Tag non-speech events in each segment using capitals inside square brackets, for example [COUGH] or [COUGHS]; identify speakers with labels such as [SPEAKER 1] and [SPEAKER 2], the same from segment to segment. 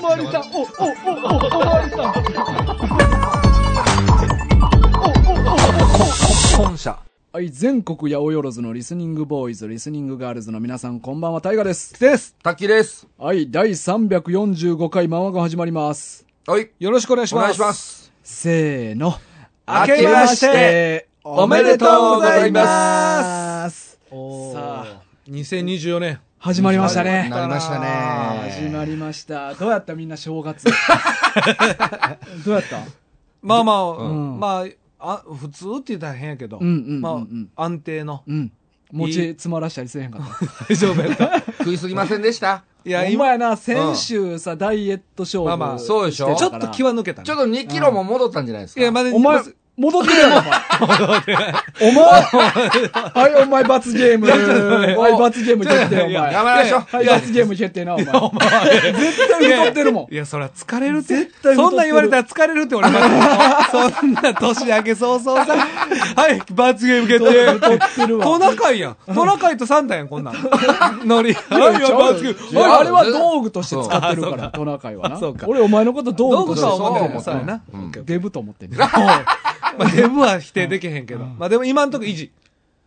[SPEAKER 1] まわりさん、お、お、お、お、おまわりさん。
[SPEAKER 2] 本社。
[SPEAKER 1] はい、全国八百万のリスニングボーイズ、リスニングガールズの皆さん、こんばんは、タイガです。です。
[SPEAKER 2] 滝です。
[SPEAKER 1] はい、第345回ママが始まります。
[SPEAKER 2] はい。
[SPEAKER 1] よろしくお願いし
[SPEAKER 2] お
[SPEAKER 1] ます。
[SPEAKER 2] 願いします。
[SPEAKER 1] せーの。。
[SPEAKER 2] 明けましておめでとうございます
[SPEAKER 3] さ
[SPEAKER 1] さあ
[SPEAKER 3] あ、2024年。
[SPEAKER 1] 始まりましたね。
[SPEAKER 2] なりましたね。
[SPEAKER 1] 始まりました。どうやったみんな正月。どうやった
[SPEAKER 3] まあまあ、
[SPEAKER 1] うん
[SPEAKER 3] まあ、あ、普通って言ったら変やけど、
[SPEAKER 1] うんうんうんうん。
[SPEAKER 3] まあ、安定の
[SPEAKER 1] うん。餅詰まらしたりせえへんかった。
[SPEAKER 3] 大丈夫やった。
[SPEAKER 2] 食いすぎませんでした
[SPEAKER 3] [LAUGHS] い
[SPEAKER 1] い
[SPEAKER 3] や、
[SPEAKER 1] や、
[SPEAKER 3] 今、
[SPEAKER 1] 今やな、先週さ、ダイエット勝負。
[SPEAKER 3] まあまあ
[SPEAKER 2] そうでしょ
[SPEAKER 3] ちょっと気は抜けたね。
[SPEAKER 2] ちょっと2キロも戻ったんじゃないですか。
[SPEAKER 3] いや、まだ、
[SPEAKER 1] お前
[SPEAKER 3] まず、
[SPEAKER 1] 戻ってるやん、お前。お前、はい、お前罰ゲーム。はい、罰ゲーム決定、お前。
[SPEAKER 3] いや
[SPEAKER 2] やめましょう。
[SPEAKER 1] はい、罰ゲーム決定な、お前。絶対太ってるもん
[SPEAKER 3] い。や、そりゃ疲れるっ
[SPEAKER 1] 対
[SPEAKER 3] て。
[SPEAKER 1] 太ってる
[SPEAKER 3] そんなん言われたら疲れるって俺、まず [LAUGHS] そんな年明け早々さ。 [LAUGHS] はい、罰ゲーム決
[SPEAKER 1] 太
[SPEAKER 3] 定。
[SPEAKER 1] ってる
[SPEAKER 3] ト
[SPEAKER 1] わ。
[SPEAKER 3] ナカイやん。トナカイとサンタやん、こん [LAUGHS] なん。ノリ。はい、
[SPEAKER 1] ちゃうよ
[SPEAKER 3] 罰ゲー
[SPEAKER 1] いや
[SPEAKER 3] ム。
[SPEAKER 1] あれは道具として使ってるから、トナカイはな
[SPEAKER 3] そう。か
[SPEAKER 1] 俺、お前のこと道
[SPEAKER 3] ど
[SPEAKER 1] 具
[SPEAKER 3] う
[SPEAKER 1] とし
[SPEAKER 3] か
[SPEAKER 1] て
[SPEAKER 3] は
[SPEAKER 2] そう
[SPEAKER 3] 思ってない
[SPEAKER 2] そ
[SPEAKER 3] そううやな。
[SPEAKER 1] デブと思ってんねん
[SPEAKER 3] まあ、デブは否定できへんけど。まあ、でも今んとこ維持。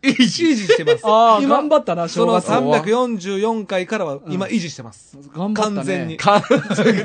[SPEAKER 3] 維持。維持してます。
[SPEAKER 1] ああ、
[SPEAKER 3] 今
[SPEAKER 1] 頑張ったな、
[SPEAKER 3] そ
[SPEAKER 1] 正
[SPEAKER 3] の
[SPEAKER 1] 月。
[SPEAKER 3] 344回からは今維持してます。
[SPEAKER 1] 頑張ったね。
[SPEAKER 3] 完全に。
[SPEAKER 2] 完全に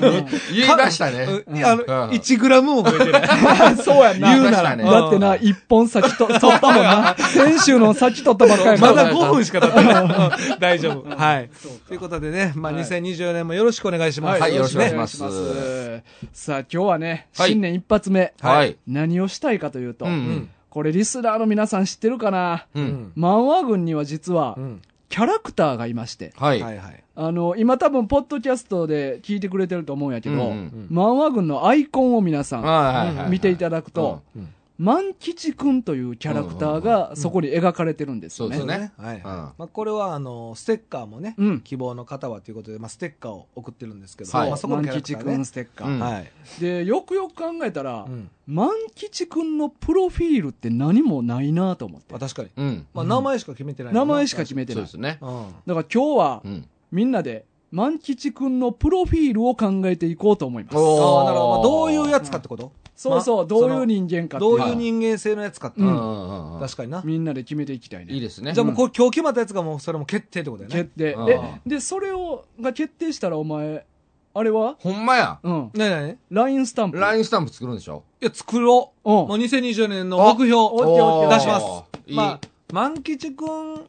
[SPEAKER 2] 言いましたね。
[SPEAKER 3] うんいやあの、
[SPEAKER 2] うん
[SPEAKER 3] 1グラムも増え
[SPEAKER 1] [LAUGHS]
[SPEAKER 3] てない。
[SPEAKER 1] [LAUGHS] そうやんな。
[SPEAKER 2] 言うならね
[SPEAKER 1] だってな、一本先と、取ったもんな。先週の先取ったばっかりや
[SPEAKER 3] ま
[SPEAKER 1] から。
[SPEAKER 3] だ5分しか経ってない。うん大丈夫。はい。ということでね、まあ、
[SPEAKER 1] はい
[SPEAKER 3] 2024年もよろしくお願いします。
[SPEAKER 2] はいよろしくお願いし
[SPEAKER 3] ね
[SPEAKER 2] ます
[SPEAKER 1] お願いしますさあ、今日はね、
[SPEAKER 2] はい
[SPEAKER 1] 新年一発目。
[SPEAKER 2] はい
[SPEAKER 1] 何をしたいかというと、
[SPEAKER 2] うん
[SPEAKER 3] うん
[SPEAKER 1] これリスナーの皆さん知ってるかな、
[SPEAKER 2] う。
[SPEAKER 3] うんん。
[SPEAKER 1] マンワ軍には実は
[SPEAKER 3] う、ん。
[SPEAKER 1] キャラクターがいまして。
[SPEAKER 2] は
[SPEAKER 3] はい
[SPEAKER 2] い。
[SPEAKER 3] はい。
[SPEAKER 1] あの、今多分、ポッドキャストで聞いてくれてると思うんやけど、
[SPEAKER 2] うんうん
[SPEAKER 1] マンワ軍のアイコンを皆さん、
[SPEAKER 2] は
[SPEAKER 1] 見てい
[SPEAKER 2] だ
[SPEAKER 1] ただくと、
[SPEAKER 3] うんうん
[SPEAKER 1] 万吉くんというキャラクターがそこに描かれてるんですよね。
[SPEAKER 2] そうですね
[SPEAKER 3] はいはい。
[SPEAKER 2] うん
[SPEAKER 3] まあ、これは、あの、ステッカーもね
[SPEAKER 1] うん、
[SPEAKER 3] 希望の方はということで、まあ、ステッカーを送ってるんですけど、
[SPEAKER 2] はい
[SPEAKER 3] まあ、そこの
[SPEAKER 1] 万
[SPEAKER 3] キャラ
[SPEAKER 1] 吉
[SPEAKER 3] ク
[SPEAKER 1] く
[SPEAKER 3] ター
[SPEAKER 1] ん
[SPEAKER 3] ね
[SPEAKER 1] ステッカ
[SPEAKER 2] う
[SPEAKER 1] ー。
[SPEAKER 2] ん
[SPEAKER 3] はい。
[SPEAKER 1] で、よくよく考えたら、
[SPEAKER 3] うん
[SPEAKER 1] 万吉くんのプロフィールって何もないなと思って
[SPEAKER 3] まあ、。確かに。
[SPEAKER 2] うん。
[SPEAKER 3] まあ、名前しか決めてない。
[SPEAKER 1] 名前しか決めて
[SPEAKER 2] そう
[SPEAKER 1] ない。
[SPEAKER 2] ですね。
[SPEAKER 3] うん。
[SPEAKER 1] だから今日は
[SPEAKER 2] うん。
[SPEAKER 1] みんなで万吉くんのプロフィールを考えていこうと思います。
[SPEAKER 3] ああ、なるほど。まあどういうやつかってこと
[SPEAKER 1] そうそう、
[SPEAKER 3] ま
[SPEAKER 1] どういう人間かって
[SPEAKER 3] ど
[SPEAKER 1] いう
[SPEAKER 3] いう人間性のやつかって
[SPEAKER 1] う
[SPEAKER 2] うんん
[SPEAKER 3] こ
[SPEAKER 2] うん
[SPEAKER 3] と
[SPEAKER 2] うん。
[SPEAKER 3] 確かにな。
[SPEAKER 1] みんなで決めていきたいね。
[SPEAKER 2] いいですね。
[SPEAKER 3] じゃあもうこれ今日決まったやつがもうそれも決定ってことだよね
[SPEAKER 1] 決。定
[SPEAKER 2] うん。
[SPEAKER 1] で、で、それを、が決定したらお前、あれは
[SPEAKER 2] ほんまや。
[SPEAKER 1] うん。
[SPEAKER 3] ねえねえね
[SPEAKER 1] LINE スタンプ。
[SPEAKER 2] ラインスタンプ作るんでしょ
[SPEAKER 3] え。いや、作ろ
[SPEAKER 1] う。
[SPEAKER 3] う。もうん2020年の目標
[SPEAKER 1] おオッケーオッケー
[SPEAKER 2] お
[SPEAKER 3] 出します。
[SPEAKER 2] いい。
[SPEAKER 3] まあ、万吉くん、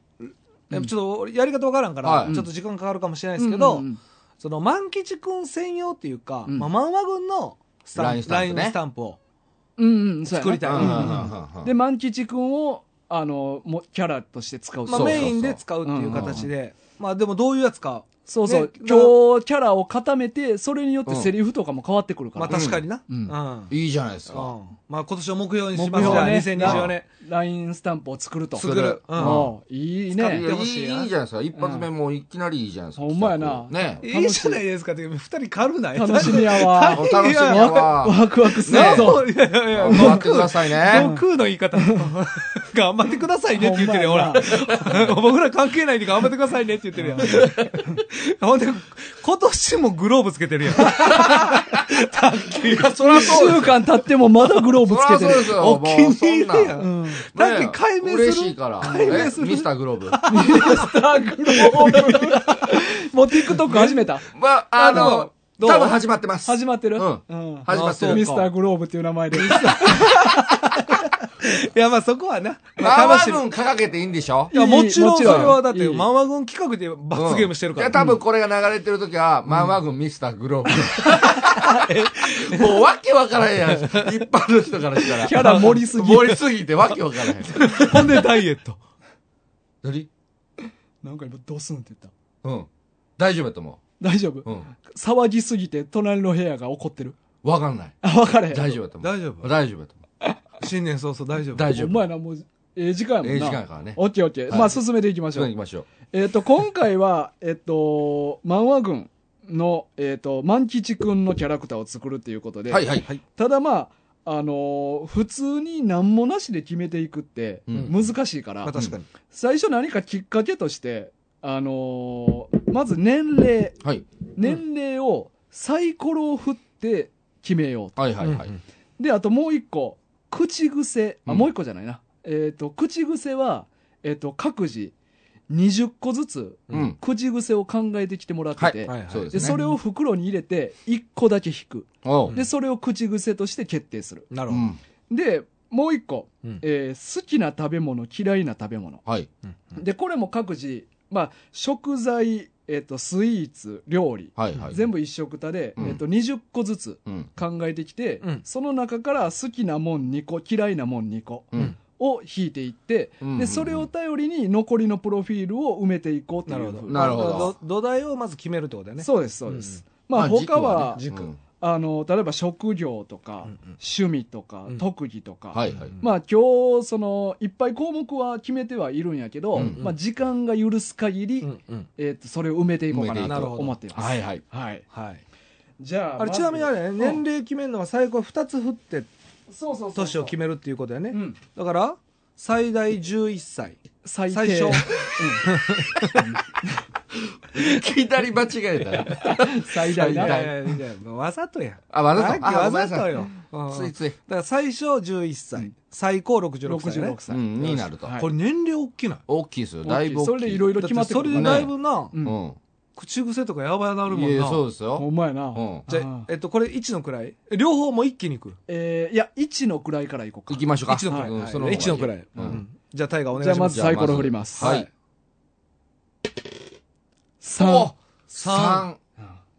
[SPEAKER 3] えちょっと俺やり方わからんか
[SPEAKER 2] は
[SPEAKER 3] ら、
[SPEAKER 2] い
[SPEAKER 3] ちょっと時間かかるかもしれない
[SPEAKER 1] うん
[SPEAKER 3] で
[SPEAKER 1] う
[SPEAKER 3] す
[SPEAKER 1] んう
[SPEAKER 3] け
[SPEAKER 1] ん
[SPEAKER 3] ど、その万吉くん専用っていうか、
[SPEAKER 1] うん
[SPEAKER 3] まあ、漫画軍のスタ
[SPEAKER 2] ライ
[SPEAKER 3] ン
[SPEAKER 2] ンス
[SPEAKER 3] プ、
[SPEAKER 2] タン
[SPEAKER 3] ラ
[SPEAKER 2] プ
[SPEAKER 3] イ
[SPEAKER 2] ね
[SPEAKER 3] ンスタンプを。
[SPEAKER 1] うんうん、そうやな
[SPEAKER 3] 作りたい
[SPEAKER 2] うんうんうんうん
[SPEAKER 1] で、万吉くんを、あの、もキャラとして使う
[SPEAKER 3] まあ、
[SPEAKER 2] そう
[SPEAKER 3] メインで使うっていう形で。まあ、でもどういうやつか。
[SPEAKER 1] そうそう、
[SPEAKER 3] ね
[SPEAKER 1] 今日キャラを固めて、それによってセリフとかも変わってくるか
[SPEAKER 3] ま
[SPEAKER 1] ら。
[SPEAKER 3] あ、確かにな。
[SPEAKER 1] う
[SPEAKER 3] うんん。
[SPEAKER 1] う
[SPEAKER 3] うんん。
[SPEAKER 2] いいじゃないですか。
[SPEAKER 3] まあ、今年を目標にします
[SPEAKER 1] 目
[SPEAKER 3] じゃあ、
[SPEAKER 1] 標ね
[SPEAKER 3] 2024年。
[SPEAKER 1] ラインスタンプを作ると。
[SPEAKER 2] 作
[SPEAKER 3] 作
[SPEAKER 2] る
[SPEAKER 3] る。
[SPEAKER 1] う
[SPEAKER 3] う
[SPEAKER 1] ん
[SPEAKER 3] ん。
[SPEAKER 1] いい
[SPEAKER 2] いや
[SPEAKER 3] 作
[SPEAKER 2] いい
[SPEAKER 3] っ
[SPEAKER 1] ね
[SPEAKER 3] て。ほし
[SPEAKER 2] じ
[SPEAKER 3] いな
[SPEAKER 2] ゃないですか。一発目もういきなりいいじゃないですか。
[SPEAKER 1] ほんまやな
[SPEAKER 2] ねえ
[SPEAKER 3] いいじゃないですかって、二人軽ない。
[SPEAKER 1] 楽しみやわ。
[SPEAKER 2] お楽しみや
[SPEAKER 1] わか
[SPEAKER 2] わ。
[SPEAKER 1] ワクワクする
[SPEAKER 3] [LAUGHS]
[SPEAKER 2] ねえ
[SPEAKER 1] ぞ。
[SPEAKER 3] いやいやいや、
[SPEAKER 2] 頑張ってください
[SPEAKER 3] 悟
[SPEAKER 2] ね。
[SPEAKER 3] 空の言い方。頑張ってくださいねって言ってるよ、
[SPEAKER 1] ほ
[SPEAKER 3] ほ
[SPEAKER 1] んまや
[SPEAKER 3] ら。僕ら関係ないで頑張ってくださいねって言ってるやん。ほんで、今年もグローブつけてるやん。
[SPEAKER 2] いや、そら
[SPEAKER 1] 一週間経ってもまだグローブつけて
[SPEAKER 2] そらそうで
[SPEAKER 1] る
[SPEAKER 2] す。よ。
[SPEAKER 3] お気に入りや
[SPEAKER 2] もうそんなん
[SPEAKER 3] ん。
[SPEAKER 2] ね
[SPEAKER 3] だっ
[SPEAKER 2] え
[SPEAKER 3] て解明する。
[SPEAKER 2] 嬉しいから。
[SPEAKER 3] 解明する
[SPEAKER 2] えミスターグローブ。
[SPEAKER 1] もう TikTok 始めた。
[SPEAKER 2] まあ、あの、
[SPEAKER 3] どう
[SPEAKER 2] 多分始まってます。
[SPEAKER 1] 始まってる
[SPEAKER 2] うん
[SPEAKER 1] うん
[SPEAKER 2] 始まってる。
[SPEAKER 1] ミスターグローブっていう名前で。
[SPEAKER 3] いや、まあそこはな。まあ
[SPEAKER 2] マ
[SPEAKER 3] 楽し
[SPEAKER 2] ー分
[SPEAKER 3] み。
[SPEAKER 2] 掲げていいんでしょ
[SPEAKER 3] いや、もちろ
[SPEAKER 1] も
[SPEAKER 3] ん
[SPEAKER 1] ち
[SPEAKER 3] それ
[SPEAKER 1] ろん
[SPEAKER 3] はだって、
[SPEAKER 1] いい
[SPEAKER 3] マンマ軍企画で罰ゲームしてるか
[SPEAKER 2] い
[SPEAKER 3] ら。
[SPEAKER 2] や、多分これが流れてる時は、マンマ軍ミスターグローブ。もうわけわからへんやん。一般の人からしたら。
[SPEAKER 1] キャラ盛りすぎ。
[SPEAKER 2] 盛りすぎてわけわからへん。
[SPEAKER 3] ほんでダイエット。
[SPEAKER 2] 何
[SPEAKER 1] なんか今ドスンって言った。
[SPEAKER 2] うん。大丈夫やと思
[SPEAKER 1] 大丈夫
[SPEAKER 2] う。うん。
[SPEAKER 1] 騒ぎすぎて隣の部屋が怒ってる。
[SPEAKER 2] わかんない。
[SPEAKER 1] あ、分かれへん。
[SPEAKER 2] 大丈夫やと思う。
[SPEAKER 3] 大丈夫
[SPEAKER 2] 大丈夫やと思
[SPEAKER 3] 新年早々大丈夫。
[SPEAKER 2] う。大丈夫。
[SPEAKER 1] お前な、もう、ええ時間やもんな。
[SPEAKER 2] ええ時間やからね
[SPEAKER 1] オッケーオッケー。
[SPEAKER 2] はい
[SPEAKER 1] まあ、進めていきましょう
[SPEAKER 2] 行き。ましょう。
[SPEAKER 1] えっ、と、今回は、えっ、と、漫画軍の、えっ、と、万吉くんのキャラクターを作るっていうことで、
[SPEAKER 2] はいはい。
[SPEAKER 3] はい。
[SPEAKER 1] ただまあ、あのー普通に何もなしで決めていくって
[SPEAKER 2] うん
[SPEAKER 1] 難しいから、
[SPEAKER 3] まあ確かに。
[SPEAKER 1] 最初何かきっかけとして、あのーまず年齢、
[SPEAKER 2] はい。
[SPEAKER 1] 年齢をサイコロを振って決めようと。
[SPEAKER 2] はいはいはい。
[SPEAKER 3] うん
[SPEAKER 1] で、あともう一個、口癖、あ、
[SPEAKER 2] うん
[SPEAKER 1] もう一個じゃないな。えっ、と、口癖は、えっ、と、各自20個ずつ、
[SPEAKER 2] うん。
[SPEAKER 1] 口癖を考えてきてもらってて、
[SPEAKER 3] はいはい
[SPEAKER 2] そうです
[SPEAKER 1] で
[SPEAKER 2] ね。
[SPEAKER 1] それを袋に入れて、1個だけ引く。
[SPEAKER 2] おう
[SPEAKER 1] で、それを口癖として決定する。
[SPEAKER 3] なる
[SPEAKER 2] う
[SPEAKER 3] ほど。
[SPEAKER 2] ん。
[SPEAKER 1] で、もう一個、
[SPEAKER 3] うん
[SPEAKER 1] えー好きな食べ物、嫌いな食べ物。
[SPEAKER 2] はい。
[SPEAKER 1] で、これも各自、まあ、食材、えっ、と、スイーツ、料理、
[SPEAKER 2] はいはい。
[SPEAKER 1] 全部一食たで、
[SPEAKER 2] うん
[SPEAKER 1] えっ、と、20個ずつ
[SPEAKER 2] うん。
[SPEAKER 1] 考えてきて、
[SPEAKER 3] うん
[SPEAKER 1] その中から好きなもん2個、嫌いなもん2個
[SPEAKER 2] うん。
[SPEAKER 1] を引いていって、
[SPEAKER 2] うん
[SPEAKER 1] で、それを頼りに残りのプロフィールを埋めていこうと
[SPEAKER 3] ないる
[SPEAKER 1] う
[SPEAKER 3] ほど。
[SPEAKER 1] ふう
[SPEAKER 2] なるほど
[SPEAKER 3] 土台をまず決めるってことだよね。
[SPEAKER 1] そうです、そうです。まあ、他は、
[SPEAKER 2] 軸ね
[SPEAKER 3] 軸
[SPEAKER 1] あの、例えば職業とか、
[SPEAKER 3] うんうん
[SPEAKER 1] 趣味とか、
[SPEAKER 3] うん
[SPEAKER 1] 特技とか、
[SPEAKER 2] うんはいはい。
[SPEAKER 1] まあ今日、その、いっぱい項目は決めてはいるんやけど、
[SPEAKER 2] うん
[SPEAKER 3] うん
[SPEAKER 1] まあ時間が許す限り、
[SPEAKER 3] うんうん。
[SPEAKER 1] えっ、と、それを埋めていこうか
[SPEAKER 2] 埋めてい
[SPEAKER 1] な
[SPEAKER 2] こう
[SPEAKER 1] と思っています。
[SPEAKER 2] はいはい。
[SPEAKER 1] はい。
[SPEAKER 3] はい。
[SPEAKER 1] じゃあ、
[SPEAKER 3] あれ、ちなみにあ
[SPEAKER 1] まず
[SPEAKER 3] れね、年齢決めるのは最後2つ振って
[SPEAKER 1] そうそうそうそう。
[SPEAKER 3] 年を決めるっていうことだよ
[SPEAKER 1] う
[SPEAKER 3] ね。
[SPEAKER 1] ん。
[SPEAKER 3] だから、最大11歳。
[SPEAKER 1] 最低
[SPEAKER 3] 最小。
[SPEAKER 2] いきなり間違えたな。
[SPEAKER 1] 最大
[SPEAKER 3] い
[SPEAKER 1] な
[SPEAKER 2] 最大
[SPEAKER 3] やいやいやわざとや。
[SPEAKER 2] あ、わざと。あ
[SPEAKER 3] わ
[SPEAKER 2] ごめんな
[SPEAKER 3] ざ
[SPEAKER 2] さ
[SPEAKER 3] と
[SPEAKER 2] い
[SPEAKER 3] よ。うん
[SPEAKER 2] ついつい。
[SPEAKER 3] だから最小11歳、
[SPEAKER 1] うん
[SPEAKER 3] 最高66歳、ね
[SPEAKER 1] 66
[SPEAKER 2] う
[SPEAKER 1] 歳。
[SPEAKER 2] ん、になると
[SPEAKER 1] は。い
[SPEAKER 3] これ年齢大きない
[SPEAKER 2] 大きいですよ。だいぶ大きい。
[SPEAKER 1] それでいろいろ決まって
[SPEAKER 3] だ
[SPEAKER 1] く
[SPEAKER 3] って
[SPEAKER 1] る
[SPEAKER 3] それ
[SPEAKER 1] か
[SPEAKER 3] で
[SPEAKER 1] ら
[SPEAKER 3] だ
[SPEAKER 1] ね
[SPEAKER 3] いぶな、
[SPEAKER 1] うん
[SPEAKER 3] 口癖とかやばいなる
[SPEAKER 2] うん。
[SPEAKER 3] もんない
[SPEAKER 2] や、そうです
[SPEAKER 1] ほ
[SPEAKER 2] よ。
[SPEAKER 1] んまやな。
[SPEAKER 2] うん。
[SPEAKER 3] じゃあえっとこれ1の位え両方もう一気にいく
[SPEAKER 1] えーいや、1の位からいこう
[SPEAKER 2] 行
[SPEAKER 1] か。
[SPEAKER 2] きましょうか。
[SPEAKER 3] 1の位、
[SPEAKER 2] うん
[SPEAKER 3] はい
[SPEAKER 2] その方がいい
[SPEAKER 3] 一の位、
[SPEAKER 2] うん
[SPEAKER 3] うんじゃあタイガーお
[SPEAKER 1] じゃ
[SPEAKER 3] 願い
[SPEAKER 1] あ
[SPEAKER 3] し
[SPEAKER 1] ま
[SPEAKER 3] ま
[SPEAKER 1] ず
[SPEAKER 3] す
[SPEAKER 1] サイコロ振ります。
[SPEAKER 2] はい。
[SPEAKER 1] 3。
[SPEAKER 2] 三。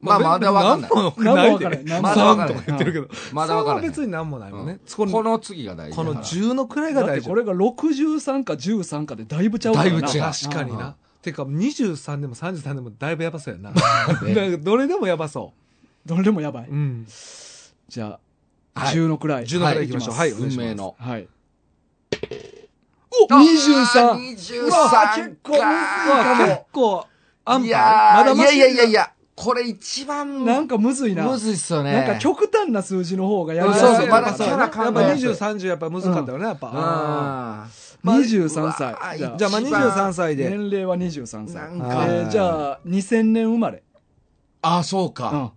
[SPEAKER 2] まあ、まだわかんない。
[SPEAKER 3] 何も
[SPEAKER 1] 何も
[SPEAKER 3] ない
[SPEAKER 1] わからない。
[SPEAKER 3] で
[SPEAKER 1] 何も
[SPEAKER 2] まだ
[SPEAKER 1] わ
[SPEAKER 2] わ
[SPEAKER 1] かな
[SPEAKER 2] かららないい。
[SPEAKER 3] 言ってるけど
[SPEAKER 2] まだわから
[SPEAKER 3] それ
[SPEAKER 2] な。
[SPEAKER 3] はい別に何もないもんね、そこ
[SPEAKER 2] こ
[SPEAKER 3] に
[SPEAKER 2] の
[SPEAKER 3] この
[SPEAKER 2] この次が大事だから。
[SPEAKER 3] 10の位が
[SPEAKER 1] だっ
[SPEAKER 3] 大
[SPEAKER 1] て
[SPEAKER 3] 事
[SPEAKER 1] これが63か13かでだいぶちゃうからな
[SPEAKER 2] だいぶ違う
[SPEAKER 3] 確かに
[SPEAKER 1] うん
[SPEAKER 3] なてか23でも33でもだいぶやばそうやな
[SPEAKER 2] ね
[SPEAKER 3] なんかどれでもやばそ、
[SPEAKER 1] どれでもやばいう
[SPEAKER 3] うん、
[SPEAKER 1] じゃあ、
[SPEAKER 2] はい
[SPEAKER 1] 10の位
[SPEAKER 3] 10の
[SPEAKER 2] はい
[SPEAKER 3] 位いきましょうはい、お願い
[SPEAKER 2] 運
[SPEAKER 3] します
[SPEAKER 2] 命の。
[SPEAKER 1] はいお 23!
[SPEAKER 2] 23!
[SPEAKER 1] うわ結構むずいかも
[SPEAKER 3] 結構安牌
[SPEAKER 2] いや
[SPEAKER 3] まだ
[SPEAKER 2] ー、い
[SPEAKER 3] マ
[SPEAKER 2] やい
[SPEAKER 3] シに
[SPEAKER 2] やいやいや、これ一番、
[SPEAKER 1] なんかむずいな。
[SPEAKER 2] むずいっすよね。
[SPEAKER 1] なんか極端な数字の方がやり
[SPEAKER 2] う
[SPEAKER 1] や
[SPEAKER 2] ん
[SPEAKER 1] すい。
[SPEAKER 2] そうそうまだ
[SPEAKER 1] そ
[SPEAKER 2] キ
[SPEAKER 1] う
[SPEAKER 2] ャラ考
[SPEAKER 3] やっ
[SPEAKER 2] え
[SPEAKER 3] ぱ
[SPEAKER 2] やすい
[SPEAKER 3] 20、30やっぱ難かったよね、やっぱ。
[SPEAKER 2] あ
[SPEAKER 3] まあ
[SPEAKER 1] 23
[SPEAKER 2] うわ
[SPEAKER 1] 歳。
[SPEAKER 2] ー
[SPEAKER 1] じゃあ
[SPEAKER 3] じゃあまあ
[SPEAKER 2] 一番
[SPEAKER 3] 23歳で。
[SPEAKER 1] 年齢は23
[SPEAKER 2] な
[SPEAKER 1] 歳
[SPEAKER 2] ん。
[SPEAKER 3] か
[SPEAKER 1] えーじゃあ、2000年生まれ。
[SPEAKER 2] あ。あ、そう
[SPEAKER 1] う
[SPEAKER 2] か。
[SPEAKER 1] ん。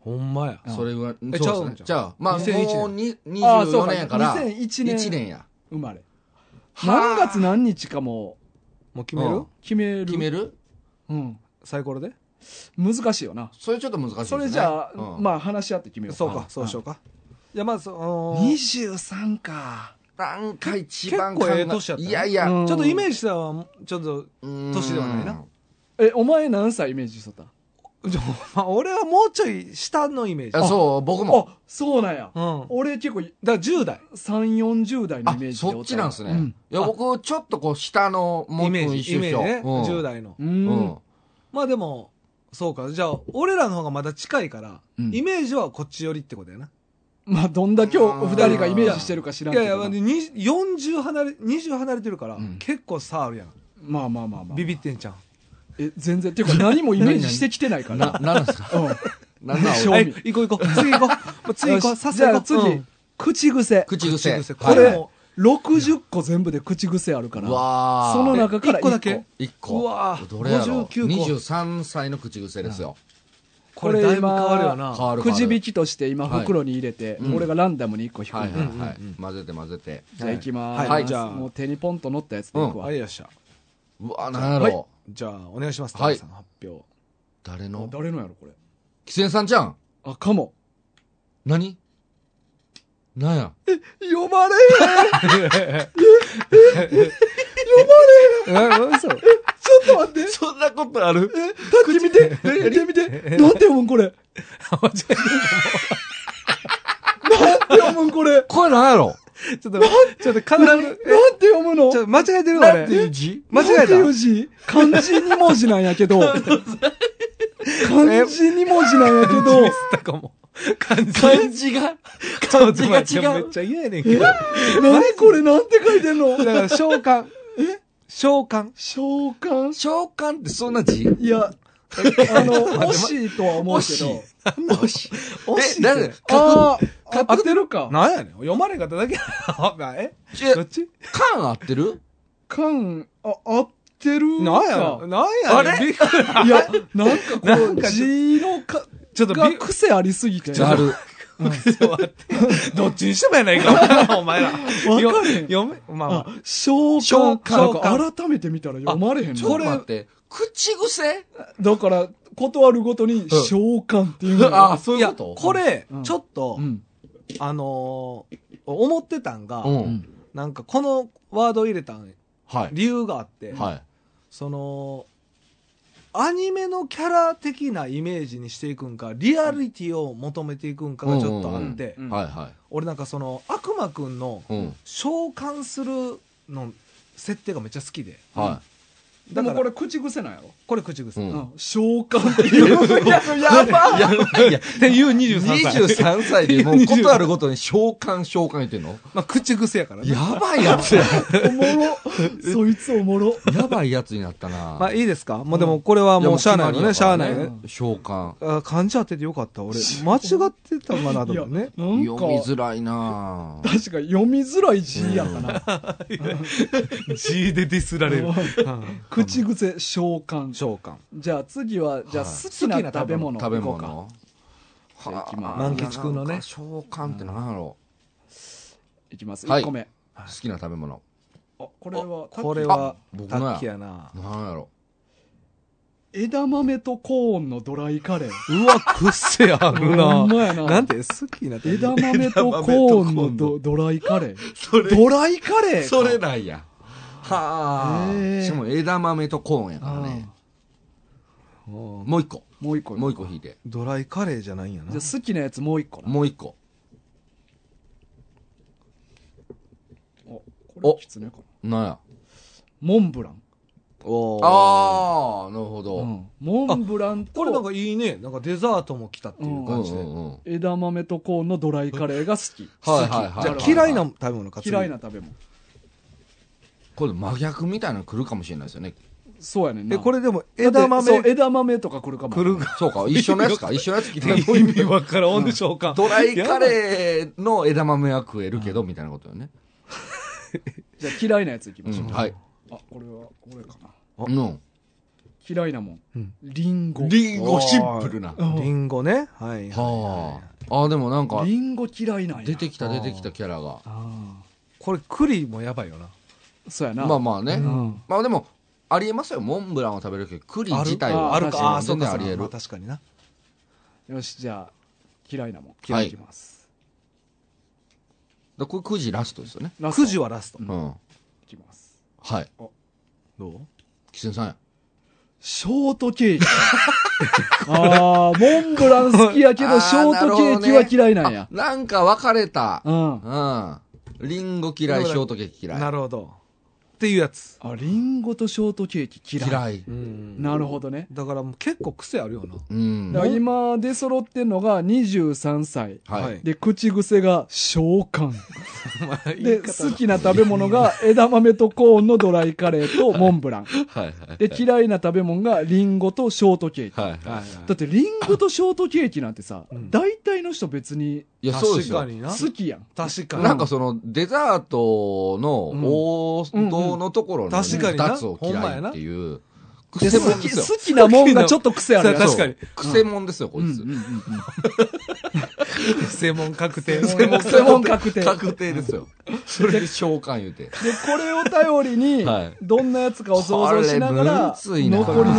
[SPEAKER 3] ほんまや。
[SPEAKER 2] それは、そう
[SPEAKER 3] え
[SPEAKER 2] で
[SPEAKER 3] ちゃう
[SPEAKER 2] す
[SPEAKER 3] ん
[SPEAKER 2] ね。
[SPEAKER 3] ちゃう
[SPEAKER 2] じゃあ、まあ、もう
[SPEAKER 3] 2001年
[SPEAKER 2] に
[SPEAKER 1] あーそうか
[SPEAKER 2] 24年やから、
[SPEAKER 1] 2001
[SPEAKER 2] 1
[SPEAKER 1] 年
[SPEAKER 2] 年や。
[SPEAKER 1] 生まれ。
[SPEAKER 2] は
[SPEAKER 1] 何
[SPEAKER 2] あ
[SPEAKER 1] 月何日かも
[SPEAKER 3] もう決める、
[SPEAKER 2] うん
[SPEAKER 1] 決める。
[SPEAKER 2] 決める
[SPEAKER 1] うん。
[SPEAKER 3] サイコロで
[SPEAKER 1] 難しいよな。
[SPEAKER 2] それちょっと難しいです
[SPEAKER 1] そ
[SPEAKER 2] ね。
[SPEAKER 1] れじゃあ、
[SPEAKER 2] うん
[SPEAKER 1] まあ話し合って決めよう
[SPEAKER 3] そうか、そうしようか。じゃあまず、あ
[SPEAKER 1] うん。
[SPEAKER 3] のー
[SPEAKER 1] 23か。
[SPEAKER 2] なんか一番考
[SPEAKER 3] 結構ええ年やったね
[SPEAKER 2] いやいや、
[SPEAKER 1] うん
[SPEAKER 3] ちょっとイメージしたのは、ちょっと、 [LAUGHS] 年ではないな
[SPEAKER 1] え、お前何歳イメージしとった
[SPEAKER 3] ちょまあ俺はもうちょい下のイメージ。
[SPEAKER 2] あそう、僕も。
[SPEAKER 1] あ、そうなんや。
[SPEAKER 3] うん。
[SPEAKER 1] 俺結構3、
[SPEAKER 3] だから10代。
[SPEAKER 1] 40代の
[SPEAKER 2] あ
[SPEAKER 1] イメー、ジでお
[SPEAKER 2] そ
[SPEAKER 1] た
[SPEAKER 2] っちなんですね。
[SPEAKER 1] う
[SPEAKER 2] いや、僕、ちょっとこう、下の、も
[SPEAKER 3] イ
[SPEAKER 2] う
[SPEAKER 3] メー
[SPEAKER 2] 一
[SPEAKER 3] ジ、イ
[SPEAKER 2] 緒
[SPEAKER 3] メ
[SPEAKER 2] 一
[SPEAKER 3] ー
[SPEAKER 2] 緒
[SPEAKER 3] ジね。
[SPEAKER 2] うん
[SPEAKER 3] 10代の。
[SPEAKER 1] う。
[SPEAKER 2] うんん。
[SPEAKER 3] まあでも、そうか。じゃあ、俺らの方がまだ近いから、
[SPEAKER 1] うん
[SPEAKER 3] イメージはこっち寄りってことやな。
[SPEAKER 1] まあ、どんだけお二人がイメージしてるか知らん
[SPEAKER 3] い
[SPEAKER 1] けど
[SPEAKER 3] やい
[SPEAKER 1] な。
[SPEAKER 3] や、に40離れ、20離れてるから、
[SPEAKER 2] うん
[SPEAKER 3] 結構差あるやん。
[SPEAKER 1] まあまあまあまあ。
[SPEAKER 3] ビビってんじゃん。
[SPEAKER 1] え、全然。ていうか何もイメージしてきてないか
[SPEAKER 2] な
[SPEAKER 1] ら、。
[SPEAKER 2] な
[SPEAKER 1] [LAUGHS]
[SPEAKER 2] んですか
[SPEAKER 1] うん。
[SPEAKER 2] な
[SPEAKER 1] [LAUGHS]
[SPEAKER 2] んなん
[SPEAKER 1] しょ
[SPEAKER 2] 俺
[SPEAKER 1] 興
[SPEAKER 3] は
[SPEAKER 1] 味
[SPEAKER 3] い、行こう行こう。次行こう。もう次行こ
[SPEAKER 1] よ
[SPEAKER 3] う。
[SPEAKER 1] し
[SPEAKER 3] さす
[SPEAKER 1] じゃ
[SPEAKER 3] が
[SPEAKER 1] あ次、口癖。
[SPEAKER 2] [LAUGHS] 口癖。
[SPEAKER 3] 口癖
[SPEAKER 1] こ
[SPEAKER 2] はい
[SPEAKER 1] れ、
[SPEAKER 2] う
[SPEAKER 1] 60個全部で口癖あるから。
[SPEAKER 2] わー
[SPEAKER 1] その中から
[SPEAKER 3] 一個だけ
[SPEAKER 1] 一
[SPEAKER 2] 一個。
[SPEAKER 3] うわー
[SPEAKER 2] どれやろ
[SPEAKER 3] 59個
[SPEAKER 2] 23歳の口癖ですよ。
[SPEAKER 3] これだいぶ変わるよ
[SPEAKER 1] これ
[SPEAKER 3] な。
[SPEAKER 2] 変わる変
[SPEAKER 1] く
[SPEAKER 2] わ
[SPEAKER 1] じ
[SPEAKER 2] る。
[SPEAKER 1] 引きとして今
[SPEAKER 2] はい
[SPEAKER 1] 袋に入れて、
[SPEAKER 2] うん
[SPEAKER 1] 俺がランダムに1個引く、
[SPEAKER 2] はいはいは
[SPEAKER 3] うんうんうん
[SPEAKER 2] い。混ぜて混ぜて。
[SPEAKER 1] じゃあ行きまーす、
[SPEAKER 3] はいじゃあ
[SPEAKER 1] もう手にポンと乗ったやつでいくわ、
[SPEAKER 3] はい、よっしゃ。
[SPEAKER 2] うわ、なんやろ。
[SPEAKER 3] じゃあ、お願いします。
[SPEAKER 2] はい
[SPEAKER 3] 田中さん発表。
[SPEAKER 2] 誰
[SPEAKER 1] あ
[SPEAKER 2] の
[SPEAKER 1] 誰のやろこれ
[SPEAKER 2] キセンさんじゃん
[SPEAKER 1] あかも
[SPEAKER 2] 何なんや
[SPEAKER 1] 読まれ
[SPEAKER 3] え、嘘
[SPEAKER 1] ちょっと待って
[SPEAKER 2] そんなことある
[SPEAKER 1] 立ってみて立ってみてなんて読むんこれなんて読むんこれなんて
[SPEAKER 2] これなんやろ
[SPEAKER 3] ちょっと、ちょっと、かなり、
[SPEAKER 1] 読むの
[SPEAKER 3] ちょっと、間違えてる
[SPEAKER 2] なんてい
[SPEAKER 3] 俺。
[SPEAKER 2] う字
[SPEAKER 3] 間違えた
[SPEAKER 1] なんていう字漢字2文字なんやけ
[SPEAKER 3] [LAUGHS]
[SPEAKER 1] ど漢字2文字なんやけど
[SPEAKER 3] ミスったかも。感じ。
[SPEAKER 2] 漢字が [LAUGHS] 漢字が違
[SPEAKER 3] めっ
[SPEAKER 2] う。
[SPEAKER 3] ちゃ嫌やねんけど。だか
[SPEAKER 1] 何これなんて書いてんの
[SPEAKER 3] ら、召喚。え召喚。
[SPEAKER 1] 召喚
[SPEAKER 2] 召喚ってそんな字
[SPEAKER 1] いや、あの、惜しいとは思うけど。
[SPEAKER 2] 惜しい。
[SPEAKER 3] 惜しい
[SPEAKER 2] え、
[SPEAKER 3] って
[SPEAKER 2] なんで
[SPEAKER 1] ああ、当てるか。
[SPEAKER 3] なんやねん。読まれ方だけやろ。え
[SPEAKER 2] え
[SPEAKER 3] どっち
[SPEAKER 2] 缶合ってる
[SPEAKER 1] 缶、あ、合ってるか。
[SPEAKER 3] なんやなんやねん。
[SPEAKER 2] あれ
[SPEAKER 3] びっくり
[SPEAKER 1] いや、なんかこう、字のか、
[SPEAKER 3] ちょっと
[SPEAKER 1] が
[SPEAKER 3] び
[SPEAKER 1] 癖ありすぎて。
[SPEAKER 2] なる。
[SPEAKER 3] そうあってどっちにしてもやないか、お前ら。
[SPEAKER 1] わかる
[SPEAKER 3] よ読め、まあま
[SPEAKER 1] あ、召
[SPEAKER 3] 召
[SPEAKER 1] 喚。
[SPEAKER 3] 喚
[SPEAKER 1] なんか改めて見たら読まれへん
[SPEAKER 2] ち
[SPEAKER 1] の
[SPEAKER 2] ょっと待って、口癖
[SPEAKER 1] だから、断るごとに召喚っていうのが [LAUGHS]
[SPEAKER 2] ああ、
[SPEAKER 3] あ。
[SPEAKER 2] そう
[SPEAKER 3] い
[SPEAKER 2] いうこ
[SPEAKER 3] や、
[SPEAKER 2] と
[SPEAKER 3] これ
[SPEAKER 1] うん、
[SPEAKER 3] ちょっと
[SPEAKER 1] う、ん。
[SPEAKER 3] あのー、思ってたんが、
[SPEAKER 2] うん。
[SPEAKER 3] なんかこのワード入れたん
[SPEAKER 2] はい。
[SPEAKER 3] 理由があって、
[SPEAKER 2] はい。
[SPEAKER 3] その、アニメのキャラ的なイメージにしていくんか、リアリティを求めていくんかがちょっとあって、
[SPEAKER 1] うんうん
[SPEAKER 2] はいは
[SPEAKER 3] 俺なんかその、悪魔くんの
[SPEAKER 2] い。うん。
[SPEAKER 3] 召喚するの設定がめっちゃ好きで。
[SPEAKER 2] は
[SPEAKER 1] で
[SPEAKER 3] だか
[SPEAKER 1] もこ
[SPEAKER 3] ら
[SPEAKER 1] れ口癖なんやろ
[SPEAKER 3] これ口癖。
[SPEAKER 2] う
[SPEAKER 1] うんん。召喚っていう。いや、やば
[SPEAKER 2] [LAUGHS] い。やばいや。
[SPEAKER 3] っていう23歳。
[SPEAKER 2] 23歳でもうことあるごとに召喚召喚言ってんの
[SPEAKER 3] まあ、口癖やからね。
[SPEAKER 2] やばいやつや。
[SPEAKER 1] おもろ。そいつおもろ。
[SPEAKER 2] やばいやつになったな。
[SPEAKER 3] まあ、いいですかもうでも、これはもう、しゃあないよね、しゃあないよ
[SPEAKER 1] う
[SPEAKER 3] ね
[SPEAKER 1] ん。
[SPEAKER 2] 召喚。
[SPEAKER 3] あ漢字当ててよかった。俺、間違ってたかなと
[SPEAKER 1] いや、
[SPEAKER 3] 思うね。
[SPEAKER 1] なん
[SPEAKER 2] 読
[SPEAKER 1] か、
[SPEAKER 2] みづらいな
[SPEAKER 1] 確か読みづらい字やかな。
[SPEAKER 3] 字でディスられる。
[SPEAKER 1] 口癖、召喚。
[SPEAKER 3] 召喚。
[SPEAKER 1] じゃあ次は、じゃあ
[SPEAKER 2] はい
[SPEAKER 1] 好きな食べ物。
[SPEAKER 2] 食べ
[SPEAKER 1] 行こ
[SPEAKER 2] 物
[SPEAKER 1] じゃあ行きます
[SPEAKER 2] はあ
[SPEAKER 3] 満吉くんのね
[SPEAKER 2] なんか召喚って何やろ
[SPEAKER 1] うか。いきます。
[SPEAKER 2] はい
[SPEAKER 1] 1個目。
[SPEAKER 2] 好きな食べ物。
[SPEAKER 1] あ、これは、
[SPEAKER 3] これは、
[SPEAKER 2] 僕
[SPEAKER 3] タ
[SPEAKER 2] の
[SPEAKER 3] ッキー
[SPEAKER 2] や。
[SPEAKER 3] やな。
[SPEAKER 2] 何やろ
[SPEAKER 1] 枝豆とコーンのドライカレー。
[SPEAKER 3] うわ、くっせある
[SPEAKER 1] ほん
[SPEAKER 3] な。
[SPEAKER 1] まやな。
[SPEAKER 3] なんて、好きな。
[SPEAKER 1] 枝豆とコーンのドドライカレー。
[SPEAKER 2] そ
[SPEAKER 1] ドライカレーか
[SPEAKER 2] それなんや。は
[SPEAKER 1] へ
[SPEAKER 2] あ。
[SPEAKER 1] え
[SPEAKER 2] しかも枝豆とコーンやからね
[SPEAKER 1] あ。
[SPEAKER 3] うん
[SPEAKER 2] もう一個。
[SPEAKER 1] ーもう一個。
[SPEAKER 2] もう一個引いて。
[SPEAKER 3] ドライカレーじゃないんやな
[SPEAKER 1] じゃ。あ好きなやつもう一個な。
[SPEAKER 2] もう一個。
[SPEAKER 1] お、これきつねかな。
[SPEAKER 2] なんや。
[SPEAKER 1] モンブラン。
[SPEAKER 3] おー
[SPEAKER 2] ああ、なるほ
[SPEAKER 1] う
[SPEAKER 2] ど。
[SPEAKER 1] んモンブラン
[SPEAKER 3] これなん
[SPEAKER 1] と
[SPEAKER 3] かいいね。なんかデザートも来たっていう
[SPEAKER 2] うん
[SPEAKER 3] 感
[SPEAKER 2] う
[SPEAKER 3] じで。
[SPEAKER 2] んうん。
[SPEAKER 1] 枝豆とコーンのドライカレーが好き。
[SPEAKER 2] はいはいはい。
[SPEAKER 3] じゃあ嫌いな食べ物か。次
[SPEAKER 1] 嫌いな。食べ物。
[SPEAKER 2] これ真逆みたいなの来るかもしれないですよね。
[SPEAKER 1] そうやねんな。
[SPEAKER 3] え、これでも
[SPEAKER 1] だって
[SPEAKER 3] 枝
[SPEAKER 1] そう
[SPEAKER 3] 豆。
[SPEAKER 1] 枝豆とか来るかも。
[SPEAKER 3] 来る
[SPEAKER 2] そう [LAUGHS] か、一緒のやつか、一緒のやつ来てる
[SPEAKER 3] 意味わからんでしょうか。
[SPEAKER 2] [LAUGHS] ドライカレーの枝豆は食えるけど、みたいなことよね。
[SPEAKER 1] じゃあ嫌いなやついき
[SPEAKER 2] う
[SPEAKER 1] ましょ
[SPEAKER 2] ん、
[SPEAKER 1] う。
[SPEAKER 2] はい。
[SPEAKER 1] あ、これは、これかな。
[SPEAKER 2] うん。
[SPEAKER 1] 嫌いなも
[SPEAKER 3] うんん。
[SPEAKER 1] リンゴ。
[SPEAKER 2] リン
[SPEAKER 3] お
[SPEAKER 2] ゴ
[SPEAKER 3] ー
[SPEAKER 2] シンプルな。
[SPEAKER 1] うん
[SPEAKER 3] リンゴね。はい。
[SPEAKER 2] はあ。あー、でもなんか、
[SPEAKER 1] リンゴ嫌いなんや。
[SPEAKER 2] 出てきた
[SPEAKER 3] あ
[SPEAKER 2] 出
[SPEAKER 3] ー
[SPEAKER 2] てきたキャラが。
[SPEAKER 1] あ
[SPEAKER 3] これ、栗もやばいよな。
[SPEAKER 1] あ。そうやな。
[SPEAKER 2] まあまあね
[SPEAKER 1] う。ん
[SPEAKER 2] まあでも、ありえますよ。モンブランを食べるけど、栗自体は。
[SPEAKER 1] ある
[SPEAKER 2] 確に
[SPEAKER 1] あ
[SPEAKER 3] あ
[SPEAKER 1] ー
[SPEAKER 3] ー、そう
[SPEAKER 2] 全然
[SPEAKER 3] か。
[SPEAKER 2] ありえ
[SPEAKER 3] まあ
[SPEAKER 2] る。
[SPEAKER 3] 確かにな。
[SPEAKER 1] よし、じゃあ、嫌いなもん。嫌いいきます。
[SPEAKER 2] だこれ9時ラストですよね。
[SPEAKER 1] ラスト
[SPEAKER 3] くじはラスト
[SPEAKER 2] う。ん。
[SPEAKER 1] いきます。
[SPEAKER 2] はい。
[SPEAKER 3] どう
[SPEAKER 2] キセンさんや。
[SPEAKER 1] ショートケーキ。 [LAUGHS] ああ、モンブラン好きやけ
[SPEAKER 2] あ
[SPEAKER 1] ど、
[SPEAKER 2] ー
[SPEAKER 1] ショートケーキは嫌いなんや。
[SPEAKER 2] なんか分かれた。
[SPEAKER 1] うん。
[SPEAKER 2] うん。リンゴ嫌い、ショートケーキ嫌い。
[SPEAKER 3] なるほど。っていうやつ。
[SPEAKER 1] あ、リンゴとショートケーキ嫌い。
[SPEAKER 2] 嫌い。
[SPEAKER 3] うん
[SPEAKER 1] なるほどね。
[SPEAKER 3] だからもう結構癖あるよな。
[SPEAKER 2] うん。
[SPEAKER 1] だから今出揃ってんのが23歳。
[SPEAKER 2] は
[SPEAKER 3] はいい。
[SPEAKER 1] で、口癖が召
[SPEAKER 2] [LAUGHS]
[SPEAKER 1] 喚。で、好きな食べ物が枝豆とコーンのドライカレーとモンブラン。
[SPEAKER 2] はいはい。
[SPEAKER 1] で、嫌いな食べ物がリンゴとショートケーキ。
[SPEAKER 2] はいは。
[SPEAKER 3] はい
[SPEAKER 1] だってリンゴとショートケーキなんてさ、
[SPEAKER 3] うん
[SPEAKER 1] 大体の人別に
[SPEAKER 2] い
[SPEAKER 3] い
[SPEAKER 2] や、そうです
[SPEAKER 3] 確
[SPEAKER 2] よ。
[SPEAKER 3] かにな。
[SPEAKER 1] 好きやん。
[SPEAKER 3] 確かに。
[SPEAKER 2] なんかその、デザートの王道のところのね
[SPEAKER 3] うんうんうん確かにな
[SPEAKER 2] 二つを嫌いっていう。
[SPEAKER 1] で
[SPEAKER 2] 癖も
[SPEAKER 1] 好
[SPEAKER 2] ん
[SPEAKER 1] き [LAUGHS]
[SPEAKER 2] ですよ。
[SPEAKER 1] 好きなもんがちょっと癖あるやん
[SPEAKER 3] 好きな確かに
[SPEAKER 2] そう。癖もんですよ、こい
[SPEAKER 1] うん
[SPEAKER 2] つ
[SPEAKER 1] うん。うんうん
[SPEAKER 3] セモン確定。
[SPEAKER 1] セモン
[SPEAKER 2] 癖もん
[SPEAKER 1] 確定
[SPEAKER 2] [LAUGHS] 確定ですよ。それで召喚言うて。
[SPEAKER 1] で、これを頼りに
[SPEAKER 2] はい、
[SPEAKER 1] どんなやつかを想像しながら、
[SPEAKER 2] こ
[SPEAKER 1] 残り
[SPEAKER 2] れむずいな
[SPEAKER 1] のプロフ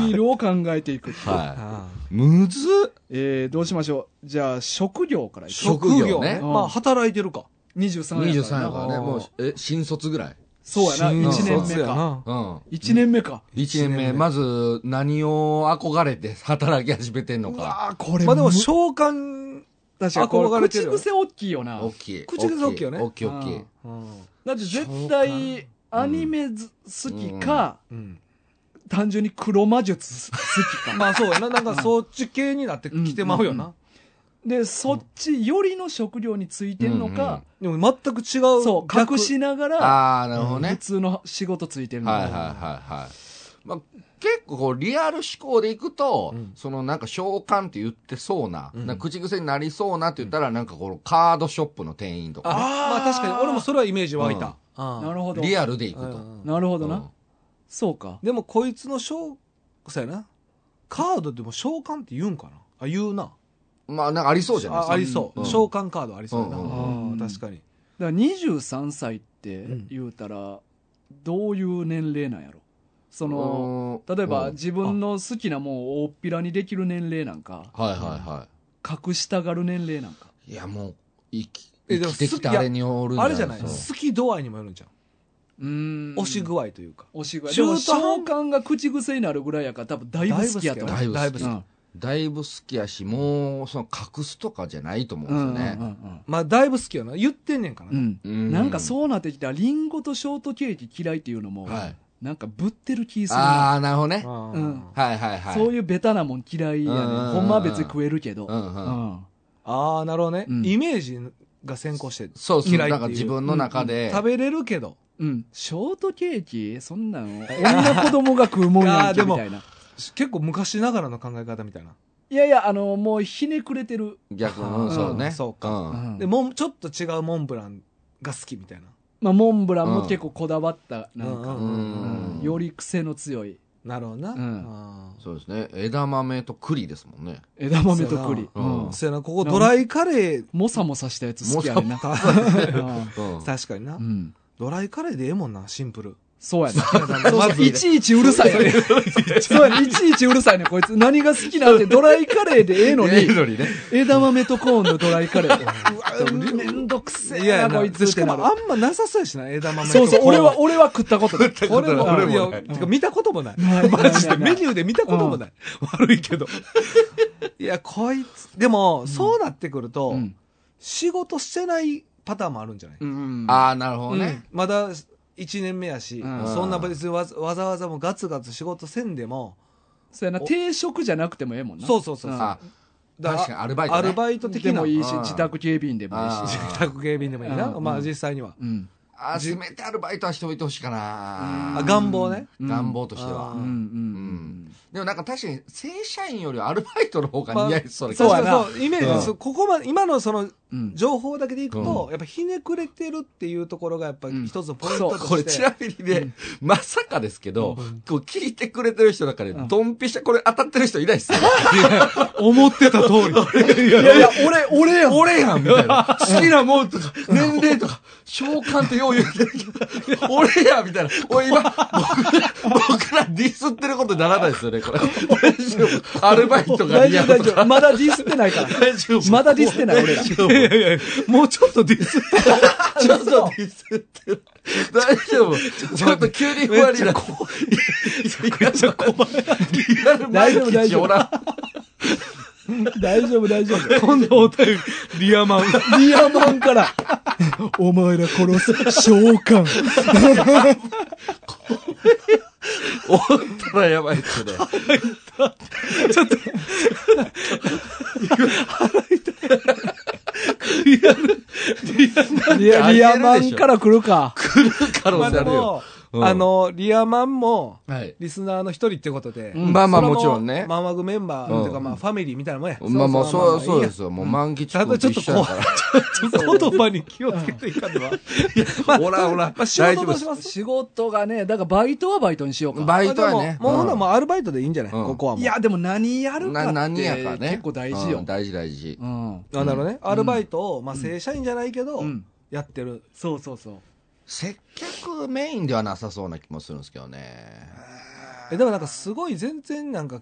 [SPEAKER 1] ィールを考えていく。
[SPEAKER 2] は
[SPEAKER 3] ああ
[SPEAKER 2] い。むずっ
[SPEAKER 1] えー、どうしましょう。じゃあ、職業からいく。
[SPEAKER 2] 職業ね
[SPEAKER 1] うん
[SPEAKER 3] まあ、働いてるか。
[SPEAKER 1] 23や
[SPEAKER 2] !23
[SPEAKER 1] から
[SPEAKER 2] や
[SPEAKER 1] な
[SPEAKER 2] からね、
[SPEAKER 3] あー
[SPEAKER 2] もう、え、新卒ぐらい。
[SPEAKER 1] そうやな、1
[SPEAKER 2] 新卒
[SPEAKER 1] 年目か。
[SPEAKER 3] か。
[SPEAKER 2] うん。
[SPEAKER 1] 1年目か。
[SPEAKER 2] 一年目、まず、何を憧れて働き始めてんのか。
[SPEAKER 1] ああ、これ
[SPEAKER 3] まあでも、
[SPEAKER 1] む
[SPEAKER 3] 召喚、
[SPEAKER 1] 確かにこ
[SPEAKER 3] 憧
[SPEAKER 1] れ
[SPEAKER 3] れてる
[SPEAKER 1] 口
[SPEAKER 3] よ
[SPEAKER 1] 癖大きいよな。
[SPEAKER 2] 大きい。
[SPEAKER 3] 口癖大きいよね
[SPEAKER 2] 大きい大きい。
[SPEAKER 3] うん。
[SPEAKER 1] だって絶
[SPEAKER 3] そう
[SPEAKER 1] 対
[SPEAKER 3] か、
[SPEAKER 1] アニメず好きか、
[SPEAKER 3] うん。
[SPEAKER 1] 単純に黒魔術好き
[SPEAKER 3] [LAUGHS]
[SPEAKER 1] か。
[SPEAKER 3] まあそうやな。なんかそっち系になってきてまうよな。
[SPEAKER 1] で、そっちよりの職業についてんのか、
[SPEAKER 3] でも全く違う。
[SPEAKER 1] そう、
[SPEAKER 3] 逆
[SPEAKER 1] 隠。しながら、
[SPEAKER 2] ああ、なるほどね
[SPEAKER 1] 普。通の仕事ついてるの
[SPEAKER 2] はい
[SPEAKER 1] か
[SPEAKER 2] はいはいはい。まあ、結構こうリアル思考でいくと、
[SPEAKER 3] うん
[SPEAKER 2] そのなんか召喚って言ってそうな、
[SPEAKER 3] うん
[SPEAKER 2] なんか口癖になりそうなって言ったら、なんかこのカードショップの店員と
[SPEAKER 3] あ
[SPEAKER 2] か、
[SPEAKER 3] まあ確かに、俺もそれはイメージ湧い
[SPEAKER 2] うん
[SPEAKER 3] た。ああ
[SPEAKER 1] なるほど。
[SPEAKER 2] リアルでいくと。
[SPEAKER 3] うん
[SPEAKER 1] なるほどな。
[SPEAKER 2] うん
[SPEAKER 1] そうか。
[SPEAKER 3] でもこいつの召喚、そうやな。カードでも召喚って言うんかなあ言うな
[SPEAKER 2] まあ、なんかありそうじゃないです
[SPEAKER 3] あ
[SPEAKER 2] か。
[SPEAKER 3] ありそう、
[SPEAKER 2] うん
[SPEAKER 3] 召喚カードありそうやな、
[SPEAKER 2] うん
[SPEAKER 1] うん
[SPEAKER 3] あー確かに
[SPEAKER 1] ら23歳って言うたら、どういう年齢なんやろその、
[SPEAKER 2] うん
[SPEAKER 1] 例えば
[SPEAKER 2] うん
[SPEAKER 1] 自分の好きなもんを大っぴらにできる年齢なんか、
[SPEAKER 2] はいはいは
[SPEAKER 1] 隠したがる年齢なんか。
[SPEAKER 2] い。いや、もう、生き、
[SPEAKER 3] えで
[SPEAKER 2] 生
[SPEAKER 3] も
[SPEAKER 2] きてきたあれにおるん
[SPEAKER 3] あれじゃない
[SPEAKER 2] そう
[SPEAKER 3] 好き度合いにもよるんじゃん、
[SPEAKER 1] うん
[SPEAKER 3] 押し具合というか
[SPEAKER 1] 押し具合。
[SPEAKER 3] 中
[SPEAKER 1] で
[SPEAKER 3] 途
[SPEAKER 1] も
[SPEAKER 3] 半
[SPEAKER 1] 召喚が口癖になるぐらいやから多分だいぶ好きやと思う。
[SPEAKER 2] だいぶ好き
[SPEAKER 3] だいぶ好き、
[SPEAKER 1] うん
[SPEAKER 2] だいぶ好きやし、もう、その、隠すとかじゃないと思うんですよね。
[SPEAKER 3] まあだいぶ好きやな言ってんねんから
[SPEAKER 1] う
[SPEAKER 3] な、
[SPEAKER 1] ん
[SPEAKER 2] う
[SPEAKER 1] なんかそうなってきたら、リンゴとショートケーキ嫌いっていうのも、
[SPEAKER 2] はい。
[SPEAKER 1] なんかぶってる気するな。
[SPEAKER 2] ああ、なるほどね。
[SPEAKER 3] あ
[SPEAKER 1] う
[SPEAKER 3] ー
[SPEAKER 1] ん
[SPEAKER 2] はいはいはい。
[SPEAKER 1] そういうベタなもん嫌いやね
[SPEAKER 2] うんうんうんうん
[SPEAKER 1] ん。ほんまは別に食えるけど。
[SPEAKER 2] うんうん
[SPEAKER 1] うん
[SPEAKER 3] あーなるほどね、
[SPEAKER 1] うん
[SPEAKER 3] イメージが先行して
[SPEAKER 2] そうそう。
[SPEAKER 3] 嫌いっていう
[SPEAKER 2] なんか自分の中で。
[SPEAKER 3] 食べれるけど
[SPEAKER 1] うん。ショートケーキそんなん、女子供が食うもん
[SPEAKER 2] [LAUGHS]
[SPEAKER 1] やんけ、
[SPEAKER 3] あーで
[SPEAKER 1] み
[SPEAKER 3] も
[SPEAKER 1] たいな。
[SPEAKER 3] 結構昔ながらの考え方みたいな、
[SPEAKER 1] いやいや、あの、もうひねくれてる。
[SPEAKER 2] 逆の、そう
[SPEAKER 3] う
[SPEAKER 2] ね。
[SPEAKER 3] んそうか
[SPEAKER 2] ん
[SPEAKER 1] で
[SPEAKER 3] で
[SPEAKER 1] も
[SPEAKER 3] もうちょっと違うモンブランが好きみたいな
[SPEAKER 1] まあ、モンブランも結構こだわった、な
[SPEAKER 3] なん
[SPEAKER 1] ん
[SPEAKER 3] か、
[SPEAKER 1] か、
[SPEAKER 2] うん
[SPEAKER 1] うんより癖の強い
[SPEAKER 3] なるほどな、
[SPEAKER 1] うん
[SPEAKER 3] あー
[SPEAKER 2] そうですね。枝豆と栗ですもんね。
[SPEAKER 1] 枝豆と栗。
[SPEAKER 2] そうやな
[SPEAKER 1] うん
[SPEAKER 3] そうやなここドライカレー
[SPEAKER 1] もさもさしたやつ好きやねんな。
[SPEAKER 2] うん
[SPEAKER 3] 確かにな、
[SPEAKER 1] うんうん
[SPEAKER 3] ドライカレーでええもんなシン
[SPEAKER 1] [LAUGHS]
[SPEAKER 3] プル
[SPEAKER 1] そうやね。
[SPEAKER 3] そう
[SPEAKER 1] そういちいちうるさいね。そうやね。いちいちうるさいね。こいつ何が好きなんてドライカレーでええの
[SPEAKER 2] ええ
[SPEAKER 1] に、
[SPEAKER 2] のにね。
[SPEAKER 1] 枝豆とコーンのドライカレー。めんどくせえな、こいつっ
[SPEAKER 3] してか
[SPEAKER 1] な
[SPEAKER 3] も
[SPEAKER 1] る。
[SPEAKER 3] あんまなさそうやしな枝豆と
[SPEAKER 1] そうそう、
[SPEAKER 3] コーン
[SPEAKER 1] 俺は、俺は食ったことない。
[SPEAKER 3] 俺も
[SPEAKER 1] 俺も
[SPEAKER 3] いや
[SPEAKER 2] ない
[SPEAKER 3] てか見たこともない
[SPEAKER 1] [LAUGHS] ない
[SPEAKER 3] マジで
[SPEAKER 1] ないない
[SPEAKER 3] メニューで見たこともない、悪
[SPEAKER 1] [LAUGHS]
[SPEAKER 3] いけどいやこいつでも、そうなってくると、
[SPEAKER 1] うん
[SPEAKER 3] 仕事してないパターンもあるんじゃない、
[SPEAKER 1] うん
[SPEAKER 2] ああ、なるほどね。
[SPEAKER 3] まだ1年目やし、
[SPEAKER 1] うん
[SPEAKER 3] そんな別にわざわざわざもうガツガツ仕事せんでも、
[SPEAKER 1] そうやな、定食じゃなくてもええもんな。
[SPEAKER 3] そうそうそうそう、
[SPEAKER 1] ん
[SPEAKER 2] あ
[SPEAKER 3] だら
[SPEAKER 2] 確かにアルバイトね
[SPEAKER 3] アルバイト的
[SPEAKER 1] で
[SPEAKER 3] な
[SPEAKER 1] もいいし
[SPEAKER 2] うん、
[SPEAKER 1] 自宅警備員でもいい
[SPEAKER 2] あ
[SPEAKER 1] し。
[SPEAKER 3] 自宅警備員でもいいな、
[SPEAKER 1] うん
[SPEAKER 3] まあ実際には、
[SPEAKER 1] うん。
[SPEAKER 2] あー、せめてアルバイトはしておいてほしいかな。
[SPEAKER 3] あ願望ね、
[SPEAKER 1] うん
[SPEAKER 2] 願望としては
[SPEAKER 1] うんう。ん
[SPEAKER 2] でもなんか確かに正社員よりはアルバイトの方が似合いそうな気
[SPEAKER 3] そう
[SPEAKER 2] が
[SPEAKER 1] ま
[SPEAKER 3] や
[SPEAKER 1] あ
[SPEAKER 2] する
[SPEAKER 3] なそうイメージ、
[SPEAKER 2] うん
[SPEAKER 3] そうここまで今のその
[SPEAKER 1] うん。うん。
[SPEAKER 3] 情報だけでいくと、
[SPEAKER 2] う
[SPEAKER 3] やっぱひねくれてるっていうところがやっぱり一つのポイント
[SPEAKER 1] う
[SPEAKER 3] と
[SPEAKER 1] ん
[SPEAKER 3] して、
[SPEAKER 2] これちなみにね、まさかですけど、こう聞いてくれてる人の中で、ドンピシャこれ当たってる人いないっ [LAUGHS] すよ。
[SPEAKER 3] 思ってた通り
[SPEAKER 1] いやいや、俺、俺やん。
[SPEAKER 2] 俺やんみたいな。好きなもんとか、年齢とか、召喚ってよう言うてるけ [LAUGHS] ど、俺やみたいな。俺今、僕、僕らディスってることにならないですよね、これ。大丈夫アルバイトが
[SPEAKER 1] [LAUGHS] 大
[SPEAKER 2] 似
[SPEAKER 1] 丈
[SPEAKER 2] 合
[SPEAKER 1] 夫、大
[SPEAKER 2] うと
[SPEAKER 1] 丈
[SPEAKER 2] か
[SPEAKER 1] 夫。。まだディスってない [LAUGHS] から。
[SPEAKER 2] 大丈夫
[SPEAKER 1] まだディスってない、 [LAUGHS] 俺ら。
[SPEAKER 3] もうちょっとディ
[SPEAKER 2] ち
[SPEAKER 3] ス
[SPEAKER 2] ょっとディスってる。大丈夫。ちょっと急に不安になった。めっちゃ怖い。リアルマイキチおらん。
[SPEAKER 1] 大丈夫、大丈夫。
[SPEAKER 3] 今度お便りリアマン
[SPEAKER 1] リアマンから。お前ら殺す、召喚。
[SPEAKER 2] おったらやばいっすね。
[SPEAKER 1] リアリアマンから来るか。
[SPEAKER 2] 可能
[SPEAKER 3] まあ
[SPEAKER 2] 性
[SPEAKER 3] で
[SPEAKER 2] あるよ
[SPEAKER 3] も。、
[SPEAKER 2] うん
[SPEAKER 3] あのリアマンも
[SPEAKER 2] はい。
[SPEAKER 3] リスナーの一人ってことで、
[SPEAKER 1] ん
[SPEAKER 2] まあまあもちろんね。
[SPEAKER 3] マンワグメンバーっていうか、
[SPEAKER 2] うん
[SPEAKER 3] まあファミリーみたいなもんや。
[SPEAKER 2] まあまあ、そう、そうで
[SPEAKER 3] いい
[SPEAKER 2] すよ。もう満喫
[SPEAKER 3] や。ただちょっと怖い。ちょっと言葉に気をつけていかねば。いやまあ
[SPEAKER 2] ほらほら
[SPEAKER 3] まあ仕事
[SPEAKER 2] 大丈夫
[SPEAKER 3] どう
[SPEAKER 2] です
[SPEAKER 3] します
[SPEAKER 1] 仕事がね、だからバイトはバイトにしようか。
[SPEAKER 2] バイトは
[SPEAKER 3] まあ
[SPEAKER 2] ね
[SPEAKER 3] で。ももうほ
[SPEAKER 2] ん
[SPEAKER 3] なもうアルバイトでいいんじゃない
[SPEAKER 2] うん
[SPEAKER 3] ここはもう。
[SPEAKER 1] いや、でも何やるかっ
[SPEAKER 2] な
[SPEAKER 1] て。
[SPEAKER 2] 何やかね。
[SPEAKER 1] 結構大事
[SPEAKER 2] う
[SPEAKER 1] よ
[SPEAKER 2] ん。大事大事。
[SPEAKER 1] うん。
[SPEAKER 3] あなるほどね。アルバイトを、まあ正社員じゃないけど
[SPEAKER 1] うん、
[SPEAKER 3] やってる。
[SPEAKER 1] そうそうそう。
[SPEAKER 2] 接客メインではなさそうな気もするんですけどね。
[SPEAKER 3] え、でもなんかすごい全然なんか、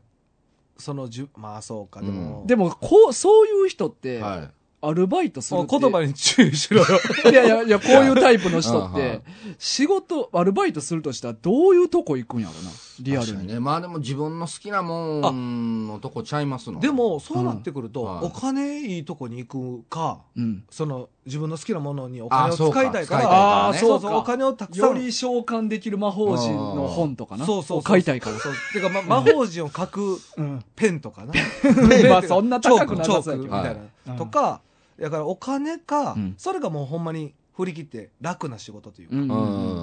[SPEAKER 3] そのじゅ、まあそうか、でも。
[SPEAKER 1] でも、こう、そういう人って、
[SPEAKER 2] は
[SPEAKER 1] アルバイトする
[SPEAKER 3] も
[SPEAKER 1] っ
[SPEAKER 3] う
[SPEAKER 1] て。
[SPEAKER 3] 言葉に注意しろよ。
[SPEAKER 1] いやいやいや、こういうタイプの人
[SPEAKER 3] [LAUGHS]
[SPEAKER 1] っ
[SPEAKER 2] いやうんう
[SPEAKER 1] て
[SPEAKER 2] ん、
[SPEAKER 1] 仕事、アルバイトするとしたらどういうとこ行くんやろな、
[SPEAKER 2] い。
[SPEAKER 1] リア
[SPEAKER 2] 確
[SPEAKER 1] ル
[SPEAKER 2] かに
[SPEAKER 1] に。
[SPEAKER 2] ね。まあでも自分の好きなもんのとこちゃいますの。
[SPEAKER 3] で、も、そうなってくると、
[SPEAKER 2] うんはい
[SPEAKER 3] お金いいとこに行くか、
[SPEAKER 1] うん。
[SPEAKER 3] その自分の好きなものにお金
[SPEAKER 2] あ
[SPEAKER 3] を
[SPEAKER 2] そうか
[SPEAKER 3] 使いたい
[SPEAKER 2] 使
[SPEAKER 3] か、
[SPEAKER 2] いたいかららね
[SPEAKER 3] そうそう、お金をたくさ
[SPEAKER 1] よ
[SPEAKER 3] ん
[SPEAKER 1] り召喚できる魔法陣の本とかな。
[SPEAKER 3] そうそうそう
[SPEAKER 1] を買いたいから。
[SPEAKER 3] そうてか、ま、魔法陣を書く
[SPEAKER 1] うん。
[SPEAKER 3] ペンとかな。
[SPEAKER 1] [LAUGHS] まあそんな高くな
[SPEAKER 3] チョ
[SPEAKER 1] さ
[SPEAKER 3] ー
[SPEAKER 1] そうやけ
[SPEAKER 3] クチョークみ
[SPEAKER 1] ど。
[SPEAKER 3] たいな。とか、だからお金か
[SPEAKER 1] うん、
[SPEAKER 3] それがもうほんまに振り切って楽な仕事という
[SPEAKER 1] う
[SPEAKER 3] か。
[SPEAKER 1] ん
[SPEAKER 2] う
[SPEAKER 1] うん
[SPEAKER 2] うんんうん
[SPEAKER 1] う
[SPEAKER 2] うん。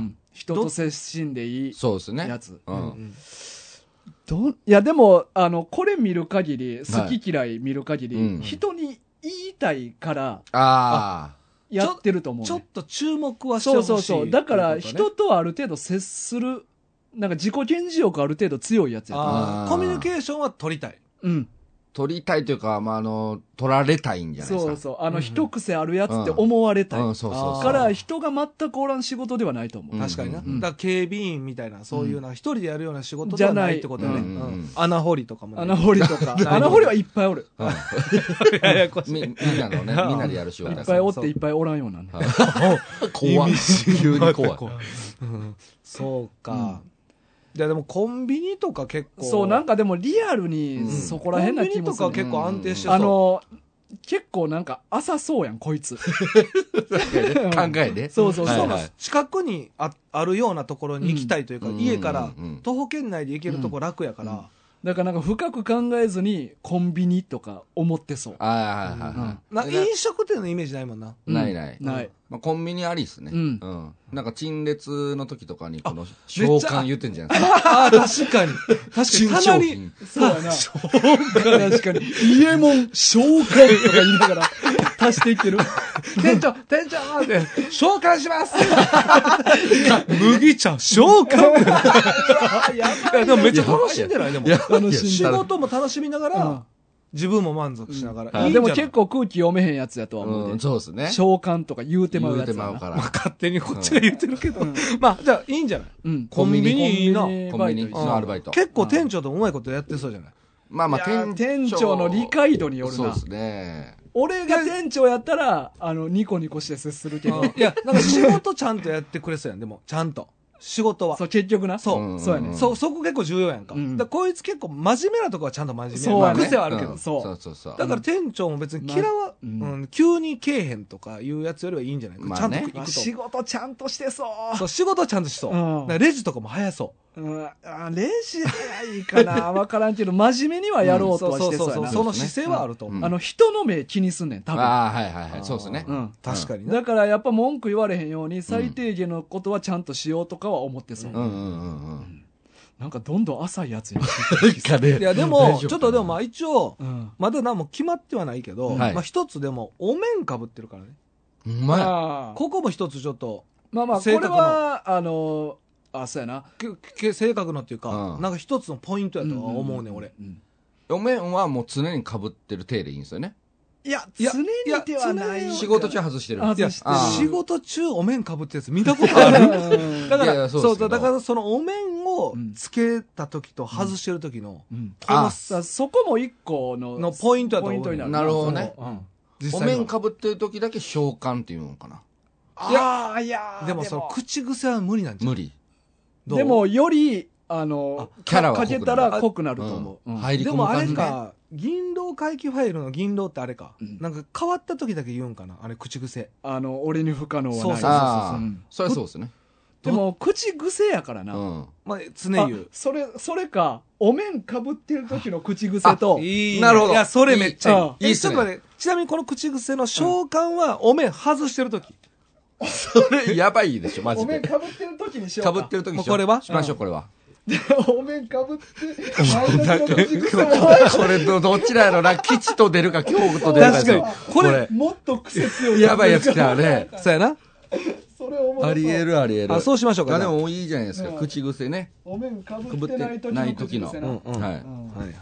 [SPEAKER 1] ん。人と接しんでいい
[SPEAKER 2] そうですね。
[SPEAKER 1] やつ。
[SPEAKER 2] う。
[SPEAKER 3] うんん
[SPEAKER 1] どんいや、でも、あの、これ見る限り、
[SPEAKER 2] は
[SPEAKER 1] 好
[SPEAKER 2] い
[SPEAKER 1] き嫌い見る限り、
[SPEAKER 2] うん
[SPEAKER 1] 人に言いたいから
[SPEAKER 2] あ
[SPEAKER 1] やってると思う、ね。
[SPEAKER 3] ちょっと注目はして
[SPEAKER 1] そ
[SPEAKER 3] ほ
[SPEAKER 1] う
[SPEAKER 3] しい。
[SPEAKER 1] そうそう。だから、
[SPEAKER 3] ということね
[SPEAKER 1] 人とはある程度接する、なんか自己顕示欲ある程度強いやつやと思
[SPEAKER 3] あー
[SPEAKER 2] あー
[SPEAKER 3] コミュニケーションは取りたい。
[SPEAKER 1] う。うん。
[SPEAKER 2] 取りたいというか、まあ、あの、取られたいんじゃないです
[SPEAKER 1] そ
[SPEAKER 2] か。
[SPEAKER 1] うそう。あの、
[SPEAKER 3] うん
[SPEAKER 1] 一癖あるやつって思われたい。
[SPEAKER 2] うん、そうそうそ
[SPEAKER 3] あー
[SPEAKER 2] う。
[SPEAKER 1] から、人が全くおらん仕事ではないと思う。
[SPEAKER 2] うん
[SPEAKER 3] 確かにな。
[SPEAKER 2] うん
[SPEAKER 1] うん
[SPEAKER 3] だから警備員みたいな、そういうな、一人でやるような仕事
[SPEAKER 1] じ
[SPEAKER 3] で
[SPEAKER 1] ゃ
[SPEAKER 3] は
[SPEAKER 1] ない
[SPEAKER 3] ないってことよ
[SPEAKER 2] う
[SPEAKER 3] ね。うんん穴掘りとかもね。
[SPEAKER 1] 穴掘りとか。
[SPEAKER 3] ど
[SPEAKER 1] 穴掘りはいっぱいおる。
[SPEAKER 3] [LAUGHS] ややこしい
[SPEAKER 2] みみんなのね、みんなでやる仕
[SPEAKER 1] い
[SPEAKER 2] 事
[SPEAKER 1] [LAUGHS] っぱいおっ
[SPEAKER 3] そう
[SPEAKER 1] ていっぱいおらんようなね。
[SPEAKER 2] 怖い。 [LAUGHS] 急に怖い。
[SPEAKER 3] うんそうか。いやでもコンビニとか結構。
[SPEAKER 1] そう、なんかでもリアル
[SPEAKER 2] う
[SPEAKER 1] に
[SPEAKER 2] ん
[SPEAKER 1] そこら辺な気もす
[SPEAKER 3] コンビ
[SPEAKER 1] る。
[SPEAKER 3] ニとか結構安定して
[SPEAKER 2] うん
[SPEAKER 1] あ
[SPEAKER 3] そう。
[SPEAKER 1] の、結構なんか浅そうやん、こいつ。
[SPEAKER 2] 考えで。
[SPEAKER 1] そうそう
[SPEAKER 2] は
[SPEAKER 1] そ。
[SPEAKER 2] いうはい
[SPEAKER 3] そう近くにああるようなところに行きたいというか、
[SPEAKER 2] うん
[SPEAKER 3] 家から
[SPEAKER 2] うんうん
[SPEAKER 3] 徒歩圏内で行けるとこ楽やから、
[SPEAKER 1] だからなんか深く考えずにコンビニとか思ってそう。
[SPEAKER 2] ああ、はいはいはい。
[SPEAKER 3] な
[SPEAKER 2] で
[SPEAKER 3] 飲食店のイメージないもんな。
[SPEAKER 1] うん
[SPEAKER 2] ないない。
[SPEAKER 1] ない。
[SPEAKER 2] まあ、コンビニありっすね。
[SPEAKER 1] うん
[SPEAKER 2] なんか陳列の時とかに、この、
[SPEAKER 1] ゃ
[SPEAKER 2] 召喚言ってんじゃないですか。
[SPEAKER 3] [LAUGHS] ああ、確かに。確かに、
[SPEAKER 2] 新
[SPEAKER 3] た
[SPEAKER 2] 商
[SPEAKER 3] まに。
[SPEAKER 2] 品。
[SPEAKER 1] そうやな。確かに。家も召喚とか言いながら足していける。
[SPEAKER 3] 店長、店長って、召喚します [LAUGHS] 麦茶、召 [LAUGHS] 喚
[SPEAKER 1] や
[SPEAKER 3] いやでもめっちゃ楽しんでないでも。
[SPEAKER 1] ばいや
[SPEAKER 3] 仕
[SPEAKER 1] 下だ
[SPEAKER 3] 事も楽しみなが
[SPEAKER 1] うん
[SPEAKER 3] ら、自分も満足しながら。
[SPEAKER 2] うん
[SPEAKER 3] いいんじ
[SPEAKER 1] で
[SPEAKER 3] ゃな
[SPEAKER 1] も
[SPEAKER 3] い
[SPEAKER 1] 結構空気読めへんやつやとは思う
[SPEAKER 2] う
[SPEAKER 1] で
[SPEAKER 2] ん、そうですね。
[SPEAKER 1] 召喚とか言うてまう
[SPEAKER 2] 言
[SPEAKER 1] や
[SPEAKER 2] う
[SPEAKER 1] つ
[SPEAKER 2] て
[SPEAKER 1] や
[SPEAKER 2] まう
[SPEAKER 1] な。
[SPEAKER 2] から。
[SPEAKER 3] 勝手にこっちが言ってるけど。まあ、じゃあいいんじゃない
[SPEAKER 1] うん。
[SPEAKER 2] コンビニ
[SPEAKER 3] コンビニいいな
[SPEAKER 2] コンビニ
[SPEAKER 1] バイト
[SPEAKER 2] のアルバイト。
[SPEAKER 3] 結構店長とうまいことやってそうじゃない
[SPEAKER 2] まあまあ、
[SPEAKER 1] いやー店長の理解度による
[SPEAKER 2] そう
[SPEAKER 1] な
[SPEAKER 2] で。すね。
[SPEAKER 1] 俺が店長やったら、あの、ニコニコして接するけど。
[SPEAKER 3] いや、なんか仕事ちゃんとやってくれそうやん、でも。ちゃんと。仕事は
[SPEAKER 1] そ。う、結局な。
[SPEAKER 3] そう
[SPEAKER 2] うん
[SPEAKER 1] そうやね
[SPEAKER 3] そう、そこ結構重要やんか。
[SPEAKER 1] うん
[SPEAKER 3] だからこいつ結構真面目なとこはちゃんと真面目
[SPEAKER 1] そうやね
[SPEAKER 3] まあ癖はあるけ
[SPEAKER 2] う
[SPEAKER 3] ど
[SPEAKER 2] ん。
[SPEAKER 1] そう
[SPEAKER 2] そうそうそう。
[SPEAKER 3] だから店長も別に嫌わ、う
[SPEAKER 1] まあうん
[SPEAKER 3] ん、急にけえへんとかいうやつよりはいいんじゃないか。
[SPEAKER 2] まあね
[SPEAKER 3] ちゃんと行
[SPEAKER 1] あ
[SPEAKER 3] くと
[SPEAKER 1] 仕。事ちゃんとしてそう。
[SPEAKER 3] そう、仕事はちゃんとしそう。
[SPEAKER 1] う
[SPEAKER 3] だ
[SPEAKER 1] ん
[SPEAKER 3] からレジとかも早そ
[SPEAKER 1] うん、あレジ早いかな。わからんけど、真面目にはやろ
[SPEAKER 3] う。
[SPEAKER 1] うとはしてそうやな。
[SPEAKER 3] その姿勢はあると思う。
[SPEAKER 2] うん
[SPEAKER 1] あの、人の目気にすんねん、多分。
[SPEAKER 2] ああ、はいはいはい。そうですね。
[SPEAKER 1] うん。
[SPEAKER 3] 確かにな。
[SPEAKER 1] だからやっぱ文句言われへんように、最低限のことはちゃんとしようとかは思ってそう。
[SPEAKER 2] うんうんうんうん。
[SPEAKER 1] なんかどんどん浅いやつに。
[SPEAKER 3] いや、で
[SPEAKER 2] 大丈
[SPEAKER 3] も、
[SPEAKER 2] 夫か
[SPEAKER 3] ち
[SPEAKER 2] な
[SPEAKER 3] ょっとでもまあ一応、
[SPEAKER 1] うん。
[SPEAKER 3] まだ何も決まってはないけど、
[SPEAKER 2] はい
[SPEAKER 3] まあ一つでも、お面かぶってるからね。
[SPEAKER 2] うまい。
[SPEAKER 1] まあ、
[SPEAKER 3] ここも一つちょっと、
[SPEAKER 1] まあまあ、こ
[SPEAKER 3] 性
[SPEAKER 1] れ
[SPEAKER 3] 格の
[SPEAKER 1] は、あの、あ、そうやな。
[SPEAKER 3] けけ性格のっていうか
[SPEAKER 2] う、ん
[SPEAKER 3] なんか一つのポイントやとは思うね、俺。
[SPEAKER 1] んんん。
[SPEAKER 2] お面はもう常に被ってる体でいいんですよね。
[SPEAKER 1] いや、
[SPEAKER 3] いや
[SPEAKER 1] 常にではない
[SPEAKER 3] いや
[SPEAKER 1] よ。
[SPEAKER 2] 仕事中外してる。
[SPEAKER 1] あ
[SPEAKER 2] い
[SPEAKER 1] 外
[SPEAKER 2] や
[SPEAKER 1] してる
[SPEAKER 2] あー
[SPEAKER 3] 仕事中お面かぶってるやつ見たことある
[SPEAKER 1] うん
[SPEAKER 3] だか
[SPEAKER 2] いやいや
[SPEAKER 3] ら、
[SPEAKER 2] そう
[SPEAKER 3] そ
[SPEAKER 2] ですけど
[SPEAKER 3] う、だからそのお面を
[SPEAKER 1] うん
[SPEAKER 3] つけた時と外してる時の、
[SPEAKER 1] うん。
[SPEAKER 3] この
[SPEAKER 2] あ
[SPEAKER 1] さあそこも一個の、
[SPEAKER 3] のポイントやと
[SPEAKER 1] ポイン
[SPEAKER 3] 思
[SPEAKER 1] ト
[SPEAKER 3] う
[SPEAKER 1] にな
[SPEAKER 3] ね。
[SPEAKER 1] る。
[SPEAKER 2] なるほどね
[SPEAKER 1] そううん
[SPEAKER 3] 実
[SPEAKER 2] お
[SPEAKER 3] 際
[SPEAKER 2] 面
[SPEAKER 3] は。
[SPEAKER 2] 被ってる時だけ召喚っていうのかな。
[SPEAKER 1] いやーいやー
[SPEAKER 3] でもその口癖は無理なんじゃん
[SPEAKER 2] 無理。
[SPEAKER 3] どう
[SPEAKER 1] でもよりあの
[SPEAKER 2] キャラは
[SPEAKER 1] か
[SPEAKER 2] 濃くな
[SPEAKER 1] け
[SPEAKER 2] る
[SPEAKER 1] たら濃くなると思う、
[SPEAKER 2] うん
[SPEAKER 1] うん
[SPEAKER 2] 入り
[SPEAKER 3] で
[SPEAKER 2] 込む
[SPEAKER 3] もあ
[SPEAKER 2] 感
[SPEAKER 3] れ
[SPEAKER 2] じね。
[SPEAKER 3] か、銀狼回帰ファイルの銀狼ってあれか、
[SPEAKER 1] うん
[SPEAKER 3] なんか変わった時だけ言うんかな、あれ口癖。
[SPEAKER 1] あの俺に不可能はない
[SPEAKER 3] そうそうそう
[SPEAKER 2] ああ
[SPEAKER 1] う、ん
[SPEAKER 2] そりゃそうですね。
[SPEAKER 1] でも口癖やからな、
[SPEAKER 2] う
[SPEAKER 1] あ
[SPEAKER 2] ん。
[SPEAKER 3] まあ、常言う。
[SPEAKER 1] それそれかお面かぶってる時の口癖と
[SPEAKER 3] い
[SPEAKER 2] なるほど
[SPEAKER 3] いや、それめっちゃい
[SPEAKER 2] い
[SPEAKER 3] い。
[SPEAKER 2] い
[SPEAKER 3] え
[SPEAKER 2] っすね
[SPEAKER 3] ちょっと待ってちなみにこの口癖の召喚は、お面外してる時。
[SPEAKER 2] それやばいでしょ、マ
[SPEAKER 1] お
[SPEAKER 2] ジ
[SPEAKER 1] 面
[SPEAKER 2] で。
[SPEAKER 1] かぶってる時にしよ
[SPEAKER 2] 被
[SPEAKER 1] うか
[SPEAKER 2] ってる時
[SPEAKER 3] もうこれは
[SPEAKER 2] しましょう、これは。
[SPEAKER 1] で [LAUGHS] お面かぶって
[SPEAKER 2] [LAUGHS]
[SPEAKER 1] 前の人の口癖も
[SPEAKER 2] これど、どちらやろな、吉と出るか、京と出るかで
[SPEAKER 3] 確
[SPEAKER 2] す
[SPEAKER 3] か
[SPEAKER 2] よ
[SPEAKER 3] に。。これ、
[SPEAKER 1] もっと癖強い
[SPEAKER 2] やばいやつ来たわね。
[SPEAKER 3] そうやな。
[SPEAKER 1] それおもろそう
[SPEAKER 2] ありえるありえる。
[SPEAKER 3] あ、そうしましょうか。
[SPEAKER 2] あでもいいじゃないですか、
[SPEAKER 1] うん
[SPEAKER 2] 口癖ね。
[SPEAKER 1] お面か
[SPEAKER 2] 被
[SPEAKER 1] ぶ
[SPEAKER 2] っ
[SPEAKER 1] ってない
[SPEAKER 2] て
[SPEAKER 1] 時
[SPEAKER 2] ない
[SPEAKER 1] の
[SPEAKER 2] 時
[SPEAKER 1] 口
[SPEAKER 2] の。
[SPEAKER 1] 癖な、
[SPEAKER 3] うん
[SPEAKER 2] は
[SPEAKER 3] うん
[SPEAKER 2] い。
[SPEAKER 1] うん
[SPEAKER 3] はいはい。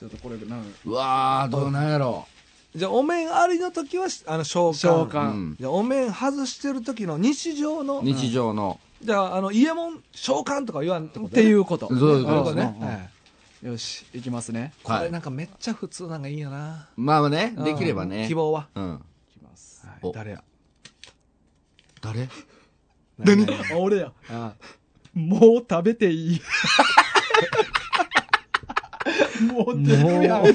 [SPEAKER 1] ちょっとこれなんか
[SPEAKER 2] うわー、どうなんやろ。
[SPEAKER 3] じゃあ、お面ありの時は、あの、召喚。
[SPEAKER 1] 召
[SPEAKER 2] う
[SPEAKER 1] 喚
[SPEAKER 2] ん。
[SPEAKER 3] じゃあ、お面外してる時の日常の、
[SPEAKER 2] 日常の。
[SPEAKER 3] じゃあ、あの、家門召喚とか言わんって
[SPEAKER 1] っ
[SPEAKER 3] こと
[SPEAKER 1] て
[SPEAKER 3] ね
[SPEAKER 1] いうこと
[SPEAKER 2] そういう
[SPEAKER 3] なる
[SPEAKER 2] こ
[SPEAKER 3] ほ
[SPEAKER 2] と
[SPEAKER 3] ど
[SPEAKER 2] です
[SPEAKER 3] ね。
[SPEAKER 1] うん
[SPEAKER 3] はい
[SPEAKER 1] よしいきますね
[SPEAKER 3] こ
[SPEAKER 2] はい
[SPEAKER 3] れなんかめっちゃ普通なんかいいよな。
[SPEAKER 2] まあね、できればね。
[SPEAKER 3] 希。望は。
[SPEAKER 2] うん。
[SPEAKER 1] いきます
[SPEAKER 3] はい
[SPEAKER 2] お
[SPEAKER 3] 誰や
[SPEAKER 2] 誰
[SPEAKER 3] 何
[SPEAKER 1] あ俺や
[SPEAKER 3] あ
[SPEAKER 1] もう食べていいもう出るやん
[SPEAKER 3] もう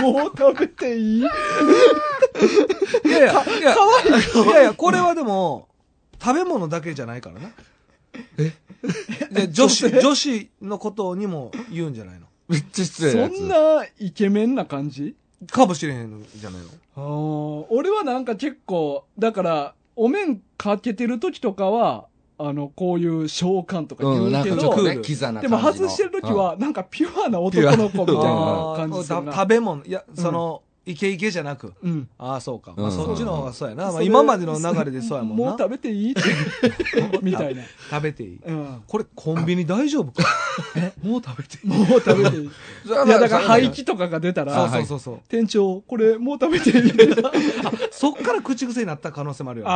[SPEAKER 1] もう食べていい
[SPEAKER 3] いやいや、い
[SPEAKER 2] [LAUGHS]
[SPEAKER 3] や、いやいや、これはでも、食べ物だけじゃないからな。え女子、女子のことにも言うんじゃないの
[SPEAKER 2] めっちゃ失礼
[SPEAKER 1] そ
[SPEAKER 2] なやつ。
[SPEAKER 1] んなイケメンな感じ
[SPEAKER 3] かもしれへんじゃないの
[SPEAKER 1] あー俺はなんか結構だからお面かけてる時とかはあのこういう召喚とか言
[SPEAKER 2] うん、
[SPEAKER 1] う
[SPEAKER 2] な
[SPEAKER 1] んけ
[SPEAKER 2] かちょっと
[SPEAKER 1] ど、
[SPEAKER 2] ね、キザな
[SPEAKER 1] で
[SPEAKER 2] 感じ
[SPEAKER 1] も外
[SPEAKER 2] の
[SPEAKER 1] してる時はなんかピュアな男の子みたい
[SPEAKER 2] ピュア
[SPEAKER 1] な感じする
[SPEAKER 3] だ
[SPEAKER 1] な
[SPEAKER 3] 食べ物、いや、その、イケイケじゃなく。
[SPEAKER 1] うん。
[SPEAKER 3] ああ、そうか。ま
[SPEAKER 2] う
[SPEAKER 3] あ、
[SPEAKER 2] ん
[SPEAKER 3] そっちの方がそうやな。
[SPEAKER 1] そ
[SPEAKER 3] まあ、
[SPEAKER 1] れ
[SPEAKER 3] 今までの流れでそうやもんな。
[SPEAKER 1] もう食べていいって。みたいな。
[SPEAKER 3] 食べていい。
[SPEAKER 1] うん。
[SPEAKER 3] これ、コンビニ大丈夫かもう食べていい。
[SPEAKER 1] もう食べていい。
[SPEAKER 2] いや
[SPEAKER 1] いや、だから廃棄とかが出た
[SPEAKER 3] そう
[SPEAKER 1] ら、
[SPEAKER 3] そうそうそう。
[SPEAKER 1] 店長、これもう食べていいんですか
[SPEAKER 3] そっから口癖になった可能性もあるよね。
[SPEAKER 1] あ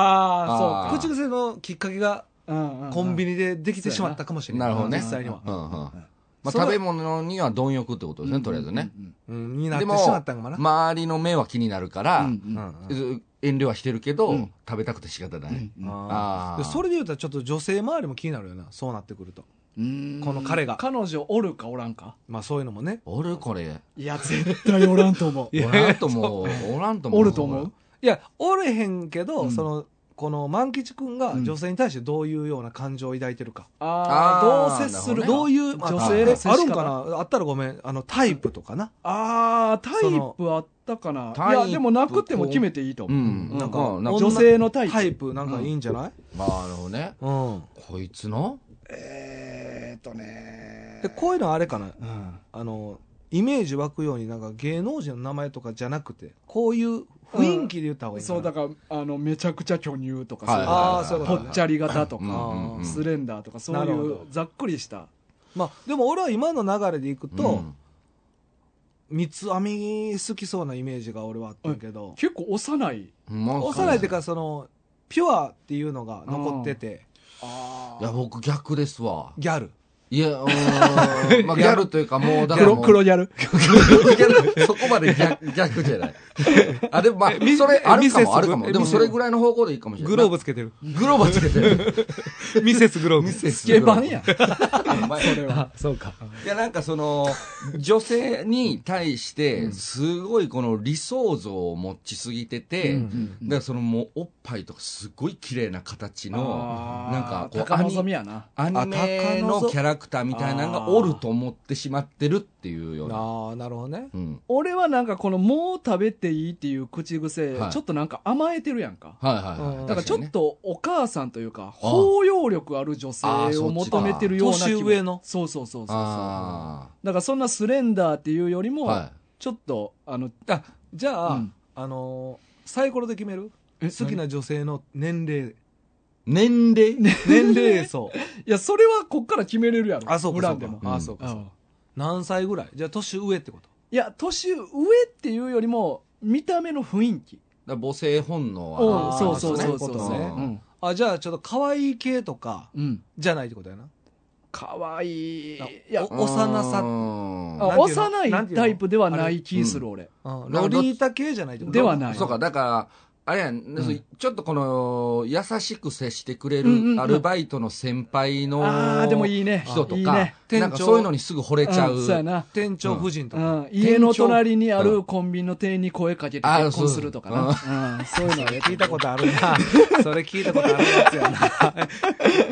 [SPEAKER 2] あ
[SPEAKER 1] あ、そうか
[SPEAKER 2] ー
[SPEAKER 3] 口癖のきっかけが
[SPEAKER 1] うんうんうん。
[SPEAKER 3] コンビニでできてしまったかもしれな。
[SPEAKER 2] ないるほどね。
[SPEAKER 3] 実際には。
[SPEAKER 2] うんうん。まあ
[SPEAKER 3] その
[SPEAKER 2] 食べ物には貪欲ってことですね、とりあえずね。
[SPEAKER 3] うん、になって
[SPEAKER 2] で
[SPEAKER 3] し
[SPEAKER 2] も、
[SPEAKER 3] まったんかもな。
[SPEAKER 2] 周りの目は気になるから、
[SPEAKER 3] うん
[SPEAKER 2] うん遠慮はしてるけど、食べたくて仕方ない。
[SPEAKER 3] うん
[SPEAKER 2] あ
[SPEAKER 3] で
[SPEAKER 2] ー
[SPEAKER 3] それで言うとちょっと女性周りも気になるよな。そうなってくると。この彼が。
[SPEAKER 1] 彼女おるかおらんか
[SPEAKER 3] まあそういうのもね。
[SPEAKER 2] おるこれ。
[SPEAKER 1] いや、絶対おらんと思う。
[SPEAKER 2] おらんとも、おらんとも。
[SPEAKER 1] [LAUGHS] おると思う
[SPEAKER 3] いや、おれへんけど、
[SPEAKER 1] うん
[SPEAKER 3] その、この万吉君が女性に対してどういうような感情を抱いてるか。
[SPEAKER 1] ああ、
[SPEAKER 2] あ
[SPEAKER 1] ど
[SPEAKER 2] ー
[SPEAKER 1] う接するか、
[SPEAKER 2] なる
[SPEAKER 3] どういう、まあ
[SPEAKER 1] 女
[SPEAKER 2] 性
[SPEAKER 1] 性
[SPEAKER 2] の
[SPEAKER 1] の
[SPEAKER 3] あるんかなあったらごめん。あの、タイプとかな。
[SPEAKER 1] ああ、タイプあったかな。
[SPEAKER 2] その
[SPEAKER 1] い
[SPEAKER 2] タイ
[SPEAKER 1] や、
[SPEAKER 2] プ
[SPEAKER 1] でもなくても決めていいと
[SPEAKER 2] う
[SPEAKER 1] 思う。
[SPEAKER 2] ん。
[SPEAKER 1] な
[SPEAKER 2] なんん
[SPEAKER 1] か
[SPEAKER 2] か、
[SPEAKER 3] 女
[SPEAKER 1] 女性のタイプ。
[SPEAKER 3] タイプなんかいいんじゃない、
[SPEAKER 2] まあ、あのね、
[SPEAKER 3] うん、
[SPEAKER 2] こいつの
[SPEAKER 1] えーっとね
[SPEAKER 3] で、こういうのあれかな
[SPEAKER 1] うん
[SPEAKER 3] あの、イメージ湧くように、なんか芸能人の名前とかじゃなくて、こういう雰囲気で言った方がいいか
[SPEAKER 1] そ
[SPEAKER 3] な、
[SPEAKER 1] う、だから、あの、めちゃくちゃ巨乳とか
[SPEAKER 2] はいはいはいはい、
[SPEAKER 3] あーそういう
[SPEAKER 1] ぽっちゃり型と
[SPEAKER 2] うん
[SPEAKER 1] か、
[SPEAKER 2] うんうん
[SPEAKER 1] スレンダーとか、そう
[SPEAKER 3] ないるほ
[SPEAKER 1] う
[SPEAKER 3] ど
[SPEAKER 1] ざっくりした。
[SPEAKER 3] まあ、でも俺は今の流れでい
[SPEAKER 2] う
[SPEAKER 3] くと、
[SPEAKER 2] ん
[SPEAKER 3] 三つ編み好きそうなイメージが俺はあったけど、
[SPEAKER 1] 結構幼い。
[SPEAKER 2] まあ
[SPEAKER 3] 幼いっていうか、その、ピュアっていうのが残ってて、
[SPEAKER 1] あ
[SPEAKER 2] いや、僕逆ですわ。
[SPEAKER 3] ギャル。
[SPEAKER 2] いや、う
[SPEAKER 3] [LAUGHS]
[SPEAKER 2] ーんまあ、ギャルというか、もう、だから
[SPEAKER 1] 黒、
[SPEAKER 2] もう。
[SPEAKER 1] 黒ギャル。
[SPEAKER 2] ギャルそこまで逆、逆じゃない。あ、でもまあ、それ、ある
[SPEAKER 3] ミセ
[SPEAKER 2] か
[SPEAKER 3] ス
[SPEAKER 2] も、あるかも。
[SPEAKER 3] え
[SPEAKER 2] でも、
[SPEAKER 3] ミセ
[SPEAKER 2] そ
[SPEAKER 3] ス
[SPEAKER 2] れぐらいの方向でいいかもしれない。
[SPEAKER 3] グローブつけてる。
[SPEAKER 2] ブ。グローブつけてる。
[SPEAKER 3] ミセスグローブ。
[SPEAKER 1] スケバン
[SPEAKER 2] [LAUGHS]
[SPEAKER 1] やん。そ
[SPEAKER 2] お前
[SPEAKER 1] れは。
[SPEAKER 3] そうか。
[SPEAKER 2] いや、なんかその、女性に対して、すごいこの理想像を持ちすぎてて、だからそのもう、おっぱいとかすごい綺麗な形の
[SPEAKER 1] あ、ー
[SPEAKER 2] なんかこう、
[SPEAKER 1] 高望みやな。
[SPEAKER 2] アニアニメ
[SPEAKER 3] あ高
[SPEAKER 2] の
[SPEAKER 3] 望
[SPEAKER 2] キャラクターみたいなのがおると思ってしまってるっていうような。
[SPEAKER 3] ああ、なるほどね。
[SPEAKER 2] うん。
[SPEAKER 1] 俺はなんかこのもう食べていいっていう口癖、
[SPEAKER 2] はい
[SPEAKER 1] ちょっとなんか甘えてるやんか。
[SPEAKER 2] はいはいは
[SPEAKER 1] だ
[SPEAKER 2] い。
[SPEAKER 1] からちょっ
[SPEAKER 2] 確
[SPEAKER 1] とお母さんというか、包容力ある女性
[SPEAKER 2] あーそ
[SPEAKER 1] を
[SPEAKER 2] っちか
[SPEAKER 1] 求めてるような気も
[SPEAKER 3] 年上の
[SPEAKER 1] そうそうそうそうそう。だ
[SPEAKER 2] か
[SPEAKER 1] からそんなスレンダーっていうより
[SPEAKER 2] にね。あー
[SPEAKER 1] も、
[SPEAKER 2] はい。
[SPEAKER 1] ちょっと、あの、
[SPEAKER 3] あ、じゃあ、
[SPEAKER 1] うん
[SPEAKER 3] あのーサイコロで決める好きな女性の年齢、
[SPEAKER 2] 年齢
[SPEAKER 3] 年齢層。
[SPEAKER 1] いや、それはこっから決めれるやろ。
[SPEAKER 3] あ、そうか。
[SPEAKER 1] 村
[SPEAKER 3] そう
[SPEAKER 1] で
[SPEAKER 3] か
[SPEAKER 1] も。
[SPEAKER 2] うん
[SPEAKER 3] あ、そうか。そう
[SPEAKER 1] う
[SPEAKER 3] か
[SPEAKER 1] ん
[SPEAKER 3] 何歳ぐらいじゃあ年上ってこと
[SPEAKER 1] いや、年上っていうよりも、見た目の雰囲気。
[SPEAKER 2] だから母性本能
[SPEAKER 1] う
[SPEAKER 2] は
[SPEAKER 1] ん
[SPEAKER 2] あり
[SPEAKER 1] そ
[SPEAKER 2] ま
[SPEAKER 1] う
[SPEAKER 2] す
[SPEAKER 1] そ
[SPEAKER 2] よ
[SPEAKER 1] う
[SPEAKER 2] ね
[SPEAKER 1] そうそう
[SPEAKER 2] こと
[SPEAKER 1] そう。
[SPEAKER 2] ね
[SPEAKER 1] うん
[SPEAKER 3] あ、じゃあちょっと可愛い系とか、
[SPEAKER 1] うん。
[SPEAKER 3] じゃないってことやな。
[SPEAKER 1] かわいい。い
[SPEAKER 3] あ
[SPEAKER 1] や、
[SPEAKER 3] お幼さ
[SPEAKER 1] あ
[SPEAKER 2] うん
[SPEAKER 3] なんていうの
[SPEAKER 1] 幼い
[SPEAKER 3] なんていうの
[SPEAKER 1] タイプではない気する、俺。
[SPEAKER 3] うんロリータ系じゃないってこと
[SPEAKER 1] ではない
[SPEAKER 2] そうかだからあれやん、
[SPEAKER 1] ん
[SPEAKER 2] ちょっとこの優しく接してくれ
[SPEAKER 1] うんうんうん
[SPEAKER 2] るアルバイトの先輩の
[SPEAKER 1] ああ、でもいいね。
[SPEAKER 2] 人と
[SPEAKER 1] いい
[SPEAKER 2] か
[SPEAKER 1] ね。
[SPEAKER 2] なんかそういうのにすぐ惚れちゃう、
[SPEAKER 1] うんそうやな。
[SPEAKER 3] 店長夫人と
[SPEAKER 1] う
[SPEAKER 3] か。
[SPEAKER 1] ん、家の隣にあるコンビニの店員に声かけて
[SPEAKER 2] あ
[SPEAKER 1] 結婚するとかな。うん、そういうのはやって
[SPEAKER 3] 聞い
[SPEAKER 1] る
[SPEAKER 3] たことあるな。
[SPEAKER 1] [LAUGHS]
[SPEAKER 3] それ聞いたことあるやつやな。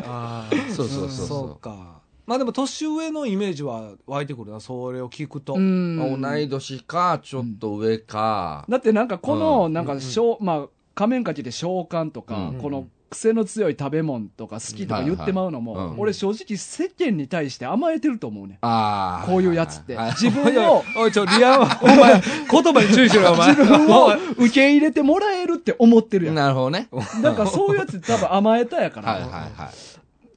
[SPEAKER 3] あー
[SPEAKER 2] そうそうそう
[SPEAKER 3] そう
[SPEAKER 2] そ
[SPEAKER 3] か。まあでも年上のイメージは湧いてくるな。それを聞くと。
[SPEAKER 1] う
[SPEAKER 2] う、
[SPEAKER 1] ん
[SPEAKER 2] まあ同い年かちょっと上か、
[SPEAKER 1] だってなんかこの、
[SPEAKER 2] う
[SPEAKER 1] なんか、しょうまあ、仮面かけて召喚とか、
[SPEAKER 2] うん
[SPEAKER 1] この癖の強い食べ物とか好きとか言ってまうのも、
[SPEAKER 2] うん
[SPEAKER 1] 俺正直世間に対して甘えてると思うね。
[SPEAKER 2] ああ
[SPEAKER 1] こういうやつって。
[SPEAKER 2] はい
[SPEAKER 1] 自分を、
[SPEAKER 3] おい、ちょ、リ
[SPEAKER 1] [LAUGHS]
[SPEAKER 3] アは、お前、言葉に注意しろよ、お前。
[SPEAKER 1] 自分を受け入れてもらえるって思ってるやん。
[SPEAKER 2] なるほどね
[SPEAKER 1] だからそういうやつって多分甘えたやから、
[SPEAKER 2] はいはいはい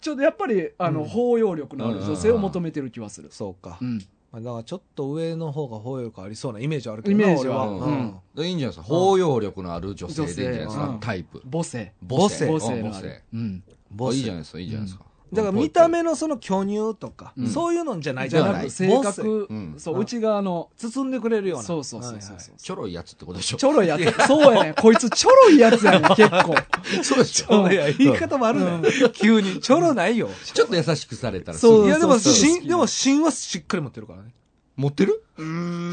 [SPEAKER 1] ちょっとやっぱり、あの、
[SPEAKER 3] うん
[SPEAKER 1] 包容力のある女性を求めてる気はする。
[SPEAKER 3] [LAUGHS] そうか
[SPEAKER 1] う。ん。
[SPEAKER 3] まあだからちょっと上の方が包容力ありそうなイメージはあるけど
[SPEAKER 1] イ
[SPEAKER 3] な
[SPEAKER 1] メージ
[SPEAKER 3] 俺
[SPEAKER 1] は
[SPEAKER 3] は。
[SPEAKER 1] うん
[SPEAKER 3] うん
[SPEAKER 2] でいいんじゃないですか包容力のある女性でいいんじゃないですか、
[SPEAKER 1] うん
[SPEAKER 2] タイプ
[SPEAKER 1] 母性。
[SPEAKER 2] 母性
[SPEAKER 1] 母性
[SPEAKER 2] うん
[SPEAKER 1] の
[SPEAKER 2] 母
[SPEAKER 1] あ
[SPEAKER 2] 性
[SPEAKER 1] る。うん。
[SPEAKER 2] あいいじゃな
[SPEAKER 3] ん。
[SPEAKER 2] いですか、いいじゃないですか。
[SPEAKER 3] だから見た目のその巨乳とか
[SPEAKER 1] う、ん
[SPEAKER 3] そういうのじゃない
[SPEAKER 1] じゃ
[SPEAKER 2] では
[SPEAKER 1] な
[SPEAKER 2] ない
[SPEAKER 1] く、性
[SPEAKER 3] 母性
[SPEAKER 1] 格、
[SPEAKER 2] うん
[SPEAKER 1] そう、内側の、
[SPEAKER 3] 包んでくれるような。
[SPEAKER 1] そうそうそうそう
[SPEAKER 3] はいはい
[SPEAKER 1] そう。
[SPEAKER 2] ちょろいやつってことでしょ
[SPEAKER 1] ちょろいやつ。そうやねん。こいつちょろいやつやね
[SPEAKER 3] [LAUGHS]
[SPEAKER 1] ん、結構。
[SPEAKER 2] [LAUGHS] そうでし
[SPEAKER 1] ょろい
[SPEAKER 3] いや、言い方もあるね。急に。ちょろない [LAUGHS] よ。
[SPEAKER 2] ちょっと優しくされたらす
[SPEAKER 1] そう
[SPEAKER 2] ぐ
[SPEAKER 3] いや、でも、
[SPEAKER 1] そうそう
[SPEAKER 3] 芯、でも芯はしっかり持ってるからね。
[SPEAKER 2] 持ってる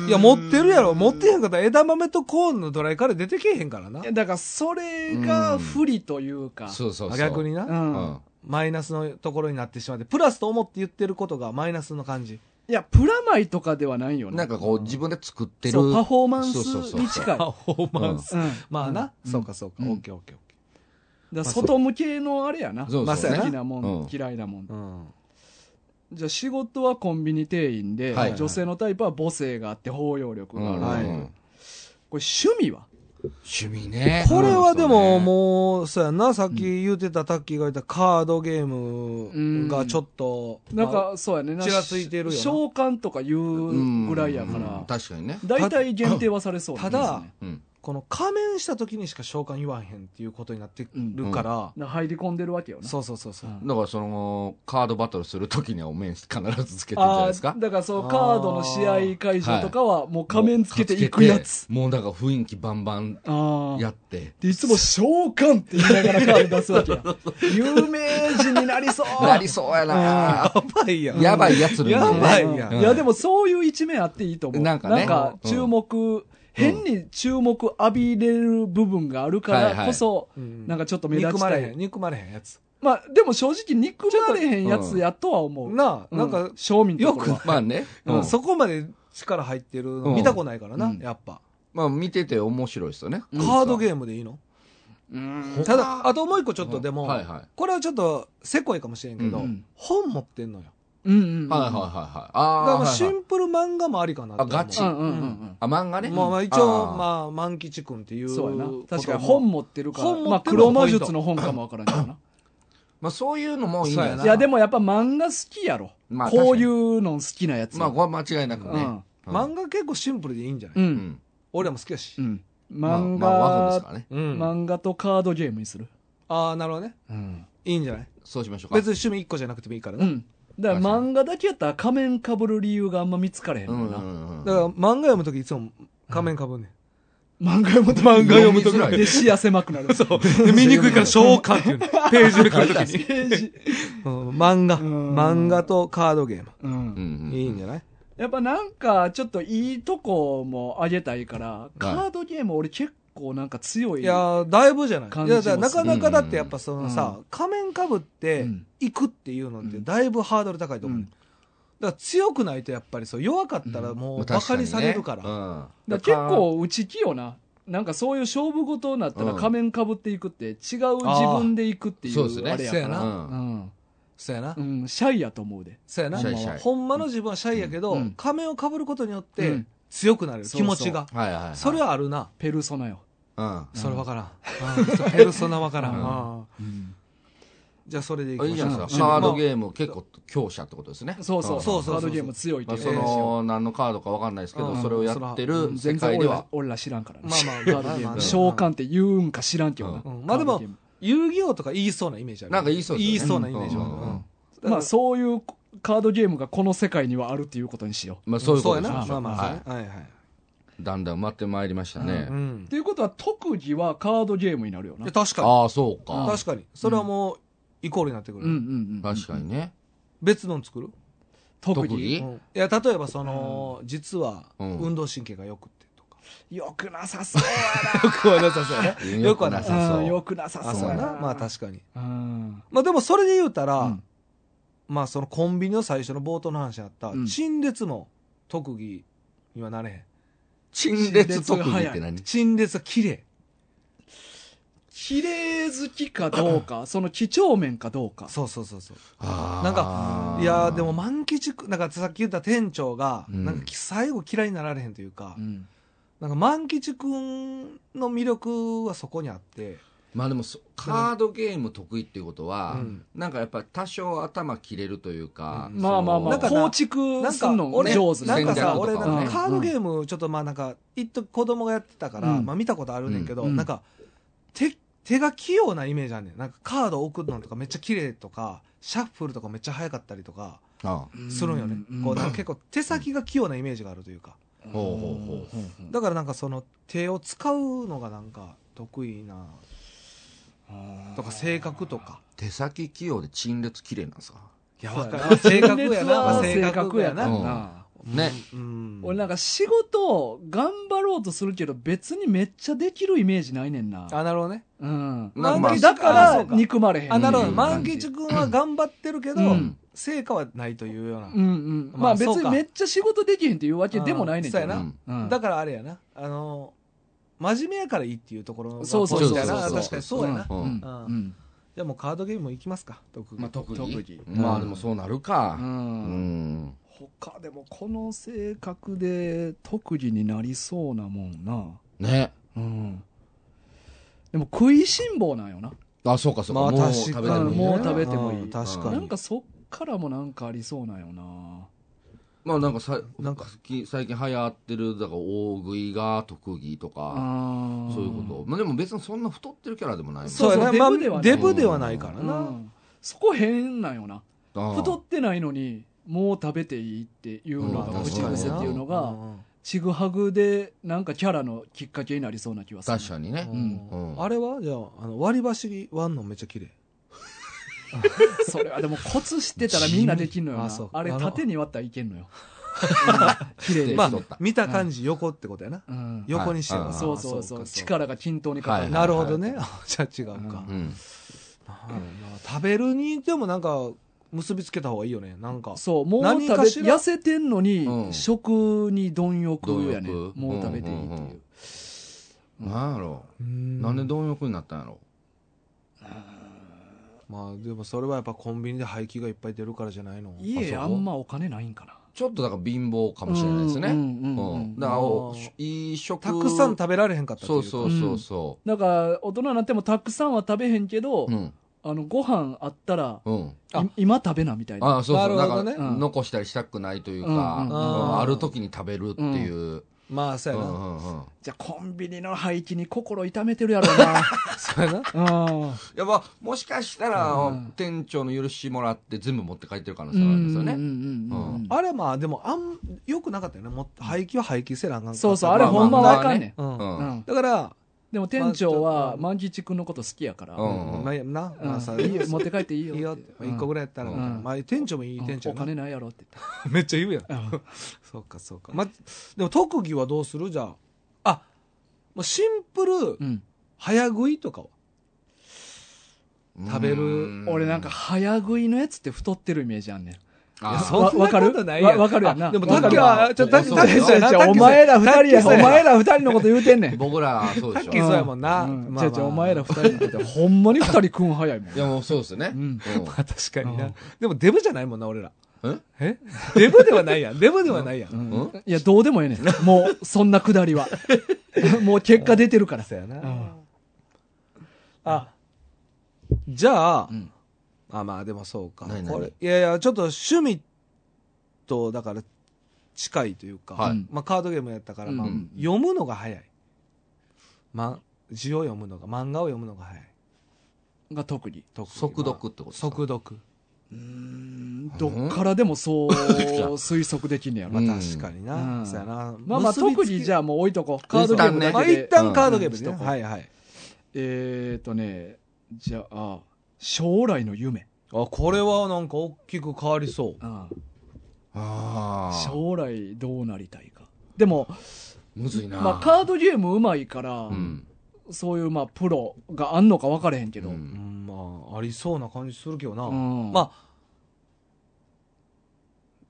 [SPEAKER 3] いや、持ってるやろ。持ってへんかったら枝豆とコーンのドライカレー出てけえへんからな。
[SPEAKER 1] だから、それが不利というか。
[SPEAKER 2] そうそうそう。
[SPEAKER 3] 逆にな、
[SPEAKER 1] う。
[SPEAKER 2] うんん。
[SPEAKER 3] マイナスのところになってしまって、プラスと思って言ってることがマイナスの感 [LAUGHS] じ。
[SPEAKER 1] いや、プラマイとかではないよね。
[SPEAKER 2] なんかこう、自分で作ってる。
[SPEAKER 1] そう、パフォーマンス
[SPEAKER 2] そうそうそう
[SPEAKER 1] に近い。
[SPEAKER 3] パフォーマンス。
[SPEAKER 1] うん
[SPEAKER 3] まあな、
[SPEAKER 1] うん
[SPEAKER 3] そうかそうか。
[SPEAKER 1] うん
[SPEAKER 3] オッケーオッケーオッケ
[SPEAKER 1] だから外向けのあれやな。
[SPEAKER 2] そう
[SPEAKER 3] まあそうや
[SPEAKER 1] 好
[SPEAKER 3] な
[SPEAKER 1] きなも
[SPEAKER 2] うん
[SPEAKER 1] ん、嫌いなもん
[SPEAKER 3] ー。。うん。
[SPEAKER 1] じゃあ仕事はコンビニ店員で
[SPEAKER 2] はい、
[SPEAKER 1] 女性のタイプは母性があって包容力がある。
[SPEAKER 3] はい
[SPEAKER 1] っ
[SPEAKER 2] うん
[SPEAKER 1] これ趣味は
[SPEAKER 2] 趣味ね。
[SPEAKER 3] これはでも
[SPEAKER 2] う。
[SPEAKER 3] もう、そうやな、さっき言ってたタッキーが言ったカードゲームがちょっと、
[SPEAKER 1] なん
[SPEAKER 3] まあ
[SPEAKER 1] か、そうやね。なんか
[SPEAKER 3] ちらついてるよな
[SPEAKER 1] 召喚とかいうぐらいやから。
[SPEAKER 2] 確かにね。
[SPEAKER 1] 大体限定はされそう
[SPEAKER 3] ただ
[SPEAKER 1] ね
[SPEAKER 2] うん。
[SPEAKER 3] この仮面した時にしか召喚言わへんっていうことになってるから、
[SPEAKER 1] な入り込んでるわけよな。
[SPEAKER 3] そうそうそうそう。
[SPEAKER 1] ん
[SPEAKER 2] だからその、カードバトルするときにはお面必ずつけてるじゃない
[SPEAKER 1] あ
[SPEAKER 2] ですか
[SPEAKER 1] ー。だからそう、
[SPEAKER 3] あー
[SPEAKER 1] カードの試合会場とかは、もう仮面つけていくやつ。
[SPEAKER 2] もうだから雰囲気バンバン
[SPEAKER 1] ああ。
[SPEAKER 2] やって。
[SPEAKER 1] で、いつも召喚って言いながらカード出すわけや。有名人になりそう。
[SPEAKER 2] [LAUGHS] なりそうやな
[SPEAKER 3] ばいや
[SPEAKER 2] やばいやつら
[SPEAKER 3] や
[SPEAKER 2] ね
[SPEAKER 3] ばいや。
[SPEAKER 1] うんんいや、でもそういう一面あっていいと思う。
[SPEAKER 2] な
[SPEAKER 1] なんん
[SPEAKER 2] か
[SPEAKER 1] か、
[SPEAKER 2] ね
[SPEAKER 1] 注目、変に注目浴びれる部分があるからこそ、
[SPEAKER 3] はいはい
[SPEAKER 1] なんかちょっと目立
[SPEAKER 3] 憎
[SPEAKER 1] ち
[SPEAKER 3] ま
[SPEAKER 1] た
[SPEAKER 3] れへ
[SPEAKER 1] い
[SPEAKER 3] ん、。憎まれへんやつ。
[SPEAKER 1] まあ、でも正直憎まれへんやつやとは思う。
[SPEAKER 3] なあ、
[SPEAKER 1] う
[SPEAKER 3] なんか、
[SPEAKER 1] 庶民と
[SPEAKER 3] よ
[SPEAKER 1] か。
[SPEAKER 2] まあね。
[SPEAKER 3] う
[SPEAKER 2] うん
[SPEAKER 3] んそこまで力入ってる
[SPEAKER 2] うん
[SPEAKER 3] の見たことないからな
[SPEAKER 2] うん、
[SPEAKER 3] やっぱ。
[SPEAKER 2] まあ見てて面白いですよね。
[SPEAKER 3] カードゲ
[SPEAKER 2] ー
[SPEAKER 3] ームでいいの
[SPEAKER 2] ム
[SPEAKER 3] ただ、あともう一個ちょっとでも
[SPEAKER 2] はいはい。
[SPEAKER 3] これはちょっとせこいかもしれんけど、
[SPEAKER 2] うん
[SPEAKER 3] 本持ってんの
[SPEAKER 1] う
[SPEAKER 3] よ。
[SPEAKER 1] んうんうん。
[SPEAKER 2] はいはいはいはい。
[SPEAKER 3] だから
[SPEAKER 2] あ
[SPEAKER 3] まあ
[SPEAKER 2] あ。
[SPEAKER 3] シンプル漫画もありかなと思う
[SPEAKER 2] あガチ
[SPEAKER 1] うんうんうんうん。
[SPEAKER 2] あ、漫画ね。
[SPEAKER 3] まあまあ一応、
[SPEAKER 2] あー
[SPEAKER 3] まあ、万吉君っていう。
[SPEAKER 1] そうやな。確かに本持ってるから。
[SPEAKER 3] 本持
[SPEAKER 1] ま
[SPEAKER 3] っ
[SPEAKER 1] あ、
[SPEAKER 3] てるの
[SPEAKER 1] 黒
[SPEAKER 3] がポ
[SPEAKER 1] 魔
[SPEAKER 3] イント
[SPEAKER 1] 術の本かもわからんけどな。
[SPEAKER 2] まあそういうのもいいんじゃない
[SPEAKER 3] そう
[SPEAKER 1] いや、で
[SPEAKER 2] も、
[SPEAKER 1] もやっぱ漫画好きやろ。
[SPEAKER 2] まあ
[SPEAKER 1] こういうの好きなやつ。
[SPEAKER 2] まあこれは間違いなくね。うん
[SPEAKER 3] 漫画結構シンプルでいいんじゃない、
[SPEAKER 1] う。
[SPEAKER 2] うんん。
[SPEAKER 3] 俺らも好きやし
[SPEAKER 1] う。ん。
[SPEAKER 2] まあ
[SPEAKER 1] 漫
[SPEAKER 2] まあ和風です
[SPEAKER 1] 画
[SPEAKER 2] からね。
[SPEAKER 3] うん
[SPEAKER 1] 漫画とカードゲームにする。
[SPEAKER 3] ああ、なるほどね。
[SPEAKER 1] うん。
[SPEAKER 3] いいんじゃない
[SPEAKER 2] そうしましょうか。
[SPEAKER 3] 別に趣味一個じゃなくてもいいから
[SPEAKER 1] う
[SPEAKER 3] な。
[SPEAKER 1] ん。だから漫画だけやったら仮面被る理由があんま見つかれへん
[SPEAKER 2] う
[SPEAKER 1] の
[SPEAKER 2] ん
[SPEAKER 1] よ
[SPEAKER 2] う
[SPEAKER 1] な。
[SPEAKER 2] んうん。
[SPEAKER 3] だから漫画読むときいつも仮面かぶんね。
[SPEAKER 1] 漫画読むと漫
[SPEAKER 2] 画読むとき
[SPEAKER 1] で視野狭くなる。そうん
[SPEAKER 3] で見にく
[SPEAKER 1] [LAUGHS]
[SPEAKER 3] いから召喚っていうの。ページめくるときに。
[SPEAKER 1] ページ。
[SPEAKER 3] うん漫画。
[SPEAKER 1] うん
[SPEAKER 3] 漫画とカードゲーム。
[SPEAKER 1] うん
[SPEAKER 2] うんうん
[SPEAKER 3] いいんじゃない
[SPEAKER 1] やっぱなんかちょっといいとこもあげたいから、カードゲーム俺結構なんか強い。
[SPEAKER 3] いやー、だいぶじゃない
[SPEAKER 1] 感
[SPEAKER 3] い
[SPEAKER 1] じ
[SPEAKER 3] や、
[SPEAKER 1] も
[SPEAKER 3] だ
[SPEAKER 1] す
[SPEAKER 3] から
[SPEAKER 1] る
[SPEAKER 3] なかなかだってやっぱその
[SPEAKER 1] うん
[SPEAKER 3] さ、仮面かぶって
[SPEAKER 1] うん
[SPEAKER 3] 行くっていうのってだいぶハードル高いと思う。
[SPEAKER 1] うん
[SPEAKER 3] だから強くないとやっぱりそう、弱かったらもうバカにされるから。
[SPEAKER 1] だから結、構内気よな。なんかそういう勝負事になったら
[SPEAKER 2] うん
[SPEAKER 1] 仮面被っていくって、違う自分でいくってい
[SPEAKER 2] そうです
[SPEAKER 1] う
[SPEAKER 2] ね
[SPEAKER 1] あれや
[SPEAKER 3] そう
[SPEAKER 1] か
[SPEAKER 3] や
[SPEAKER 1] ら。
[SPEAKER 3] な
[SPEAKER 2] うん
[SPEAKER 1] うん。
[SPEAKER 3] そうやな
[SPEAKER 1] う。ん、シャイやと思うで。
[SPEAKER 3] そうやな
[SPEAKER 2] シャイシャイ。
[SPEAKER 3] ほんまの自分はシャイやけど、
[SPEAKER 1] うん
[SPEAKER 3] 仮面を被ることによっ
[SPEAKER 1] う
[SPEAKER 3] て
[SPEAKER 1] ん
[SPEAKER 3] 強くなれる、
[SPEAKER 1] そう
[SPEAKER 3] 気
[SPEAKER 1] そう
[SPEAKER 3] 持ちが。
[SPEAKER 2] はいはいはい。
[SPEAKER 3] それはあるな。
[SPEAKER 1] ペルソナよ。
[SPEAKER 2] は、
[SPEAKER 1] ん
[SPEAKER 3] それわからん。あーペルソナわからん。
[SPEAKER 1] うん
[SPEAKER 3] あーじゃあそれでいき
[SPEAKER 2] うん。
[SPEAKER 3] まし
[SPEAKER 2] い
[SPEAKER 3] ょ。
[SPEAKER 2] いうじゃないで
[SPEAKER 1] う
[SPEAKER 2] す
[SPEAKER 1] ん
[SPEAKER 2] か。カードゲーム結構強者ってことですね。
[SPEAKER 1] そうそ
[SPEAKER 2] ん
[SPEAKER 1] う。
[SPEAKER 3] そうそうそう
[SPEAKER 1] カードゲーム強いと
[SPEAKER 2] ま
[SPEAKER 1] い
[SPEAKER 2] あ
[SPEAKER 1] う
[SPEAKER 2] そ
[SPEAKER 1] 話
[SPEAKER 2] の、何のカードかわかんないですけど、
[SPEAKER 3] うん
[SPEAKER 2] それをやって
[SPEAKER 3] う
[SPEAKER 2] る世
[SPEAKER 1] 全然
[SPEAKER 2] 界で
[SPEAKER 1] 俺ら
[SPEAKER 2] は。
[SPEAKER 1] 俺ら知らんからね。
[SPEAKER 3] まあま
[SPEAKER 1] カ
[SPEAKER 3] あ
[SPEAKER 1] ードゲ
[SPEAKER 3] まあまあ
[SPEAKER 1] ー
[SPEAKER 3] ま
[SPEAKER 1] ム。
[SPEAKER 3] あ
[SPEAKER 1] 召喚って言うんか知らんけどな。
[SPEAKER 3] うんまあで
[SPEAKER 1] カード
[SPEAKER 3] も
[SPEAKER 1] ゲーム、
[SPEAKER 3] 遊戯王とか言いそうなイメージある。
[SPEAKER 2] なんか言いそうですよ
[SPEAKER 3] 言
[SPEAKER 2] ね
[SPEAKER 3] いそうなイメージは
[SPEAKER 2] うんうんうん
[SPEAKER 3] ある。
[SPEAKER 1] まあそういうカードゲームがこの世界にはあるっていうことにしよう。
[SPEAKER 2] まあそういうこ
[SPEAKER 3] そう
[SPEAKER 2] と
[SPEAKER 3] や
[SPEAKER 2] で
[SPEAKER 3] な。
[SPEAKER 2] しょ
[SPEAKER 3] ま
[SPEAKER 2] う
[SPEAKER 3] あまあ、
[SPEAKER 2] は
[SPEAKER 3] そうやねはいはい。
[SPEAKER 2] い。だんだん埋まってまいりましたね
[SPEAKER 3] う。ん
[SPEAKER 1] っていうことは特技はカードゲームになるよな。
[SPEAKER 3] いや確か
[SPEAKER 2] ああ、そう
[SPEAKER 3] に。
[SPEAKER 2] か。
[SPEAKER 3] 確かに。それはもう、イコールになってく
[SPEAKER 1] うんうん
[SPEAKER 3] る。
[SPEAKER 1] うん。
[SPEAKER 2] 確かにね。
[SPEAKER 3] 別の作る
[SPEAKER 1] 特
[SPEAKER 2] 特技
[SPEAKER 1] 技
[SPEAKER 2] え
[SPEAKER 3] うんいや、例えばその、実は、
[SPEAKER 2] うん
[SPEAKER 3] 運動神経が良くってとか。
[SPEAKER 1] よくなさそう
[SPEAKER 3] [LAUGHS] よくはなさそうやね。
[SPEAKER 2] よくはな
[SPEAKER 1] や
[SPEAKER 2] さ
[SPEAKER 1] な
[SPEAKER 2] そ
[SPEAKER 1] うん。よ
[SPEAKER 2] う。
[SPEAKER 1] くなさ
[SPEAKER 3] あ、
[SPEAKER 1] そ
[SPEAKER 3] [LAUGHS] そ
[SPEAKER 1] う
[SPEAKER 3] うや
[SPEAKER 1] や
[SPEAKER 3] な。
[SPEAKER 1] な。
[SPEAKER 3] まあ確かに。
[SPEAKER 1] うん。
[SPEAKER 3] まあでもそれで言うたら、
[SPEAKER 1] うん
[SPEAKER 3] まあそのコンビニの最初の冒頭の話にあった、
[SPEAKER 1] うん
[SPEAKER 3] 陳列も特技にはなれへん。
[SPEAKER 2] 陳列特技って何
[SPEAKER 3] 陳列は綺麗。
[SPEAKER 1] 綺麗好きかどう
[SPEAKER 3] [COUGHS]
[SPEAKER 1] か、その几帳面かどうか。
[SPEAKER 3] そうそうそうそう。
[SPEAKER 2] なん
[SPEAKER 3] いやーでも、満吉くん、なんかさっき言った店長が、
[SPEAKER 2] うん
[SPEAKER 3] なんか最後嫌いになられへんというか、
[SPEAKER 1] うん
[SPEAKER 3] なんか満吉くんの魅力はそこにあって、
[SPEAKER 2] まあでもそカードゲーム得意っていうことは、
[SPEAKER 3] うん
[SPEAKER 2] なんかやっぱ多少頭切れるというか、
[SPEAKER 3] うん
[SPEAKER 2] その
[SPEAKER 1] まあまあま
[SPEAKER 3] な
[SPEAKER 1] あ、
[SPEAKER 3] んか
[SPEAKER 1] 構築
[SPEAKER 3] なん
[SPEAKER 1] す
[SPEAKER 3] か
[SPEAKER 1] んの
[SPEAKER 3] 俺、
[SPEAKER 1] 上手
[SPEAKER 3] なんか
[SPEAKER 2] 戦略
[SPEAKER 3] さ、
[SPEAKER 2] とか
[SPEAKER 3] 俺
[SPEAKER 2] ね
[SPEAKER 3] なん
[SPEAKER 1] うん
[SPEAKER 3] かカードゲーム、ちょっとまあなんか、一時子供がやってたから、
[SPEAKER 1] うん
[SPEAKER 3] まあ見たことあるねんけど、
[SPEAKER 1] うん
[SPEAKER 3] なんか、手、手が器用なイメージあんねん。なんかカード送るのとかめっちゃ綺麗とか、シャッフルとかめっちゃ早かったりとか、
[SPEAKER 2] あ
[SPEAKER 3] するんよね。こうなんか結構手先が器用なイメージがあるというか。
[SPEAKER 2] あほうほうほう
[SPEAKER 3] だからなんかその手を使うのがなんか得意な、とか性格とか。
[SPEAKER 2] 手先器用で陳列綺麗なんですか
[SPEAKER 3] いや、
[SPEAKER 1] そう
[SPEAKER 3] わ
[SPEAKER 1] や
[SPEAKER 3] か
[SPEAKER 1] な
[SPEAKER 3] る。まあ性格や
[SPEAKER 1] 陳
[SPEAKER 3] な
[SPEAKER 1] 列。
[SPEAKER 3] ま
[SPEAKER 1] [LAUGHS] は性
[SPEAKER 3] あ
[SPEAKER 1] 格や
[SPEAKER 2] うん
[SPEAKER 1] な。
[SPEAKER 2] ね。
[SPEAKER 3] うん。
[SPEAKER 1] 俺なん
[SPEAKER 3] か、
[SPEAKER 1] か仕事を頑張ろうとするけど別にめっちゃできるイメージないねんな。
[SPEAKER 3] あ、なるほどね。
[SPEAKER 1] うん。
[SPEAKER 2] なんかまあ
[SPEAKER 1] だから
[SPEAKER 3] そうか
[SPEAKER 1] 憎まれへん。
[SPEAKER 3] あ、なるほど。
[SPEAKER 2] うん
[SPEAKER 3] 万吉君は頑張ってるけど
[SPEAKER 1] うん、
[SPEAKER 3] 成果はないというような。
[SPEAKER 1] うんうん。
[SPEAKER 3] ま
[SPEAKER 1] ま
[SPEAKER 3] あ
[SPEAKER 1] あ別
[SPEAKER 3] そう
[SPEAKER 1] に
[SPEAKER 3] か
[SPEAKER 1] めっちゃ仕事できへんっていうわけでもないねんけど
[SPEAKER 3] う
[SPEAKER 1] な。
[SPEAKER 3] ん
[SPEAKER 1] うん
[SPEAKER 3] だからあれやな。あの、真面目やからいいっていうところが
[SPEAKER 1] そうそう
[SPEAKER 2] そう
[SPEAKER 3] ポイントやな
[SPEAKER 2] そうそうそう
[SPEAKER 3] 確かにそうやな。
[SPEAKER 2] うん
[SPEAKER 1] うん
[SPEAKER 3] うん
[SPEAKER 1] うん
[SPEAKER 3] じゃあもうカードゲームも行きますか、特技。
[SPEAKER 2] 特
[SPEAKER 1] 技
[SPEAKER 2] まあでもそうなるか
[SPEAKER 1] う
[SPEAKER 2] うん、
[SPEAKER 1] ん他でもこの性格で特技になりそうなもんな
[SPEAKER 2] ね。
[SPEAKER 1] うん。でも食いしん坊なんよな。
[SPEAKER 2] あ、そうかそうか。
[SPEAKER 3] まあ
[SPEAKER 2] もう
[SPEAKER 3] 確
[SPEAKER 2] 食べても
[SPEAKER 3] か
[SPEAKER 2] い
[SPEAKER 3] に
[SPEAKER 2] い
[SPEAKER 3] ね
[SPEAKER 2] ね。
[SPEAKER 1] もう食べてもいい
[SPEAKER 3] うん確か
[SPEAKER 1] なん
[SPEAKER 3] に
[SPEAKER 1] かそっからもなんかありそうなんよな。
[SPEAKER 2] まあなんかさ、
[SPEAKER 3] な
[SPEAKER 2] なんん
[SPEAKER 3] か
[SPEAKER 2] か最近流行ってる、だから大食いが特技とか、
[SPEAKER 1] あー
[SPEAKER 2] そういうこと。まあでも別にそんな太ってるキャラでもないもん
[SPEAKER 1] そうそう
[SPEAKER 3] やなまあ
[SPEAKER 1] デブではない
[SPEAKER 3] デブではないから
[SPEAKER 1] う
[SPEAKER 3] な。
[SPEAKER 1] んそこ変なんよな。
[SPEAKER 2] ああ
[SPEAKER 1] 太ってないのに、もう食べていいっていうの
[SPEAKER 2] う
[SPEAKER 1] が
[SPEAKER 2] ん
[SPEAKER 1] 口癖っていうの
[SPEAKER 3] う
[SPEAKER 1] が、
[SPEAKER 3] んうん
[SPEAKER 1] ちぐはぐでなんかキャラのきっかけになりそうな気はする。
[SPEAKER 2] 確かにね。
[SPEAKER 3] うん
[SPEAKER 2] うん
[SPEAKER 3] あれはじゃあ、あの割り箸割んのめっちゃ綺麗。
[SPEAKER 1] それはでもコツ知ってたらみんなできんのよな。
[SPEAKER 3] あ
[SPEAKER 1] あ
[SPEAKER 3] そう
[SPEAKER 1] れ
[SPEAKER 3] あの
[SPEAKER 1] 縦に割ったらいけ
[SPEAKER 2] [LAUGHS]
[SPEAKER 1] んのよ。綺麗で。
[SPEAKER 3] ま
[SPEAKER 2] しとった
[SPEAKER 3] あ、見た感じ横ってことやな。
[SPEAKER 1] うん
[SPEAKER 3] 横にしてる
[SPEAKER 2] はいあー
[SPEAKER 1] そうそう
[SPEAKER 3] あ
[SPEAKER 1] そ
[SPEAKER 3] か
[SPEAKER 1] う。
[SPEAKER 3] か
[SPEAKER 1] 力が均等にかか
[SPEAKER 2] はい
[SPEAKER 1] る。
[SPEAKER 3] なるほどね。あじゃあ違うか。
[SPEAKER 1] う
[SPEAKER 2] うん。
[SPEAKER 3] はいまあ食べるにでもなんか結びつけた方がいいよねなんか
[SPEAKER 1] そう、もう食
[SPEAKER 3] 何
[SPEAKER 1] べ、
[SPEAKER 3] かしら
[SPEAKER 1] 痩せてんのに、
[SPEAKER 2] うん
[SPEAKER 1] 食に貪欲やね
[SPEAKER 2] 貪欲
[SPEAKER 1] もう食べていいっていう。
[SPEAKER 2] うんうんうんなんやろ
[SPEAKER 3] うん
[SPEAKER 2] なんで貪欲になったんやろ
[SPEAKER 3] まあでもそれはやっぱコンビニで廃棄がいっぱい出るからじゃないの
[SPEAKER 1] 家
[SPEAKER 2] あ
[SPEAKER 1] あ
[SPEAKER 2] そうん
[SPEAKER 1] まお金ないんかな。
[SPEAKER 2] ちょっとだから貧乏かもしれないですね。
[SPEAKER 1] う
[SPEAKER 2] うん
[SPEAKER 1] うんうんうん
[SPEAKER 2] ん。だからお
[SPEAKER 3] あー、
[SPEAKER 2] いい食。
[SPEAKER 3] たくさん食べられへんかったってい
[SPEAKER 2] そうう
[SPEAKER 3] か
[SPEAKER 2] そうそうそ
[SPEAKER 1] だから、大人になってもたくさんは食べへんけど、
[SPEAKER 2] う。うん。
[SPEAKER 1] あの、ご飯あったら、
[SPEAKER 2] うん。
[SPEAKER 3] あ
[SPEAKER 1] い今食べなみたいな。
[SPEAKER 2] ああ、そうそう。
[SPEAKER 3] な
[SPEAKER 2] だ
[SPEAKER 3] るほ
[SPEAKER 2] か
[SPEAKER 3] どね
[SPEAKER 2] ら、
[SPEAKER 1] うん
[SPEAKER 2] 残したりしたくないというか、
[SPEAKER 1] うんうん
[SPEAKER 3] う
[SPEAKER 2] う
[SPEAKER 3] ん
[SPEAKER 2] んある時に食べるっていう。
[SPEAKER 3] まあそううんや
[SPEAKER 2] う
[SPEAKER 3] な、
[SPEAKER 2] んうん。
[SPEAKER 1] じゃあ、コンビニの廃棄に心痛めてるやろうな。
[SPEAKER 3] [LAUGHS] そうやな
[SPEAKER 1] うん
[SPEAKER 2] やっぱ、もしかしたら、
[SPEAKER 1] うん
[SPEAKER 2] 店長の許しもらって全部持って帰ってる可能
[SPEAKER 1] う
[SPEAKER 2] 性
[SPEAKER 1] ん
[SPEAKER 2] が
[SPEAKER 1] う
[SPEAKER 2] ある
[SPEAKER 1] ん
[SPEAKER 2] んですよ
[SPEAKER 1] うんう
[SPEAKER 2] ね。
[SPEAKER 1] ん
[SPEAKER 3] あれまあでもあんよくなかったよねもう廃棄は廃棄せなあかんかった
[SPEAKER 1] そうそう、あれ
[SPEAKER 2] まあま
[SPEAKER 1] ほ
[SPEAKER 2] あ
[SPEAKER 1] んまわかんねん。
[SPEAKER 3] う
[SPEAKER 2] うんん。
[SPEAKER 1] うん
[SPEAKER 3] だから、
[SPEAKER 1] でも店長
[SPEAKER 3] まあちょっ
[SPEAKER 1] は
[SPEAKER 3] と
[SPEAKER 1] 万吉君のこと好きやから、
[SPEAKER 2] うん
[SPEAKER 3] まあいいやな、
[SPEAKER 1] うん
[SPEAKER 3] まあさ
[SPEAKER 1] いい
[SPEAKER 3] [LAUGHS]
[SPEAKER 1] よ持って帰っていい
[SPEAKER 3] い
[SPEAKER 1] よ
[SPEAKER 3] いよってまあ一個ぐ
[SPEAKER 1] ら
[SPEAKER 3] らいやったら、
[SPEAKER 2] うん
[SPEAKER 3] まあ店長もいい店長
[SPEAKER 1] お
[SPEAKER 3] やな
[SPEAKER 1] 金ないやろって
[SPEAKER 3] [LAUGHS] めっちゃ言うやん
[SPEAKER 1] 言って、
[SPEAKER 3] そうかそうかまあでも特技はどうするじゃああもうシンプル
[SPEAKER 1] うん
[SPEAKER 3] 早食いとかは食べる
[SPEAKER 2] うん
[SPEAKER 1] 俺なんか、早食いのやつって太ってるイメージあんねん
[SPEAKER 2] あ
[SPEAKER 3] い
[SPEAKER 2] ー
[SPEAKER 3] や
[SPEAKER 1] わわかるわわかるやんな
[SPEAKER 3] あでも、
[SPEAKER 1] わ
[SPEAKER 3] タ
[SPEAKER 1] か
[SPEAKER 3] ケ
[SPEAKER 1] る
[SPEAKER 3] は、ちょ、タケ、
[SPEAKER 2] そう
[SPEAKER 3] タ
[SPEAKER 2] だ
[SPEAKER 3] ケ
[SPEAKER 2] よ
[SPEAKER 3] さんやな、
[SPEAKER 1] お前ら二人や、お
[SPEAKER 3] そうや
[SPEAKER 1] 前ら二人のこと言うてんね
[SPEAKER 3] [LAUGHS]
[SPEAKER 1] ん。
[SPEAKER 2] [LAUGHS] 僕ら、そうでしょ。
[SPEAKER 3] タケ
[SPEAKER 2] い
[SPEAKER 3] そうやもんな。
[SPEAKER 1] うん
[SPEAKER 3] ま
[SPEAKER 1] じゃあ
[SPEAKER 3] あまあ
[SPEAKER 1] じゃあお前ら二人のこと言うてほんまに二人食うん早いもん。
[SPEAKER 2] や、もうそうですね。
[SPEAKER 1] うん
[SPEAKER 2] うん
[SPEAKER 3] まあ確かに
[SPEAKER 1] う。
[SPEAKER 3] なんでも、デブじゃないもんな、俺ら。
[SPEAKER 2] え
[SPEAKER 3] えデブではないやん。デブではないやん。
[SPEAKER 1] うん
[SPEAKER 2] うん
[SPEAKER 1] いや、どうでもええねん。もう、そんなくだりは。もう結果出てるから。
[SPEAKER 3] そうや
[SPEAKER 1] う
[SPEAKER 3] な。
[SPEAKER 1] ん
[SPEAKER 3] あ、じゃあ
[SPEAKER 2] うん、
[SPEAKER 3] あ、まあでもそうか。
[SPEAKER 2] 何
[SPEAKER 3] これ
[SPEAKER 2] 何
[SPEAKER 3] いやいや、ちょっと趣味と、だから、近いというか、
[SPEAKER 2] はい
[SPEAKER 3] まあカードゲームやったから、まあ
[SPEAKER 2] うん
[SPEAKER 3] 読むのが早い。ま、字を読むのが、漫画を読むのが早い。
[SPEAKER 1] が特に。
[SPEAKER 3] 特技
[SPEAKER 2] 速読ってことですか
[SPEAKER 3] 速読。
[SPEAKER 1] うーんどっからでもそう推測できんねやろ
[SPEAKER 3] ま
[SPEAKER 2] う。ん
[SPEAKER 3] あ確かにな。
[SPEAKER 1] うん
[SPEAKER 3] そうやな。
[SPEAKER 1] まあまあ、特にじ
[SPEAKER 3] ゃ
[SPEAKER 1] ゃあもう置いとこう。カードゲームだ
[SPEAKER 2] あ
[SPEAKER 3] まあ
[SPEAKER 1] け
[SPEAKER 3] 一
[SPEAKER 1] で。
[SPEAKER 3] 旦カードゲームですね。
[SPEAKER 1] うん
[SPEAKER 3] はいはい。
[SPEAKER 1] えっとね、じゃあ、将来の夢。
[SPEAKER 3] あ、これはなんか大きく変わりそう。
[SPEAKER 1] うん
[SPEAKER 2] ああ。
[SPEAKER 1] 将来どうなりたいか。でも、
[SPEAKER 2] むずいな。
[SPEAKER 1] まあ、カードゲームうまいから、
[SPEAKER 2] うん。
[SPEAKER 1] そういうまあプロがあんのか分かれへんけど、
[SPEAKER 2] う
[SPEAKER 1] うん
[SPEAKER 2] ん
[SPEAKER 3] うん、まあ、ありそうな感じするけどな。
[SPEAKER 1] ま
[SPEAKER 3] まあ、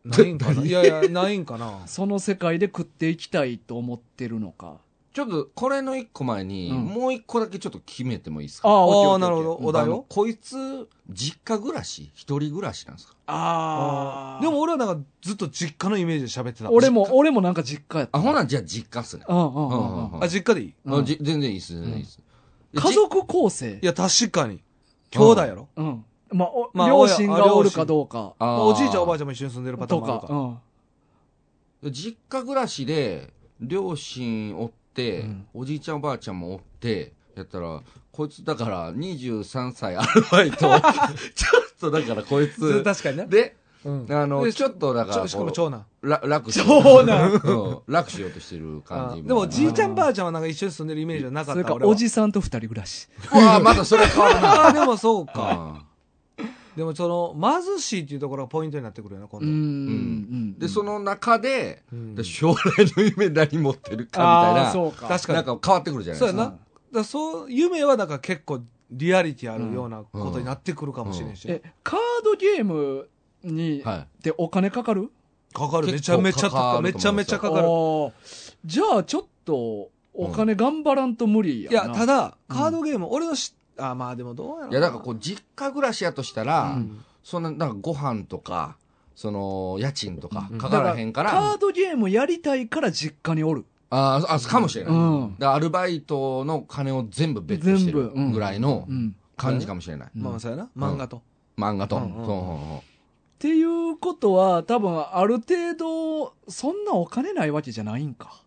[SPEAKER 3] ないん [LAUGHS] かな。いやいや、ないんかな [LAUGHS]
[SPEAKER 1] あ、。その世界で食っていきたいと思ってるのか。
[SPEAKER 2] ちょっと、これの一個前に、
[SPEAKER 1] うん
[SPEAKER 2] もう一個だけちょっと決めてもいいです
[SPEAKER 1] あ
[SPEAKER 2] か
[SPEAKER 1] あ、
[SPEAKER 3] ああ、
[SPEAKER 1] オッケー
[SPEAKER 3] なるほ
[SPEAKER 1] オッケーオッケ
[SPEAKER 3] ど。
[SPEAKER 1] ー
[SPEAKER 3] お題
[SPEAKER 2] あ
[SPEAKER 3] を
[SPEAKER 2] のこいつ、実家暮らし一人暮らしなんですか
[SPEAKER 1] ああ。
[SPEAKER 3] でも、俺はなんかずっと実家のイメージで喋ってた。
[SPEAKER 1] 俺も、俺もなんか実家やった。
[SPEAKER 2] あ、ほな、じゃあ実家っすね。
[SPEAKER 1] うんうんうんうん
[SPEAKER 2] うん
[SPEAKER 3] あ、実家でいい
[SPEAKER 1] うん
[SPEAKER 2] あじ全然いいっす、全然いいっす。
[SPEAKER 1] 家族構成
[SPEAKER 3] いや、確かに。兄弟やろ。
[SPEAKER 1] うん。まあ、お
[SPEAKER 3] まあ
[SPEAKER 1] 両親
[SPEAKER 3] 親あ両
[SPEAKER 1] が
[SPEAKER 3] 親
[SPEAKER 1] おるかどうか。
[SPEAKER 2] あー
[SPEAKER 3] おじいちゃんおばあちゃんも一緒に住んでるパター
[SPEAKER 1] と
[SPEAKER 3] ンもある
[SPEAKER 1] か
[SPEAKER 3] か。。
[SPEAKER 2] 実家暮らしで、両親おって、
[SPEAKER 1] うん
[SPEAKER 2] おじいちゃんおばあちゃんもおって、やったら、こいつだから23歳アル
[SPEAKER 3] [LAUGHS]
[SPEAKER 2] バイト。ちょっとだからこい
[SPEAKER 3] そう
[SPEAKER 2] つ。
[SPEAKER 3] 確かにね。
[SPEAKER 2] で、
[SPEAKER 3] うん
[SPEAKER 2] あの、
[SPEAKER 3] で
[SPEAKER 2] ちょっとだから
[SPEAKER 3] ちょしかも
[SPEAKER 2] こ
[SPEAKER 3] 長男。
[SPEAKER 2] う、ら楽し
[SPEAKER 1] 長男
[SPEAKER 2] うん楽しようとしてる感
[SPEAKER 3] あ
[SPEAKER 2] じ。
[SPEAKER 3] でもじいちゃ
[SPEAKER 1] あ
[SPEAKER 3] ん
[SPEAKER 1] ー
[SPEAKER 3] ばあちゃんはなんか一緒に住んでるイメージはなか
[SPEAKER 1] それ
[SPEAKER 3] った
[SPEAKER 1] か、
[SPEAKER 3] 俺は
[SPEAKER 1] おじさんと二人暮らし。
[SPEAKER 2] うわまだそれ変わるな。
[SPEAKER 3] ああでもそうか [LAUGHS]
[SPEAKER 2] うん
[SPEAKER 3] でもその貧しいっていうところがポイントになってくるよな今
[SPEAKER 1] う
[SPEAKER 3] 度、
[SPEAKER 1] んうんうん。
[SPEAKER 2] で、その中で、
[SPEAKER 3] うん
[SPEAKER 2] で将来の夢何持ってるかみたい
[SPEAKER 1] ああ、
[SPEAKER 2] な。
[SPEAKER 1] そうか。
[SPEAKER 3] 確かに
[SPEAKER 2] なんか変わってくるじゃない
[SPEAKER 3] そう
[SPEAKER 2] で
[SPEAKER 3] や
[SPEAKER 2] すか。
[SPEAKER 3] なだからそう夢はなんか結構リアリティあるようなことになってくるかもしれんし、
[SPEAKER 1] え、カードゲームに、
[SPEAKER 2] はい。
[SPEAKER 1] でお金かかる
[SPEAKER 3] かかるめ
[SPEAKER 2] 結
[SPEAKER 3] ちゃ
[SPEAKER 2] 構
[SPEAKER 3] めちゃ高
[SPEAKER 2] かか
[SPEAKER 3] い
[SPEAKER 2] る
[SPEAKER 3] めちゃめちゃか
[SPEAKER 1] あ
[SPEAKER 3] かる
[SPEAKER 1] ーじゃあちょっとお金頑張らんと無理や
[SPEAKER 3] い
[SPEAKER 1] な、
[SPEAKER 3] やただカードゲーム、俺のしあまあでもどうやろう
[SPEAKER 2] いや、だからこう、実家暮らしやとしたら、
[SPEAKER 1] うん
[SPEAKER 2] そんな、なんかご飯とか、その、家賃とか
[SPEAKER 3] うん、
[SPEAKER 2] かからへんから、
[SPEAKER 1] カードゲームやりたいから実家におる
[SPEAKER 2] ああ、かもしれない。
[SPEAKER 1] うん
[SPEAKER 2] だからアルバイトの金を全部ベットしてる
[SPEAKER 1] 全部うん
[SPEAKER 2] ぐらいの
[SPEAKER 1] うん。
[SPEAKER 2] 感じかもしれない。
[SPEAKER 1] うん
[SPEAKER 3] まあ、そうやな。漫画と。
[SPEAKER 2] 漫画と。
[SPEAKER 3] う
[SPEAKER 2] そ
[SPEAKER 3] ん
[SPEAKER 2] う
[SPEAKER 3] うんうん
[SPEAKER 2] そう
[SPEAKER 1] っ
[SPEAKER 2] そ
[SPEAKER 1] ていうことは、多分ある程度、そんなお金ないわけじゃないんか。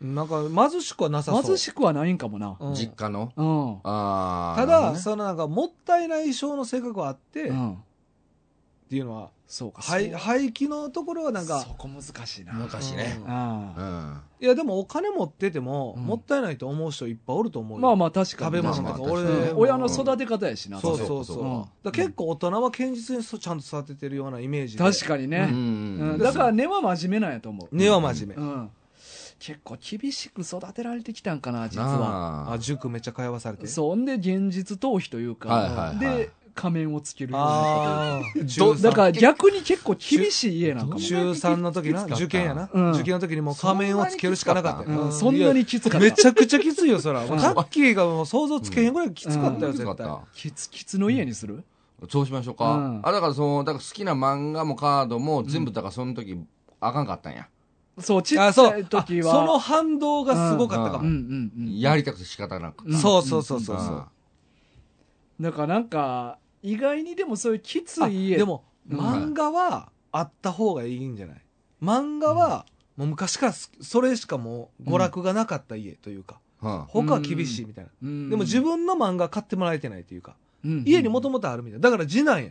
[SPEAKER 3] なんか、貧しくはなさそう。
[SPEAKER 1] 貧しくはないんかもな。
[SPEAKER 2] う
[SPEAKER 3] うん
[SPEAKER 2] 実家の。
[SPEAKER 1] うん。う
[SPEAKER 2] ああ。
[SPEAKER 3] た
[SPEAKER 2] なるほ
[SPEAKER 3] だ、
[SPEAKER 2] どね
[SPEAKER 3] そのなんか、もったいない性の性格はあって、っ
[SPEAKER 1] ん。
[SPEAKER 3] ていうのは、
[SPEAKER 1] そうか。
[SPEAKER 3] はい、
[SPEAKER 1] そう
[SPEAKER 3] 廃棄のところはなんか
[SPEAKER 1] そ、こ難しいな。
[SPEAKER 2] 昔ね。
[SPEAKER 1] あ
[SPEAKER 2] う
[SPEAKER 1] あ
[SPEAKER 2] ん。
[SPEAKER 3] いや、でもお金持ってても、
[SPEAKER 1] うん
[SPEAKER 3] もったいないと思う人いっぱいおると思うよ。
[SPEAKER 1] まあまあ確か
[SPEAKER 3] 食
[SPEAKER 1] に。
[SPEAKER 3] べ物とか、
[SPEAKER 2] まあまあ
[SPEAKER 3] 俺、
[SPEAKER 2] 確かに
[SPEAKER 1] うん
[SPEAKER 3] も
[SPEAKER 1] 親の育て方やしな。
[SPEAKER 3] そう
[SPEAKER 1] れ
[SPEAKER 3] そう
[SPEAKER 2] そう
[SPEAKER 3] そう。
[SPEAKER 1] うん
[SPEAKER 3] だから結構大人は堅実にそちゃんと育ててるようなイメージで。
[SPEAKER 1] 確かに
[SPEAKER 2] う
[SPEAKER 1] ね。うん
[SPEAKER 2] ん。
[SPEAKER 1] だから根は真面目なんやと思う。
[SPEAKER 3] 根は真面
[SPEAKER 1] う
[SPEAKER 3] 目。
[SPEAKER 1] ん。結構厳しく育てられてきたんかな、実
[SPEAKER 2] な
[SPEAKER 1] は。
[SPEAKER 2] あ、
[SPEAKER 3] あ、塾めっちゃ通わされて。
[SPEAKER 1] そんで現実逃避というか、
[SPEAKER 2] はいはいはい
[SPEAKER 1] で仮面をつけるようになっ
[SPEAKER 3] ああ、、
[SPEAKER 1] てる
[SPEAKER 2] ど
[SPEAKER 1] だからら逆に結構厳しい家なんかも。
[SPEAKER 3] 中3の時な、
[SPEAKER 2] どんだけ
[SPEAKER 3] 受
[SPEAKER 2] きつかった
[SPEAKER 3] 験やな
[SPEAKER 1] うん。
[SPEAKER 3] 受験の時にもう仮面をつけるしかなかったよ。
[SPEAKER 1] うんそんなにきつかっ
[SPEAKER 3] め
[SPEAKER 1] た。
[SPEAKER 3] ちゃくちゃきついよ、そら。
[SPEAKER 1] ん
[SPEAKER 3] もうタッキーがもう想像つけへんぐらいきつかったよ、
[SPEAKER 2] きつか
[SPEAKER 3] 絶
[SPEAKER 2] っ
[SPEAKER 3] 対。
[SPEAKER 2] た。
[SPEAKER 1] キツキツの家にする
[SPEAKER 2] そうしましょう
[SPEAKER 1] う
[SPEAKER 2] か
[SPEAKER 1] ん。
[SPEAKER 2] あ、だからその、だから好きな漫画もカードも全部、だからその時、あかんかったんや。
[SPEAKER 1] そう、ちっち
[SPEAKER 3] あ、そ
[SPEAKER 1] ゃ
[SPEAKER 3] う
[SPEAKER 1] い。時は。
[SPEAKER 3] その反動がすごかったか
[SPEAKER 1] うん
[SPEAKER 3] も。
[SPEAKER 1] うんうん。
[SPEAKER 2] やりたくて仕方なく
[SPEAKER 1] うん。
[SPEAKER 3] そうそうそうそうそう。
[SPEAKER 1] だからなんか、意外にでもそういうきつ
[SPEAKER 3] あ
[SPEAKER 1] い家。
[SPEAKER 3] で、も、
[SPEAKER 1] うん
[SPEAKER 3] 漫画はあった方がいいんじゃない漫画は、もう昔からすそれしかもう娯楽がなかった家というか、
[SPEAKER 2] うん。
[SPEAKER 3] 他は厳しいみたいな、
[SPEAKER 1] うん
[SPEAKER 3] でも自、分の漫画買ってもらえてないというか、
[SPEAKER 1] うん
[SPEAKER 3] 家にもともとあるみたいなだから次男や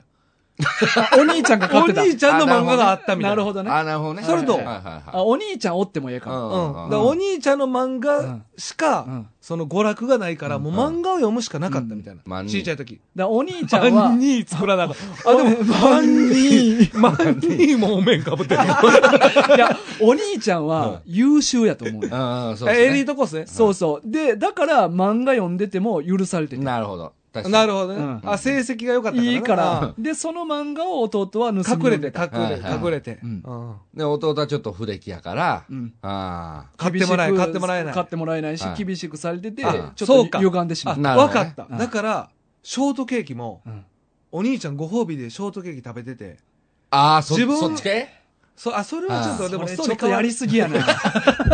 [SPEAKER 1] お兄ちゃんが飼
[SPEAKER 3] お
[SPEAKER 1] ってた。
[SPEAKER 3] 兄ちゃんの漫画があったみたいな
[SPEAKER 1] なるほどね。
[SPEAKER 2] あ、なるほどね。
[SPEAKER 1] それと
[SPEAKER 2] はいはい
[SPEAKER 1] あ、
[SPEAKER 2] は
[SPEAKER 1] お兄ちゃんおってもええか
[SPEAKER 2] い。
[SPEAKER 1] も。
[SPEAKER 3] うん、だ
[SPEAKER 2] ん
[SPEAKER 3] からお兄ちゃんの漫画しか、
[SPEAKER 1] うんうん
[SPEAKER 3] その娯楽がないから、もう漫画を読むしかなかったみたいな、
[SPEAKER 2] うんうん
[SPEAKER 3] ちいちゃい時
[SPEAKER 1] だからお兄ちゃんは
[SPEAKER 3] 万、人作らなか [LAUGHS] ったあでも
[SPEAKER 1] [LAUGHS] 万人
[SPEAKER 3] 万人もお面
[SPEAKER 1] [LAUGHS]
[SPEAKER 3] かぶってる
[SPEAKER 1] いや、お兄ちゃんは優秀やと思うね。
[SPEAKER 2] うんうん、そう
[SPEAKER 3] エ
[SPEAKER 2] です
[SPEAKER 3] リ
[SPEAKER 2] ね
[SPEAKER 3] ートコースね
[SPEAKER 1] そうそう。で、だから漫画読んでても許されてた。
[SPEAKER 2] なるほど。確かに
[SPEAKER 3] なるほどね、
[SPEAKER 1] うん
[SPEAKER 3] あ成績が良かったからない
[SPEAKER 1] いから。で、その漫画を弟は盗み読ん
[SPEAKER 3] 隠れて
[SPEAKER 1] で
[SPEAKER 3] 隠
[SPEAKER 1] た。
[SPEAKER 2] はい
[SPEAKER 3] れて
[SPEAKER 2] はい
[SPEAKER 3] 隠れて、
[SPEAKER 1] うん
[SPEAKER 3] うん
[SPEAKER 2] で、弟はちょっと不出来やから、
[SPEAKER 1] うん
[SPEAKER 2] あ
[SPEAKER 3] 買ってもらえ
[SPEAKER 1] 厳しく
[SPEAKER 3] 買ってもらえない
[SPEAKER 1] 買ってもらえないし
[SPEAKER 2] は、い
[SPEAKER 1] 厳しくされてて、ち
[SPEAKER 2] あ
[SPEAKER 1] ょ
[SPEAKER 3] そ
[SPEAKER 1] っ
[SPEAKER 3] う
[SPEAKER 1] と
[SPEAKER 3] か
[SPEAKER 1] 歪んでしま
[SPEAKER 3] あ
[SPEAKER 1] う。
[SPEAKER 2] なるほ
[SPEAKER 3] 分
[SPEAKER 2] どね
[SPEAKER 3] かった
[SPEAKER 1] うん
[SPEAKER 3] だからショートケーキも
[SPEAKER 1] うん
[SPEAKER 3] お兄ちゃんご褒美でショートケーキ食べてて
[SPEAKER 2] あ。ああ、そ
[SPEAKER 3] 自分
[SPEAKER 2] そっち系
[SPEAKER 3] そあそれはちょっ
[SPEAKER 2] あ
[SPEAKER 3] と
[SPEAKER 2] ー
[SPEAKER 3] でもスト
[SPEAKER 1] そ
[SPEAKER 3] ー
[SPEAKER 1] れちょっ
[SPEAKER 3] リー変
[SPEAKER 1] と
[SPEAKER 3] わ
[SPEAKER 1] やりすぎやな。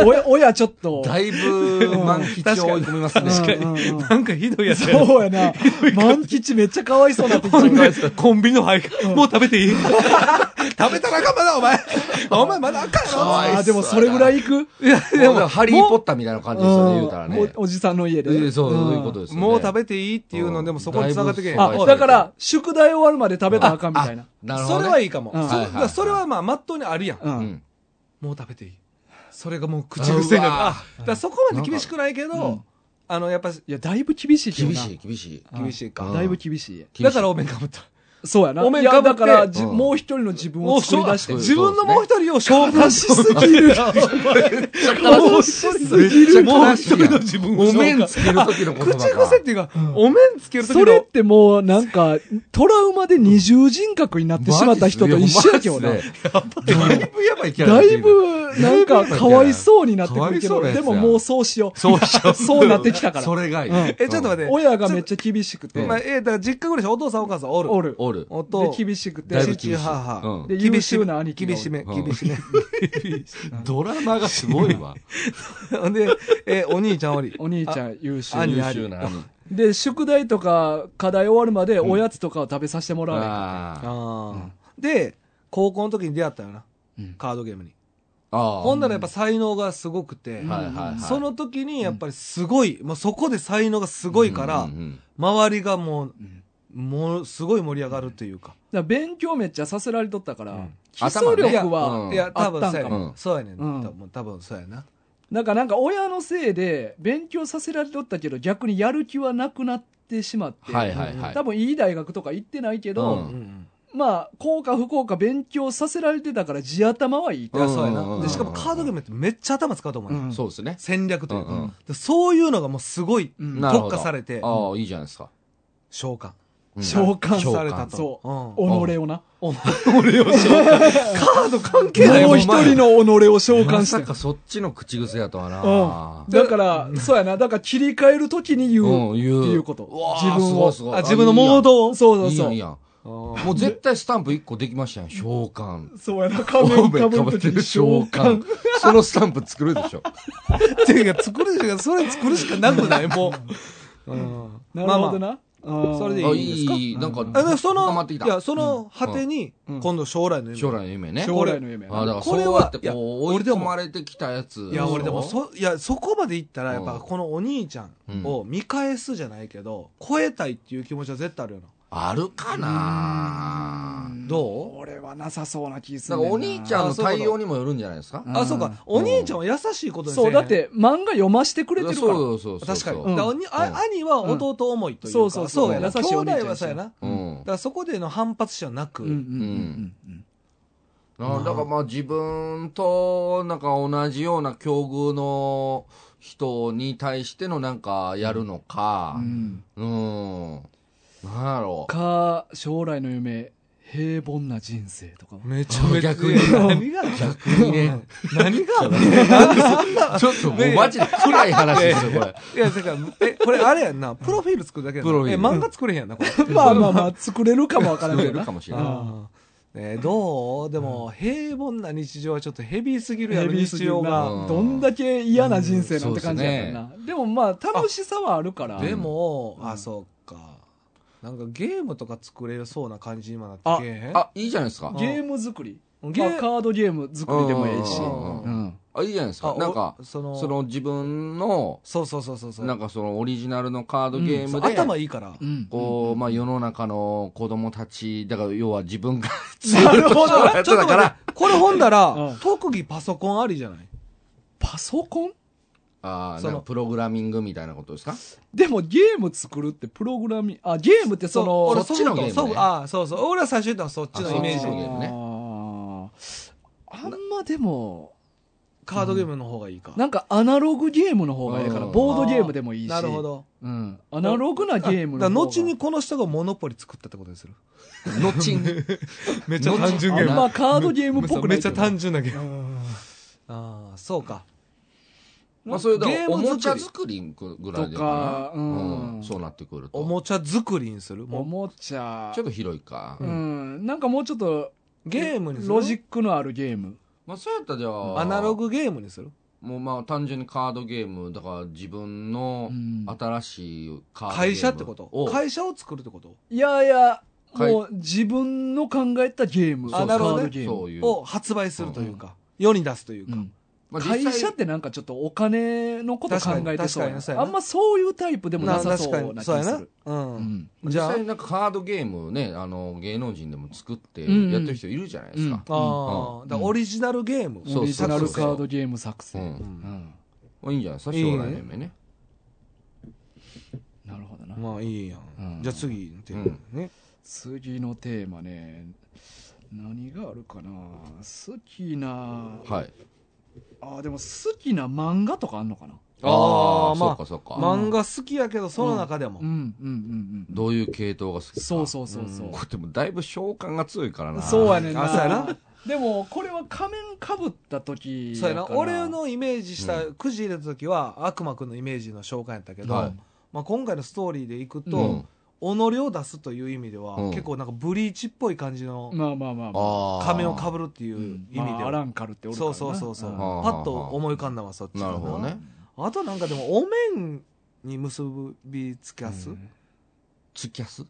[SPEAKER 1] 親、親ちょっと。
[SPEAKER 2] だいぶ、満喫を追い込みますね。
[SPEAKER 1] 確かに
[SPEAKER 2] う
[SPEAKER 1] う
[SPEAKER 2] ん
[SPEAKER 1] んうんうん
[SPEAKER 3] [LAUGHS] なんかひどいやつや
[SPEAKER 1] そうやな。万吉めっちゃかわいそうになってきた
[SPEAKER 3] ほんでコンビニの配下、もう食べていい [LAUGHS] 食べたらあかんまだお前お前まだあかんや
[SPEAKER 2] かわいそう
[SPEAKER 1] あーでもそれぐらい行く
[SPEAKER 2] うんでも、ハリーポッターみたいな感じですよね、言うたらね。
[SPEAKER 1] うんおおじさんの家で。
[SPEAKER 2] ええそう、そういうこと
[SPEAKER 1] ん
[SPEAKER 2] ですよね。
[SPEAKER 3] もう食べていいっていうのでもそこに繋がってけへん
[SPEAKER 2] だいぶ
[SPEAKER 1] あ、だから、宿題終わるまで食べたらあかんみたいな。
[SPEAKER 2] なるほど
[SPEAKER 3] そ
[SPEAKER 2] ね。
[SPEAKER 3] れはいいかも、
[SPEAKER 1] うん
[SPEAKER 2] は
[SPEAKER 3] そ
[SPEAKER 2] いはいはい
[SPEAKER 3] だからそれはまあまっとうにあるやん、
[SPEAKER 1] う。
[SPEAKER 2] うんん。
[SPEAKER 3] もう食べていいそれがもう口癖にな
[SPEAKER 2] う
[SPEAKER 3] る
[SPEAKER 2] わ
[SPEAKER 3] あだからそこまで厳しくないけど、
[SPEAKER 1] うん
[SPEAKER 3] あのやっぱ
[SPEAKER 1] いや、だいぶ厳しいけど
[SPEAKER 2] 厳
[SPEAKER 1] な。
[SPEAKER 2] しい、厳しい。
[SPEAKER 1] うん
[SPEAKER 3] 厳しいか
[SPEAKER 1] だいぶ厳しい。
[SPEAKER 3] だからお面かぶった
[SPEAKER 1] そうやな。
[SPEAKER 3] お面
[SPEAKER 1] いや
[SPEAKER 3] かぶっ
[SPEAKER 1] だ
[SPEAKER 3] て
[SPEAKER 1] から、じ
[SPEAKER 2] うん
[SPEAKER 1] もう一人の自分を作り出して。
[SPEAKER 2] もうそう
[SPEAKER 3] 自分のもう一人を紹介しすぎ
[SPEAKER 1] ぎる。
[SPEAKER 2] 悲しすぎる。もう一人の自分
[SPEAKER 3] を
[SPEAKER 2] お面つける時の言葉が
[SPEAKER 3] 口癖っていうか、お面つける時
[SPEAKER 1] それっ
[SPEAKER 3] の
[SPEAKER 1] てもう、なんか、トラウマで二重人格になってしまった人と一緒やけどな
[SPEAKER 2] マ。ジっすねだいぶやばいキャラ
[SPEAKER 1] だ
[SPEAKER 2] 出て
[SPEAKER 1] い
[SPEAKER 2] る
[SPEAKER 1] ぶ、なんか、かわいそうになってくるけ
[SPEAKER 2] か
[SPEAKER 1] ど、
[SPEAKER 2] わいそうなやつ
[SPEAKER 1] で
[SPEAKER 2] や
[SPEAKER 1] ももうそうしよう。
[SPEAKER 2] そうしよう
[SPEAKER 1] そうなってきたから。
[SPEAKER 2] それがいい。
[SPEAKER 1] うん
[SPEAKER 3] え、ちょっと待って。
[SPEAKER 1] 親がめっちゃ厳しくて
[SPEAKER 3] ま、あ、え、だから実家ぐらいしょお父さんお母さんおる。
[SPEAKER 1] お
[SPEAKER 3] る。
[SPEAKER 1] る。
[SPEAKER 2] おる。
[SPEAKER 3] お
[SPEAKER 1] で
[SPEAKER 3] と、、
[SPEAKER 1] 厳しくて
[SPEAKER 2] だいぶ、厳しい
[SPEAKER 3] 父、母。
[SPEAKER 2] うん
[SPEAKER 1] で
[SPEAKER 3] 厳しい
[SPEAKER 1] 優秀な兄貴がおる
[SPEAKER 3] 厳しめ、
[SPEAKER 2] うん
[SPEAKER 3] 厳しめ。 [LAUGHS]
[SPEAKER 2] ドラマがすごいわ。
[SPEAKER 3] ほんで、え、お兄ちゃ [LAUGHS] んおり。
[SPEAKER 1] お兄ちゃん優秀。
[SPEAKER 3] 兄
[SPEAKER 2] 優
[SPEAKER 3] [LAUGHS] あり
[SPEAKER 2] 秀な兄。
[SPEAKER 1] で、宿題とか課題終わるまでおやつとかを食べさせてもらわない。
[SPEAKER 2] あー
[SPEAKER 3] あーで、高校の時に出会ったよな
[SPEAKER 1] うん。
[SPEAKER 3] カードゲームに。
[SPEAKER 2] あー。
[SPEAKER 3] ほんならやっぱ才能がすごくて
[SPEAKER 1] うん、
[SPEAKER 2] はいはいはい。
[SPEAKER 3] その時にやっぱりすごい、もうそこで才能がすごいから
[SPEAKER 2] うんうんう、ん
[SPEAKER 3] 周りがもう
[SPEAKER 1] うん、
[SPEAKER 3] もうすごい盛り上がるというか。
[SPEAKER 1] だから勉強めっちゃさせられとったから、
[SPEAKER 3] ん
[SPEAKER 1] 基礎力
[SPEAKER 2] 頭ね
[SPEAKER 1] は、
[SPEAKER 2] うん
[SPEAKER 3] いや、多分そうや
[SPEAKER 1] あった
[SPEAKER 2] んか
[SPEAKER 3] ね
[SPEAKER 2] も。
[SPEAKER 3] そうやねん。
[SPEAKER 1] うん
[SPEAKER 3] 多分多分そうやな。
[SPEAKER 1] なんかなんか親のせいで勉強させられとったけど逆にやる気はなくなってしまって、
[SPEAKER 2] はいはいはい。
[SPEAKER 1] 多分いい大学とか行ってないけ
[SPEAKER 2] う
[SPEAKER 1] ど、
[SPEAKER 2] ん
[SPEAKER 3] ん。
[SPEAKER 1] まあ、幸か不幸か勉強させられてたから地頭はいいと
[SPEAKER 3] いや、そうやな。
[SPEAKER 2] うん
[SPEAKER 3] で、しかもカードゲームってめっちゃ頭使うと思うね
[SPEAKER 1] うん
[SPEAKER 2] そうですね。
[SPEAKER 3] 戦略というか、
[SPEAKER 2] うんうん
[SPEAKER 3] でそういうのがもうすごい
[SPEAKER 1] うん
[SPEAKER 2] なるほど
[SPEAKER 3] 特化されて
[SPEAKER 2] ああ、いいじゃないですか。
[SPEAKER 3] 召喚
[SPEAKER 2] うん
[SPEAKER 1] 召喚
[SPEAKER 2] 召
[SPEAKER 3] されたと、
[SPEAKER 1] そう
[SPEAKER 3] ん、
[SPEAKER 1] 己をな。
[SPEAKER 3] 俺を召喚カード関係ない
[SPEAKER 1] もう一人の己を召喚
[SPEAKER 2] ま
[SPEAKER 1] して
[SPEAKER 2] さ。かそっちの口癖やとはな
[SPEAKER 1] うん。。だから、そうやな。だから切り替えるときに言う。
[SPEAKER 2] うん言う
[SPEAKER 1] っていうこと
[SPEAKER 2] うわ。ー
[SPEAKER 1] 自分を。
[SPEAKER 2] すごいすごい
[SPEAKER 3] あ自分のモードを
[SPEAKER 1] そうそう
[SPEAKER 2] いい
[SPEAKER 1] そ
[SPEAKER 2] や
[SPEAKER 1] う。
[SPEAKER 2] んいいやん。
[SPEAKER 3] [LAUGHS] も
[SPEAKER 2] もう絶対スタンプ1個できましたやん。召喚。
[SPEAKER 1] そうやな、仮面かぶる時に召喚。。
[SPEAKER 2] そのスタンプ作るでしょ。
[SPEAKER 3] う、ていうか作るしか、それ作るしかなくないも [LAUGHS] う。うん
[SPEAKER 1] なるほど
[SPEAKER 3] まあまあ
[SPEAKER 1] な。あー
[SPEAKER 3] それで
[SPEAKER 2] あ
[SPEAKER 3] [LAUGHS] いいですか
[SPEAKER 2] いい、なんか、
[SPEAKER 3] あのそ
[SPEAKER 2] 深ま
[SPEAKER 3] の、
[SPEAKER 2] ってきた
[SPEAKER 3] いや、その果てに
[SPEAKER 1] うん、
[SPEAKER 3] 今度将来の夢。
[SPEAKER 2] 将来の夢ね。
[SPEAKER 1] 将来の夢やな。
[SPEAKER 2] あだから
[SPEAKER 3] こ
[SPEAKER 2] こ
[SPEAKER 3] れ
[SPEAKER 2] れ
[SPEAKER 3] は
[SPEAKER 2] はってこう
[SPEAKER 3] いや
[SPEAKER 2] 追い込まれてきたやつ
[SPEAKER 3] いや、俺でも、
[SPEAKER 2] そう
[SPEAKER 3] そ、いや、そこまでいったら、やっ
[SPEAKER 2] う
[SPEAKER 3] ぱ
[SPEAKER 2] ん
[SPEAKER 3] このお兄ちゃんを見返すじゃないけど、超えたいっていう気持ちは絶対あるよな。
[SPEAKER 2] あるかな
[SPEAKER 3] どう
[SPEAKER 1] 俺はなさそうな気す
[SPEAKER 2] な
[SPEAKER 1] る
[SPEAKER 2] んかお兄ちゃんの対応にもよるんじゃないですか
[SPEAKER 1] うん
[SPEAKER 3] あ、そうか。お兄ちゃんは優しいことにせえへ
[SPEAKER 1] そ
[SPEAKER 3] ん
[SPEAKER 1] う、だっ。て漫画読ましてくれてるから。
[SPEAKER 2] そうそうそうそう
[SPEAKER 3] 確か
[SPEAKER 1] う
[SPEAKER 3] に。だ
[SPEAKER 1] ん
[SPEAKER 3] からおにあ兄は弟思いというか。
[SPEAKER 1] そうそうそう
[SPEAKER 3] そうやな。
[SPEAKER 1] 優
[SPEAKER 3] 兄
[SPEAKER 1] しいお
[SPEAKER 3] 弟
[SPEAKER 1] 兄ちゃんやし
[SPEAKER 3] はそうやな。だか
[SPEAKER 2] うん
[SPEAKER 3] らそこでの反発心はな
[SPEAKER 1] うんうん
[SPEAKER 3] く、
[SPEAKER 1] うん
[SPEAKER 2] なだからまあ自分となんか同じような境遇の人に対してのなんかやるのか
[SPEAKER 1] うんうん。
[SPEAKER 2] うんなんやろう
[SPEAKER 1] か、将来の夢、平凡な人生とか。
[SPEAKER 3] めちゃめちゃ
[SPEAKER 2] 逆に
[SPEAKER 3] 何が
[SPEAKER 2] 逆にね
[SPEAKER 3] 何が
[SPEAKER 2] ちょっともうマジで暗い話ですよこれ
[SPEAKER 3] いや、だから、え、これあれやんな。プロフィール作るだけやんな。
[SPEAKER 2] プロフィール
[SPEAKER 3] え、漫画作れへんやんな、これ。
[SPEAKER 1] まあまあまあ、作れるかもわからん
[SPEAKER 2] 作
[SPEAKER 1] け
[SPEAKER 2] れ
[SPEAKER 1] ど
[SPEAKER 2] る
[SPEAKER 1] な
[SPEAKER 2] か。もしれない
[SPEAKER 3] あーねえどうでも、平凡な日常はちょっとヘビーすぎるやろ、
[SPEAKER 1] ヘビーすぎ
[SPEAKER 3] 日
[SPEAKER 1] る
[SPEAKER 3] 常
[SPEAKER 1] な
[SPEAKER 3] が。
[SPEAKER 2] うん
[SPEAKER 1] どんだけ嫌な人生なんて感じやった
[SPEAKER 2] う
[SPEAKER 1] な。でもまあ、楽しさはあるから。
[SPEAKER 3] でも、
[SPEAKER 1] うん
[SPEAKER 3] あ、そうか。なんかゲームとか作れそうな感じに今なって
[SPEAKER 1] あ
[SPEAKER 3] けえへん
[SPEAKER 2] あいいじゃないですか
[SPEAKER 1] ゲーム作り。
[SPEAKER 3] ゲー
[SPEAKER 1] まあカードゲーム作りでもええし。
[SPEAKER 2] う
[SPEAKER 1] うん
[SPEAKER 2] うん
[SPEAKER 1] ん。
[SPEAKER 2] あいいじゃないです
[SPEAKER 3] あ
[SPEAKER 2] か
[SPEAKER 3] お
[SPEAKER 2] なんか
[SPEAKER 3] その、
[SPEAKER 2] その自分の
[SPEAKER 3] そうそうそうそうそう。
[SPEAKER 2] なんかそのオリジナルのカードゲー
[SPEAKER 3] そ
[SPEAKER 2] ム
[SPEAKER 3] う
[SPEAKER 2] で、
[SPEAKER 3] 頭いいから。
[SPEAKER 1] うん
[SPEAKER 2] こう、まあ世の中の子供たち、だから要は自分が、
[SPEAKER 1] なるほど。
[SPEAKER 2] やつだから
[SPEAKER 3] ちょっと待って、これ本だ
[SPEAKER 1] う
[SPEAKER 3] ら
[SPEAKER 1] ん、
[SPEAKER 3] 特技パソコンありじゃない
[SPEAKER 1] パソコン
[SPEAKER 2] ああ、
[SPEAKER 3] その
[SPEAKER 2] なんかプログラミングみたいなことですか
[SPEAKER 1] でもゲーム作るってプログラミング、あ、ゲームってその、
[SPEAKER 3] 俺
[SPEAKER 2] そっちのゲームね
[SPEAKER 3] ソフトあ、そうそう。俺は最初言ったのはそっちのイメー
[SPEAKER 2] あそっち
[SPEAKER 3] ジ。
[SPEAKER 2] のゲームね
[SPEAKER 1] あーあんまでも、
[SPEAKER 3] カードゲームの方がいいか。
[SPEAKER 1] なんかアナログゲームの方がいいから、
[SPEAKER 2] うん
[SPEAKER 1] ボードゲームでもいいし。
[SPEAKER 3] なるほ。ど。
[SPEAKER 1] うん。アナログなゲーム
[SPEAKER 3] あだ
[SPEAKER 1] の方が。
[SPEAKER 3] から後にこの人がモノポリ作ったってことにする。
[SPEAKER 2] 後に。
[SPEAKER 3] め
[SPEAKER 2] っちゃ単純
[SPEAKER 1] あんまカードゲームっぽくない。
[SPEAKER 3] 純なゲーム。ああ、そうか。
[SPEAKER 2] [LAUGHS] まあそういう、だから
[SPEAKER 3] ゲー
[SPEAKER 2] お
[SPEAKER 3] ム作り
[SPEAKER 2] もちゃ作りぐらいでか
[SPEAKER 1] とか
[SPEAKER 2] な。
[SPEAKER 1] うん
[SPEAKER 2] そうなってくると。
[SPEAKER 3] おもちゃ作りにする。もう
[SPEAKER 1] おもちゃ。
[SPEAKER 2] ちょっと広いか。
[SPEAKER 1] うん。なんかもうちょっと、
[SPEAKER 3] ゲームにする。
[SPEAKER 1] ロジックのあるゲーム。
[SPEAKER 2] まあそうやったらじゃあ、
[SPEAKER 3] アナロ。グゲームにする。
[SPEAKER 2] もうまあ単純にカードゲーム、だから自分の
[SPEAKER 1] うん
[SPEAKER 2] 新しいカードゲーム
[SPEAKER 3] 会社ってこと
[SPEAKER 2] を
[SPEAKER 3] 会社を作るってこと
[SPEAKER 1] いやいや、
[SPEAKER 2] はい
[SPEAKER 1] もう自分の考えたゲーム。
[SPEAKER 3] あ
[SPEAKER 2] そう
[SPEAKER 3] なるほどね
[SPEAKER 1] カードゲーム。
[SPEAKER 2] そういう。
[SPEAKER 3] を発売するというか、世に出すという
[SPEAKER 1] う
[SPEAKER 3] か。
[SPEAKER 1] ん
[SPEAKER 2] まあ実際
[SPEAKER 1] 会社ってなんかちょっとお金のこと考えてそうや
[SPEAKER 3] 確かに確かに
[SPEAKER 1] な
[SPEAKER 3] そうやな
[SPEAKER 1] あんまそういうタイプでもなさそ
[SPEAKER 3] 確か
[SPEAKER 1] うな
[SPEAKER 3] に
[SPEAKER 1] 気
[SPEAKER 3] そうや
[SPEAKER 1] す
[SPEAKER 3] な
[SPEAKER 1] る。
[SPEAKER 3] う。
[SPEAKER 1] うんん
[SPEAKER 3] じ
[SPEAKER 2] じ
[SPEAKER 3] ゃ
[SPEAKER 2] ゃ
[SPEAKER 3] あ
[SPEAKER 2] あ、なんかカードゲームね、あの、芸能人でも作ってや
[SPEAKER 1] うんうん
[SPEAKER 2] ってる人いるじゃないですか。
[SPEAKER 3] ああ、だからオリジナルゲーム。
[SPEAKER 2] そう
[SPEAKER 1] オリジナルカードゲーム作
[SPEAKER 2] う
[SPEAKER 1] 成。
[SPEAKER 2] ん。
[SPEAKER 1] うん
[SPEAKER 2] まあいいんじゃないですか、
[SPEAKER 3] いいね
[SPEAKER 2] 将来の夢ね。
[SPEAKER 1] なるほどな。
[SPEAKER 3] まあいいやん。
[SPEAKER 1] うん
[SPEAKER 3] じゃあ次のテーマね。
[SPEAKER 1] 次のテーマね。何があるかな好きな、
[SPEAKER 2] はい。
[SPEAKER 1] あ、でも好きな漫画とかあんのかな
[SPEAKER 3] あー
[SPEAKER 2] ー
[SPEAKER 3] ま
[SPEAKER 2] そう
[SPEAKER 3] あ
[SPEAKER 2] かそうか。
[SPEAKER 3] 漫画好きやけど、その中でも
[SPEAKER 1] うん、う。ん、うん、うん。
[SPEAKER 2] どういう系統が好きか
[SPEAKER 1] そうそうそうそう。
[SPEAKER 2] これでもだいぶ召喚が強いからな。
[SPEAKER 1] そうやねんな。
[SPEAKER 3] あそうやな
[SPEAKER 1] でも、これは仮面かぶった時
[SPEAKER 3] そうやな
[SPEAKER 1] から
[SPEAKER 3] 俺、のイメージした、くじ入れた時は悪魔くんのイメージの紹介やったけど、
[SPEAKER 2] はい
[SPEAKER 3] まあ、今回のストーリーでいくと、
[SPEAKER 2] うん。
[SPEAKER 3] 己を出すという意味では、
[SPEAKER 2] うん
[SPEAKER 3] 結構なんかブリーチっぽい感じの
[SPEAKER 1] まあまあまあまあ。
[SPEAKER 2] ああ。
[SPEAKER 3] 仮面をか
[SPEAKER 2] ぶ
[SPEAKER 3] ぶるっていう意味で
[SPEAKER 1] まあア
[SPEAKER 3] は、
[SPEAKER 1] ランカルっておるから
[SPEAKER 3] そう
[SPEAKER 1] な
[SPEAKER 3] そうそうそう、
[SPEAKER 1] ん
[SPEAKER 2] はあ
[SPEAKER 3] パッと思い浮かんだのはそっちか
[SPEAKER 2] なるほどね。
[SPEAKER 3] あとなんかでもお面に結びつきゃす、
[SPEAKER 1] うん
[SPEAKER 2] ツキャス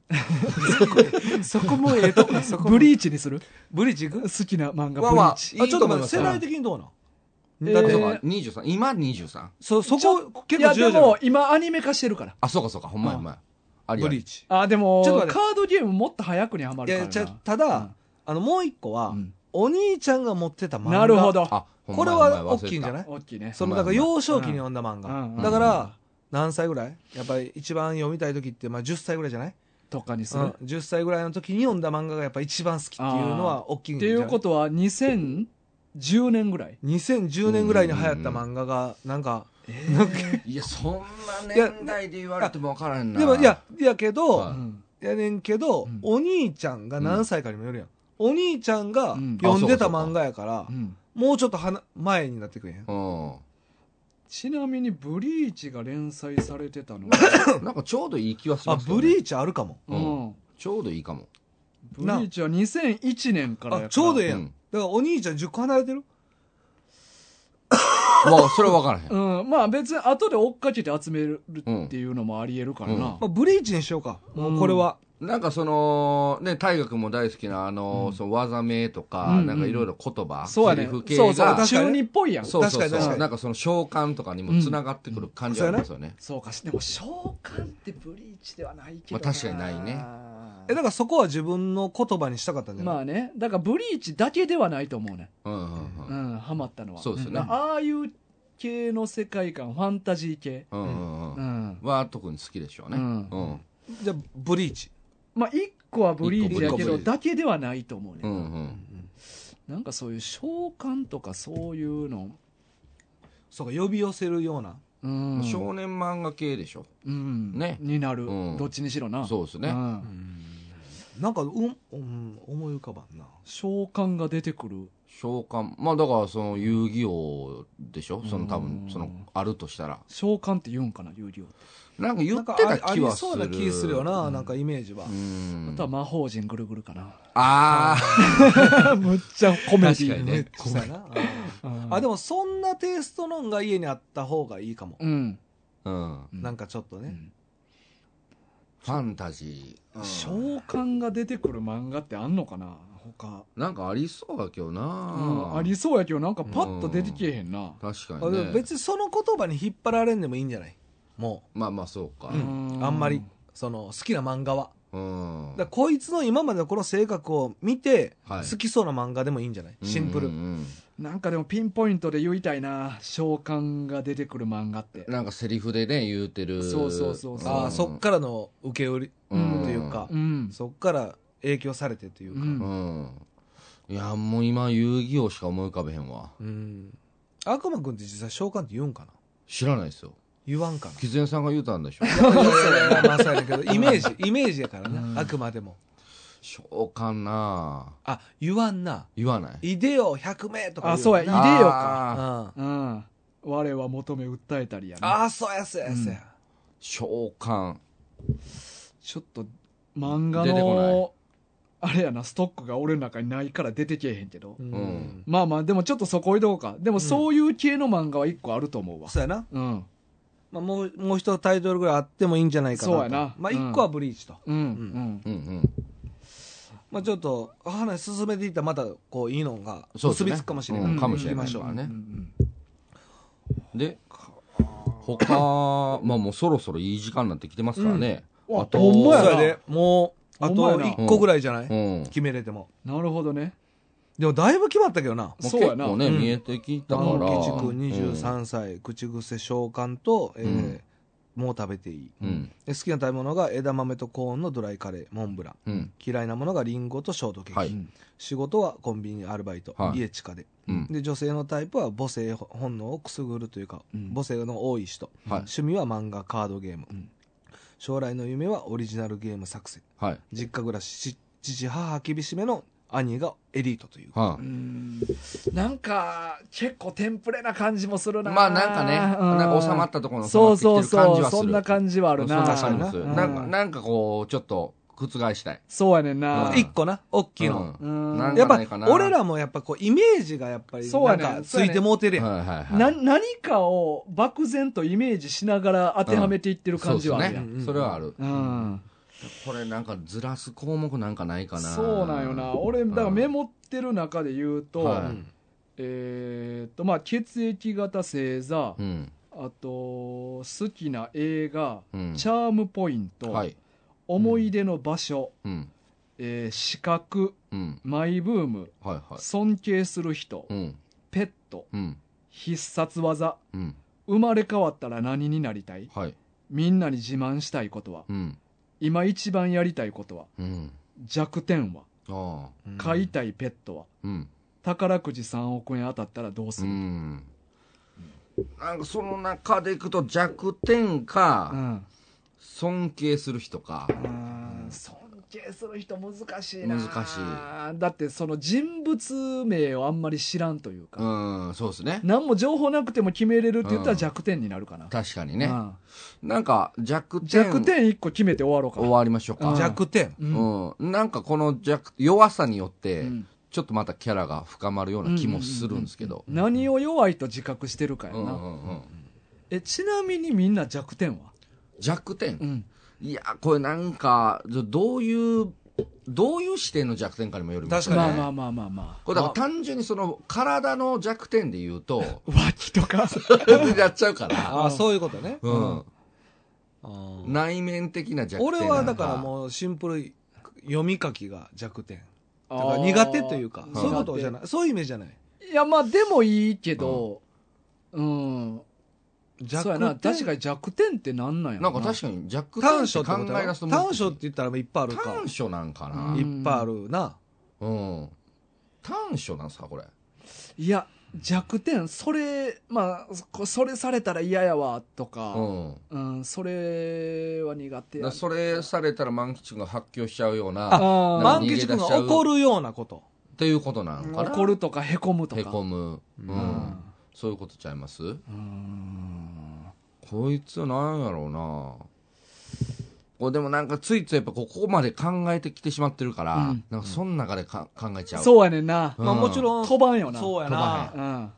[SPEAKER 1] そこもええ
[SPEAKER 3] [LAUGHS]
[SPEAKER 1] とこブリーチにする
[SPEAKER 3] ブリーチいく
[SPEAKER 1] 好きな漫画ブリ
[SPEAKER 2] わわ
[SPEAKER 1] ーチ。
[SPEAKER 2] いいと思います
[SPEAKER 3] あちょっと待って世代的にどうなん、
[SPEAKER 1] うん
[SPEAKER 3] だ
[SPEAKER 2] だっ
[SPEAKER 3] っ、
[SPEAKER 2] てて
[SPEAKER 1] え
[SPEAKER 2] そ
[SPEAKER 1] ー
[SPEAKER 2] うか、23。今 23?
[SPEAKER 3] そそ
[SPEAKER 1] ちょ
[SPEAKER 3] こ結
[SPEAKER 1] い
[SPEAKER 3] 構
[SPEAKER 1] や、
[SPEAKER 3] 重要
[SPEAKER 1] で
[SPEAKER 3] じゃない
[SPEAKER 1] も、今アニメ化してるから。
[SPEAKER 2] あ、そうかそうか、ほんまやほんまや。あり
[SPEAKER 3] ブ
[SPEAKER 2] あ
[SPEAKER 3] リー
[SPEAKER 2] り。
[SPEAKER 3] チ
[SPEAKER 1] あ、でも、
[SPEAKER 3] ち
[SPEAKER 1] カ
[SPEAKER 3] ょっと待
[SPEAKER 1] ー
[SPEAKER 3] って
[SPEAKER 1] ドゲームもっと早くにハマ
[SPEAKER 3] い
[SPEAKER 1] るから
[SPEAKER 3] や
[SPEAKER 1] な。
[SPEAKER 3] じゃあただ、あのもう一個は、
[SPEAKER 1] うん
[SPEAKER 3] お兄ちゃんが持ってた漫画
[SPEAKER 1] なるほど。
[SPEAKER 2] あ、ほん
[SPEAKER 3] こ
[SPEAKER 2] まや
[SPEAKER 3] れは
[SPEAKER 2] ほまや
[SPEAKER 3] 大
[SPEAKER 2] 忘れてた
[SPEAKER 3] きいんじゃない
[SPEAKER 1] 大きいね。
[SPEAKER 3] そのだから
[SPEAKER 2] ほんま
[SPEAKER 3] 幼少期に読んだ漫
[SPEAKER 1] うんうんう
[SPEAKER 3] 画
[SPEAKER 1] ん
[SPEAKER 3] だから何歳ぐらいやっぱり一番読みたい時って、まあ、10歳ぐらいじゃない、
[SPEAKER 1] とかにす
[SPEAKER 3] う
[SPEAKER 1] る。
[SPEAKER 3] ん、10歳ぐらいの時に読んだ漫画がやっぱ一番好きっていうのは大きいん
[SPEAKER 1] っ
[SPEAKER 3] じ
[SPEAKER 1] てい
[SPEAKER 3] ゃないう
[SPEAKER 1] ことは、2010年ぐらい。
[SPEAKER 3] 2010年ぐらいに流行った漫画がなんか、
[SPEAKER 2] いや、そんな年代で言われても分からへんな。
[SPEAKER 3] でもいや、いやけど、
[SPEAKER 2] は
[SPEAKER 1] うん
[SPEAKER 3] やねんけど、
[SPEAKER 1] うん
[SPEAKER 3] お兄ちゃんが何歳かにもよるやん、お兄ちゃんが
[SPEAKER 1] うん
[SPEAKER 3] 読んでた漫画やから、
[SPEAKER 1] うん
[SPEAKER 3] もうちょっとはな前になってくれへん
[SPEAKER 2] うん。
[SPEAKER 1] ちなみに、ブリーチが連載さ
[SPEAKER 3] [LAUGHS]
[SPEAKER 1] れてたのは、
[SPEAKER 2] なんかちょうどいい気はし
[SPEAKER 3] あ
[SPEAKER 2] ますよ
[SPEAKER 3] ブ
[SPEAKER 2] ね
[SPEAKER 3] リーチあるかも
[SPEAKER 1] うん
[SPEAKER 2] ちょうどいいかも。
[SPEAKER 1] ブリーチは2001年からやから
[SPEAKER 3] あ、ちょうどええやん。
[SPEAKER 2] うん
[SPEAKER 3] だからお兄ちゃん10個離れてる
[SPEAKER 2] まあ、それは分からへん。
[SPEAKER 1] うん、まあ別に後で追っかけて集めるっていうのもありえるからな。
[SPEAKER 3] まあ、ブリーチにしようか。もうこれは。
[SPEAKER 2] なんかその、ね、大学も大好きな、あの、その技名と
[SPEAKER 1] うん
[SPEAKER 2] か、
[SPEAKER 1] うん
[SPEAKER 2] なんかいろいろ言葉、
[SPEAKER 1] そうや
[SPEAKER 2] セ
[SPEAKER 1] ね
[SPEAKER 2] リフ系
[SPEAKER 1] そうそう、
[SPEAKER 2] が、
[SPEAKER 3] 確かに
[SPEAKER 1] 中二っぽいやん。そ
[SPEAKER 2] そうう
[SPEAKER 3] か
[SPEAKER 2] そ
[SPEAKER 3] に
[SPEAKER 2] うそう
[SPEAKER 3] 確かに確かに
[SPEAKER 2] なんかその召喚とかにもつながってくる感じありますよね。
[SPEAKER 1] か、でも召喚ってブリーチではないけど
[SPEAKER 2] まあ確かにないね
[SPEAKER 3] え、だからそこは自分の言葉にしたかったんじゃない、
[SPEAKER 1] まあね、だからブリーチだけではないと思うね。
[SPEAKER 2] うんうんう
[SPEAKER 1] うんん、ハマったのは。
[SPEAKER 2] そうですよね
[SPEAKER 1] んああいう系の世界観、ファンタジー系。
[SPEAKER 2] うんうん
[SPEAKER 1] う
[SPEAKER 2] うん
[SPEAKER 1] ん。
[SPEAKER 2] は特に好きでしょうね。
[SPEAKER 1] う
[SPEAKER 2] うんんうん
[SPEAKER 3] じゃあ、ブリーチ。
[SPEAKER 1] まあ一個はブリーチやけ
[SPEAKER 2] 一個ブリ
[SPEAKER 1] ど、
[SPEAKER 2] ーチ
[SPEAKER 1] だけではないと思うね。
[SPEAKER 2] うん
[SPEAKER 1] なんかそういう召喚とかそういうの。
[SPEAKER 3] そうか、呼び寄せるような。
[SPEAKER 1] う
[SPEAKER 2] うん
[SPEAKER 1] ん。
[SPEAKER 2] 少年漫画系でしょ。
[SPEAKER 1] うん。
[SPEAKER 2] ね
[SPEAKER 1] になる。
[SPEAKER 2] うん
[SPEAKER 1] どっちにしろな。
[SPEAKER 2] そうですね
[SPEAKER 1] ん
[SPEAKER 3] なんか、うん、うん、思い浮かばんな。
[SPEAKER 1] 召喚が出てくる。
[SPEAKER 2] 召喚、まあだからその遊戯王でしょその多
[SPEAKER 1] う
[SPEAKER 2] 分
[SPEAKER 1] ん、
[SPEAKER 2] その、あるとしたら。
[SPEAKER 1] 召喚って言うんかな、有料。
[SPEAKER 2] なんか言
[SPEAKER 3] な
[SPEAKER 2] っ
[SPEAKER 3] んか
[SPEAKER 2] てた
[SPEAKER 3] ああ
[SPEAKER 2] 気
[SPEAKER 3] り
[SPEAKER 2] はす
[SPEAKER 3] そう
[SPEAKER 2] る。
[SPEAKER 3] な気するよな、なんかイメージは
[SPEAKER 2] う。
[SPEAKER 1] あ
[SPEAKER 2] ん
[SPEAKER 1] と。は魔法陣ぐるぐるかな。
[SPEAKER 2] ああ、
[SPEAKER 1] むっちゃ [LAUGHS] コメディ
[SPEAKER 2] 確かにね。
[SPEAKER 3] そうやな。
[SPEAKER 1] うん
[SPEAKER 3] あ、でもそんなテイストのんが家にあった方がいいかも。
[SPEAKER 1] うん。
[SPEAKER 2] うん。
[SPEAKER 1] うん
[SPEAKER 3] なんかちょっと
[SPEAKER 1] う
[SPEAKER 3] ね。
[SPEAKER 1] ん
[SPEAKER 2] ファンタジー。
[SPEAKER 1] 召喚が出てくる漫画ってあんのかな他。
[SPEAKER 2] なんかありそうだけどな、
[SPEAKER 1] うんありそうやけど、なんかパッと出てけえへんな。
[SPEAKER 2] 確か
[SPEAKER 3] あ
[SPEAKER 2] に
[SPEAKER 3] で
[SPEAKER 2] ね
[SPEAKER 3] も別にその言葉に引っ張られんでもいいんじゃないも
[SPEAKER 2] まあまあそうか
[SPEAKER 3] う。うん。あんまり、その、好きな漫画は。
[SPEAKER 2] うん、
[SPEAKER 3] だからこいつの今までのこの性格を見て、
[SPEAKER 2] はい
[SPEAKER 3] 好きそうな漫画でもいいんじゃないシンプル。
[SPEAKER 2] うんうん
[SPEAKER 1] なんかでもピンポイントで言いたいな。召喚が出てくる漫画って
[SPEAKER 2] うん。なんかセリフでね言うてる
[SPEAKER 1] そうそうそうそうん
[SPEAKER 3] ああ、そっからの受け売り
[SPEAKER 1] う
[SPEAKER 2] う
[SPEAKER 1] ん
[SPEAKER 2] ん
[SPEAKER 3] というか、
[SPEAKER 1] うん。
[SPEAKER 3] そっから影響されてとい
[SPEAKER 1] う。
[SPEAKER 3] うか。
[SPEAKER 2] うんんいやもう今遊戯王しか思い浮かべへんわ
[SPEAKER 3] うん。悪魔くんって実際召喚って言うんかな
[SPEAKER 2] 知らないですよ
[SPEAKER 3] 言わんかな
[SPEAKER 2] 吉善さんが言うたんでしょ
[SPEAKER 3] いやいやいや [LAUGHS] まあそうやねんけど、イメージ、イメージやから
[SPEAKER 1] うん
[SPEAKER 3] な、あくまでも。
[SPEAKER 2] 召喚なあ
[SPEAKER 3] あ、言わんな。
[SPEAKER 2] 言わない
[SPEAKER 3] いでよ、100名とか言
[SPEAKER 1] あ、そうや、
[SPEAKER 3] う
[SPEAKER 1] い
[SPEAKER 3] よ
[SPEAKER 1] で
[SPEAKER 3] な。
[SPEAKER 1] よか。
[SPEAKER 2] ああ
[SPEAKER 3] あ
[SPEAKER 1] うん。我は求め訴えたりやな。
[SPEAKER 3] あー、そうや、そうや、そうや。
[SPEAKER 2] 召喚
[SPEAKER 1] ちょっと漫画
[SPEAKER 2] 出てこない
[SPEAKER 1] のあれやなストックが俺の中にないから出てけえへんけど、
[SPEAKER 3] うん
[SPEAKER 2] ん
[SPEAKER 1] まあまあでもちょっとそこ置いとこうかでもそういう系の漫画は一個あると思うわ
[SPEAKER 3] そうやな。
[SPEAKER 1] うん
[SPEAKER 3] まあ、もう、もう一タイトルぐらいあってもいいんじゃないかなと。
[SPEAKER 1] そうやな
[SPEAKER 3] まあ、
[SPEAKER 1] うん
[SPEAKER 3] 一個はブリーチと。
[SPEAKER 1] うんうん、
[SPEAKER 2] うんうん
[SPEAKER 3] まあ、ちょっと、話進めていったらまた、こう、いいのが、
[SPEAKER 2] そうです
[SPEAKER 3] 結
[SPEAKER 2] ね
[SPEAKER 3] びつくかもしれ
[SPEAKER 1] う
[SPEAKER 3] なんい。
[SPEAKER 2] うんかもしれ
[SPEAKER 3] 行き
[SPEAKER 2] な
[SPEAKER 3] ま
[SPEAKER 2] い
[SPEAKER 3] し
[SPEAKER 2] か
[SPEAKER 3] ょう
[SPEAKER 2] ら。ね
[SPEAKER 1] うん
[SPEAKER 2] で他まあもうそろそろいい時間になってきてますからね、
[SPEAKER 1] うん
[SPEAKER 2] あと
[SPEAKER 1] ほんまやな
[SPEAKER 3] そうやで、もう、あ
[SPEAKER 1] ほんまや
[SPEAKER 3] と
[SPEAKER 1] な
[SPEAKER 3] 一個ぐらいじゃない、
[SPEAKER 2] うん
[SPEAKER 3] 決めれても。
[SPEAKER 1] なるほどね
[SPEAKER 3] でも、だいぶ決まったけどな。
[SPEAKER 2] もう
[SPEAKER 1] そうや
[SPEAKER 2] 結
[SPEAKER 1] な
[SPEAKER 2] 構ね、
[SPEAKER 3] うん
[SPEAKER 2] 見えてきた
[SPEAKER 1] だ
[SPEAKER 2] から。
[SPEAKER 3] 万吉
[SPEAKER 1] く
[SPEAKER 3] 君23歳、口癖召喚と、えー
[SPEAKER 2] うん
[SPEAKER 3] もう食べていい、
[SPEAKER 2] うん。うん。
[SPEAKER 3] で好きな食べ物が枝豆とコーンのドライカレーモンブラン
[SPEAKER 2] うん。
[SPEAKER 3] 嫌いなものがリンゴとショートケーキ、
[SPEAKER 2] はい
[SPEAKER 1] うん
[SPEAKER 3] 仕事はコンビニアルバイト、
[SPEAKER 2] はい
[SPEAKER 3] 家地下で
[SPEAKER 2] うん。
[SPEAKER 3] で女性のタイプは母性本能をくすぐるというか、
[SPEAKER 1] うん
[SPEAKER 3] 母性の多い人、
[SPEAKER 2] はい
[SPEAKER 3] 趣味は漫画カードゲーム、
[SPEAKER 1] うん
[SPEAKER 3] 将来の夢はオリジナルゲーム作成
[SPEAKER 2] はい。
[SPEAKER 3] 実家暮らしし父母厳しめの兄がエリートという
[SPEAKER 2] は
[SPEAKER 1] う
[SPEAKER 2] い。
[SPEAKER 1] んなんか結構テンプレな感じもするな
[SPEAKER 2] まあなんかね、
[SPEAKER 1] う
[SPEAKER 2] なんか収まったところの収ま
[SPEAKER 1] そう
[SPEAKER 2] ってきて
[SPEAKER 1] そう
[SPEAKER 2] る感じ
[SPEAKER 1] そう
[SPEAKER 2] はす
[SPEAKER 1] そ
[SPEAKER 2] る。
[SPEAKER 1] んな感じはあるな
[SPEAKER 2] そんな感じす
[SPEAKER 3] 確か
[SPEAKER 2] る。
[SPEAKER 1] うん
[SPEAKER 2] なんか、なんかこう、ちょっと覆したい。
[SPEAKER 1] そうやねんな、
[SPEAKER 2] うん
[SPEAKER 3] 一個な大きいの、
[SPEAKER 1] うん
[SPEAKER 2] なん
[SPEAKER 3] やっ
[SPEAKER 2] か
[SPEAKER 3] ぱ
[SPEAKER 2] ないかな。
[SPEAKER 3] 俺らもやっぱこうイメージがやっぱり
[SPEAKER 1] そう
[SPEAKER 3] な
[SPEAKER 1] や
[SPEAKER 3] ん
[SPEAKER 1] ね
[SPEAKER 3] かついてもうてるやん、
[SPEAKER 2] はいはいはい。
[SPEAKER 1] な何かを漠然とイメージしながら当てはめていってる感じはあるや
[SPEAKER 2] そ
[SPEAKER 1] う
[SPEAKER 2] うですね。それはある。
[SPEAKER 1] ん
[SPEAKER 2] これなんかずらす項目なんかないかな。
[SPEAKER 1] そうなんよな俺だからメモってる中で言うと、
[SPEAKER 2] はい
[SPEAKER 3] うん
[SPEAKER 1] えーっとまあ血液型星座、
[SPEAKER 2] うん。
[SPEAKER 1] あと好きな映画、
[SPEAKER 2] うん。
[SPEAKER 1] チャームポイント、
[SPEAKER 2] はい。
[SPEAKER 1] 思い出の場所、
[SPEAKER 2] うん。
[SPEAKER 1] えー視覚
[SPEAKER 2] うん。
[SPEAKER 1] マイブーム
[SPEAKER 2] はいはい。
[SPEAKER 1] 尊敬する人、
[SPEAKER 2] うん。
[SPEAKER 1] ペット
[SPEAKER 2] うん。
[SPEAKER 1] 必殺技
[SPEAKER 2] うん。
[SPEAKER 1] 生まれ変わったら何になりたい
[SPEAKER 2] はい。
[SPEAKER 1] みんなに自慢したいことは
[SPEAKER 2] うん。
[SPEAKER 1] 今一番やりたいことは
[SPEAKER 2] うん。
[SPEAKER 1] 弱点は
[SPEAKER 2] ああ。
[SPEAKER 1] 飼いたいペットは、
[SPEAKER 2] うん。
[SPEAKER 1] 宝くじ3億円当たったらどうす
[SPEAKER 2] う
[SPEAKER 1] る、
[SPEAKER 2] んなんかその中でいくと弱点
[SPEAKER 1] う
[SPEAKER 2] か、
[SPEAKER 1] ん
[SPEAKER 2] 尊敬する人か。
[SPEAKER 1] うん、尊定する人難しいな
[SPEAKER 2] 難
[SPEAKER 1] しいだってその人物名をあんまり知らんというか、
[SPEAKER 2] うん、そうですね。
[SPEAKER 1] 何も情報なくても決めれるって言ったら弱点になるかな、
[SPEAKER 2] 確かに
[SPEAKER 1] う
[SPEAKER 2] ね。
[SPEAKER 1] ん
[SPEAKER 2] なんか弱点。
[SPEAKER 1] 弱点1個決めて終わろうか
[SPEAKER 2] 終わりましょう
[SPEAKER 1] うん
[SPEAKER 2] か。
[SPEAKER 3] 弱点。
[SPEAKER 1] う
[SPEAKER 2] うんん。なんかこの弱、弱さによって、
[SPEAKER 1] うん
[SPEAKER 2] ちょっとまたキャラが深まるような気もするんですけど。
[SPEAKER 1] 何を弱いと自覚してるかやな、
[SPEAKER 2] うんうんうん
[SPEAKER 1] えちなみにみんな弱点は、
[SPEAKER 2] 弱点、
[SPEAKER 1] ん、
[SPEAKER 2] いや、これなんか、どどういう、どういう視点の弱点かにもよります
[SPEAKER 3] 確
[SPEAKER 2] から
[SPEAKER 1] まあ
[SPEAKER 2] ね。
[SPEAKER 1] まあまあまあまあ
[SPEAKER 2] これだから単純にその体の弱点で言うと、
[SPEAKER 1] 脇とか
[SPEAKER 2] やっちゃうから、
[SPEAKER 3] ああ、そういうことね。
[SPEAKER 2] うん。
[SPEAKER 3] あー
[SPEAKER 2] 内面的な弱点
[SPEAKER 3] 俺はだから
[SPEAKER 2] う。
[SPEAKER 3] もうシンプルに読み書きが弱点。だから苦手というか、そういうことじゃない。そういうイメージじゃない。
[SPEAKER 1] いやまあでもいいけどうん、そうやな確かに弱点ってなんなんや
[SPEAKER 2] な
[SPEAKER 1] ろ
[SPEAKER 2] んか確かに弱点
[SPEAKER 3] 短
[SPEAKER 2] って
[SPEAKER 3] 所って
[SPEAKER 2] 考
[SPEAKER 3] こと
[SPEAKER 2] え
[SPEAKER 3] や
[SPEAKER 2] 出
[SPEAKER 3] ろ
[SPEAKER 2] すと難
[SPEAKER 3] 短
[SPEAKER 2] しい
[SPEAKER 3] 所って言ったらいっぱいあるか。
[SPEAKER 2] 短所なんか
[SPEAKER 1] うん
[SPEAKER 2] ない
[SPEAKER 3] っぱいあるな。
[SPEAKER 2] うん。短所なんすか、これ。
[SPEAKER 1] いや弱点それまあこそれされたら嫌やわと
[SPEAKER 2] う
[SPEAKER 1] か、
[SPEAKER 2] ん。
[SPEAKER 1] うんそれは苦手
[SPEAKER 2] だ
[SPEAKER 1] や
[SPEAKER 2] からそれされたら万吉君が発狂しちゃうよう
[SPEAKER 1] あ
[SPEAKER 2] な、っ
[SPEAKER 1] ー
[SPEAKER 2] な
[SPEAKER 3] 万
[SPEAKER 2] んか
[SPEAKER 3] 吉君が怒るようなこと。
[SPEAKER 2] ていうことなのかな。
[SPEAKER 1] 怒るとかへこむとか
[SPEAKER 2] へこむ。うん。
[SPEAKER 1] うん
[SPEAKER 2] そういうことちゃいます
[SPEAKER 1] うん
[SPEAKER 2] こいつなんやろうなこれでもなんかついついやっぱここまで考えてきてしまってるから、
[SPEAKER 1] うん
[SPEAKER 2] なんかその中でか考えちゃう。う。
[SPEAKER 1] そうやねんな、
[SPEAKER 2] うん
[SPEAKER 3] まあもちろん、
[SPEAKER 1] 飛ばんよな
[SPEAKER 3] そうや
[SPEAKER 2] 飛ば
[SPEAKER 3] な
[SPEAKER 2] へ。
[SPEAKER 1] うん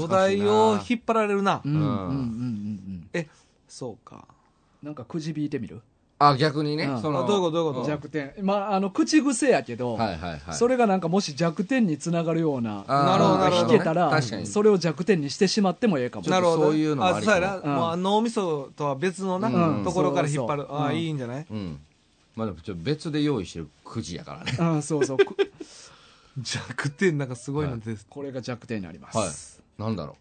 [SPEAKER 3] 土台を引っ張られるな
[SPEAKER 1] う。んうんうんうん
[SPEAKER 2] うん
[SPEAKER 1] うん
[SPEAKER 3] そうか。
[SPEAKER 1] なんかくじ引いてみる
[SPEAKER 2] あ、逆にね。
[SPEAKER 1] うん
[SPEAKER 2] そ
[SPEAKER 3] あ
[SPEAKER 2] の
[SPEAKER 3] どういうことどういうこと
[SPEAKER 1] 弱点まああの口癖やけど、
[SPEAKER 2] はいはいはい。
[SPEAKER 1] それがなんかもし弱点につながるような
[SPEAKER 2] あー
[SPEAKER 3] なるほどなるほど
[SPEAKER 1] 弾けたら
[SPEAKER 2] 確かに。
[SPEAKER 1] それを弱点にしてしまってもええかも
[SPEAKER 2] ちょっとそういうのもありかも
[SPEAKER 3] そうやな。
[SPEAKER 1] うん
[SPEAKER 3] もう脳みそとは別の
[SPEAKER 2] う
[SPEAKER 3] な、
[SPEAKER 2] ん
[SPEAKER 3] ところから引っ張る
[SPEAKER 1] そ。うそう
[SPEAKER 3] ああ、
[SPEAKER 1] うん
[SPEAKER 3] いいんじゃない
[SPEAKER 2] うん。まあでもちょっと別で用意してるくじやからね。
[SPEAKER 1] うんそうそうこ [LAUGHS]
[SPEAKER 3] 弱点なんかすごいのです。
[SPEAKER 1] これが弱点になります、
[SPEAKER 2] はい。なんだろ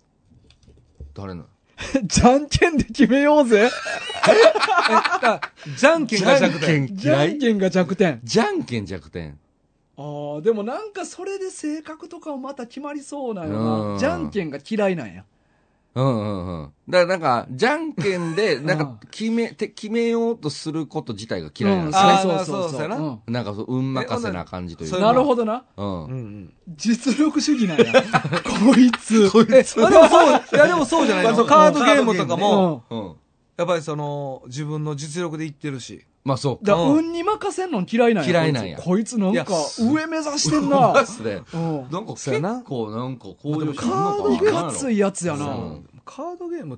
[SPEAKER 2] う。誰の
[SPEAKER 1] [LAUGHS] じゃんけんで決めようぜ
[SPEAKER 3] じゃんけんが弱点。
[SPEAKER 2] じ
[SPEAKER 1] じゃ
[SPEAKER 2] ゃ
[SPEAKER 1] ん
[SPEAKER 2] んけん
[SPEAKER 1] けんが弱点
[SPEAKER 2] じゃんけん弱点。
[SPEAKER 1] あーでもなんかそれで性格とかもまた決まりそうなんよ
[SPEAKER 2] う
[SPEAKER 1] なんじゃんけんが嫌いなんや
[SPEAKER 2] うんうんうん。だからなんか、じゃんけんで、なん
[SPEAKER 1] うん
[SPEAKER 2] か、決め、て決めようとすること自体が嫌いなんです
[SPEAKER 3] あ
[SPEAKER 2] ね。
[SPEAKER 3] ー
[SPEAKER 1] うんそうそうそう
[SPEAKER 3] な
[SPEAKER 1] そ
[SPEAKER 3] る
[SPEAKER 1] う
[SPEAKER 3] ほ
[SPEAKER 2] なんかそう、運任せな感じという
[SPEAKER 3] え
[SPEAKER 2] か。
[SPEAKER 1] うんなるほどな
[SPEAKER 2] ど。
[SPEAKER 3] うんうん。
[SPEAKER 1] 実力主義なん [LAUGHS] やこいつこい
[SPEAKER 3] まあでもそう、いやでもそうじゃない
[SPEAKER 2] まあそ
[SPEAKER 3] の。
[SPEAKER 2] う
[SPEAKER 3] カードゲームとかも、
[SPEAKER 1] うん
[SPEAKER 2] うん。うん。
[SPEAKER 3] やっぱりその、自分の実力でいってるし。
[SPEAKER 2] まあそう
[SPEAKER 1] だ
[SPEAKER 2] か。
[SPEAKER 1] から運に任せんの嫌いなんや。
[SPEAKER 2] 嫌いなんや
[SPEAKER 1] こいつこいつなんか
[SPEAKER 3] い
[SPEAKER 1] 上目指してん
[SPEAKER 2] [LAUGHS] うま
[SPEAKER 1] な
[SPEAKER 2] っ。すね。
[SPEAKER 1] うん。
[SPEAKER 2] なんか
[SPEAKER 3] そう
[SPEAKER 2] 結
[SPEAKER 3] やな
[SPEAKER 2] 構なんか向
[SPEAKER 1] カ
[SPEAKER 2] 上心あんのかな
[SPEAKER 1] ードいかついやつや
[SPEAKER 2] う
[SPEAKER 1] な。
[SPEAKER 2] ん
[SPEAKER 3] カードゲーム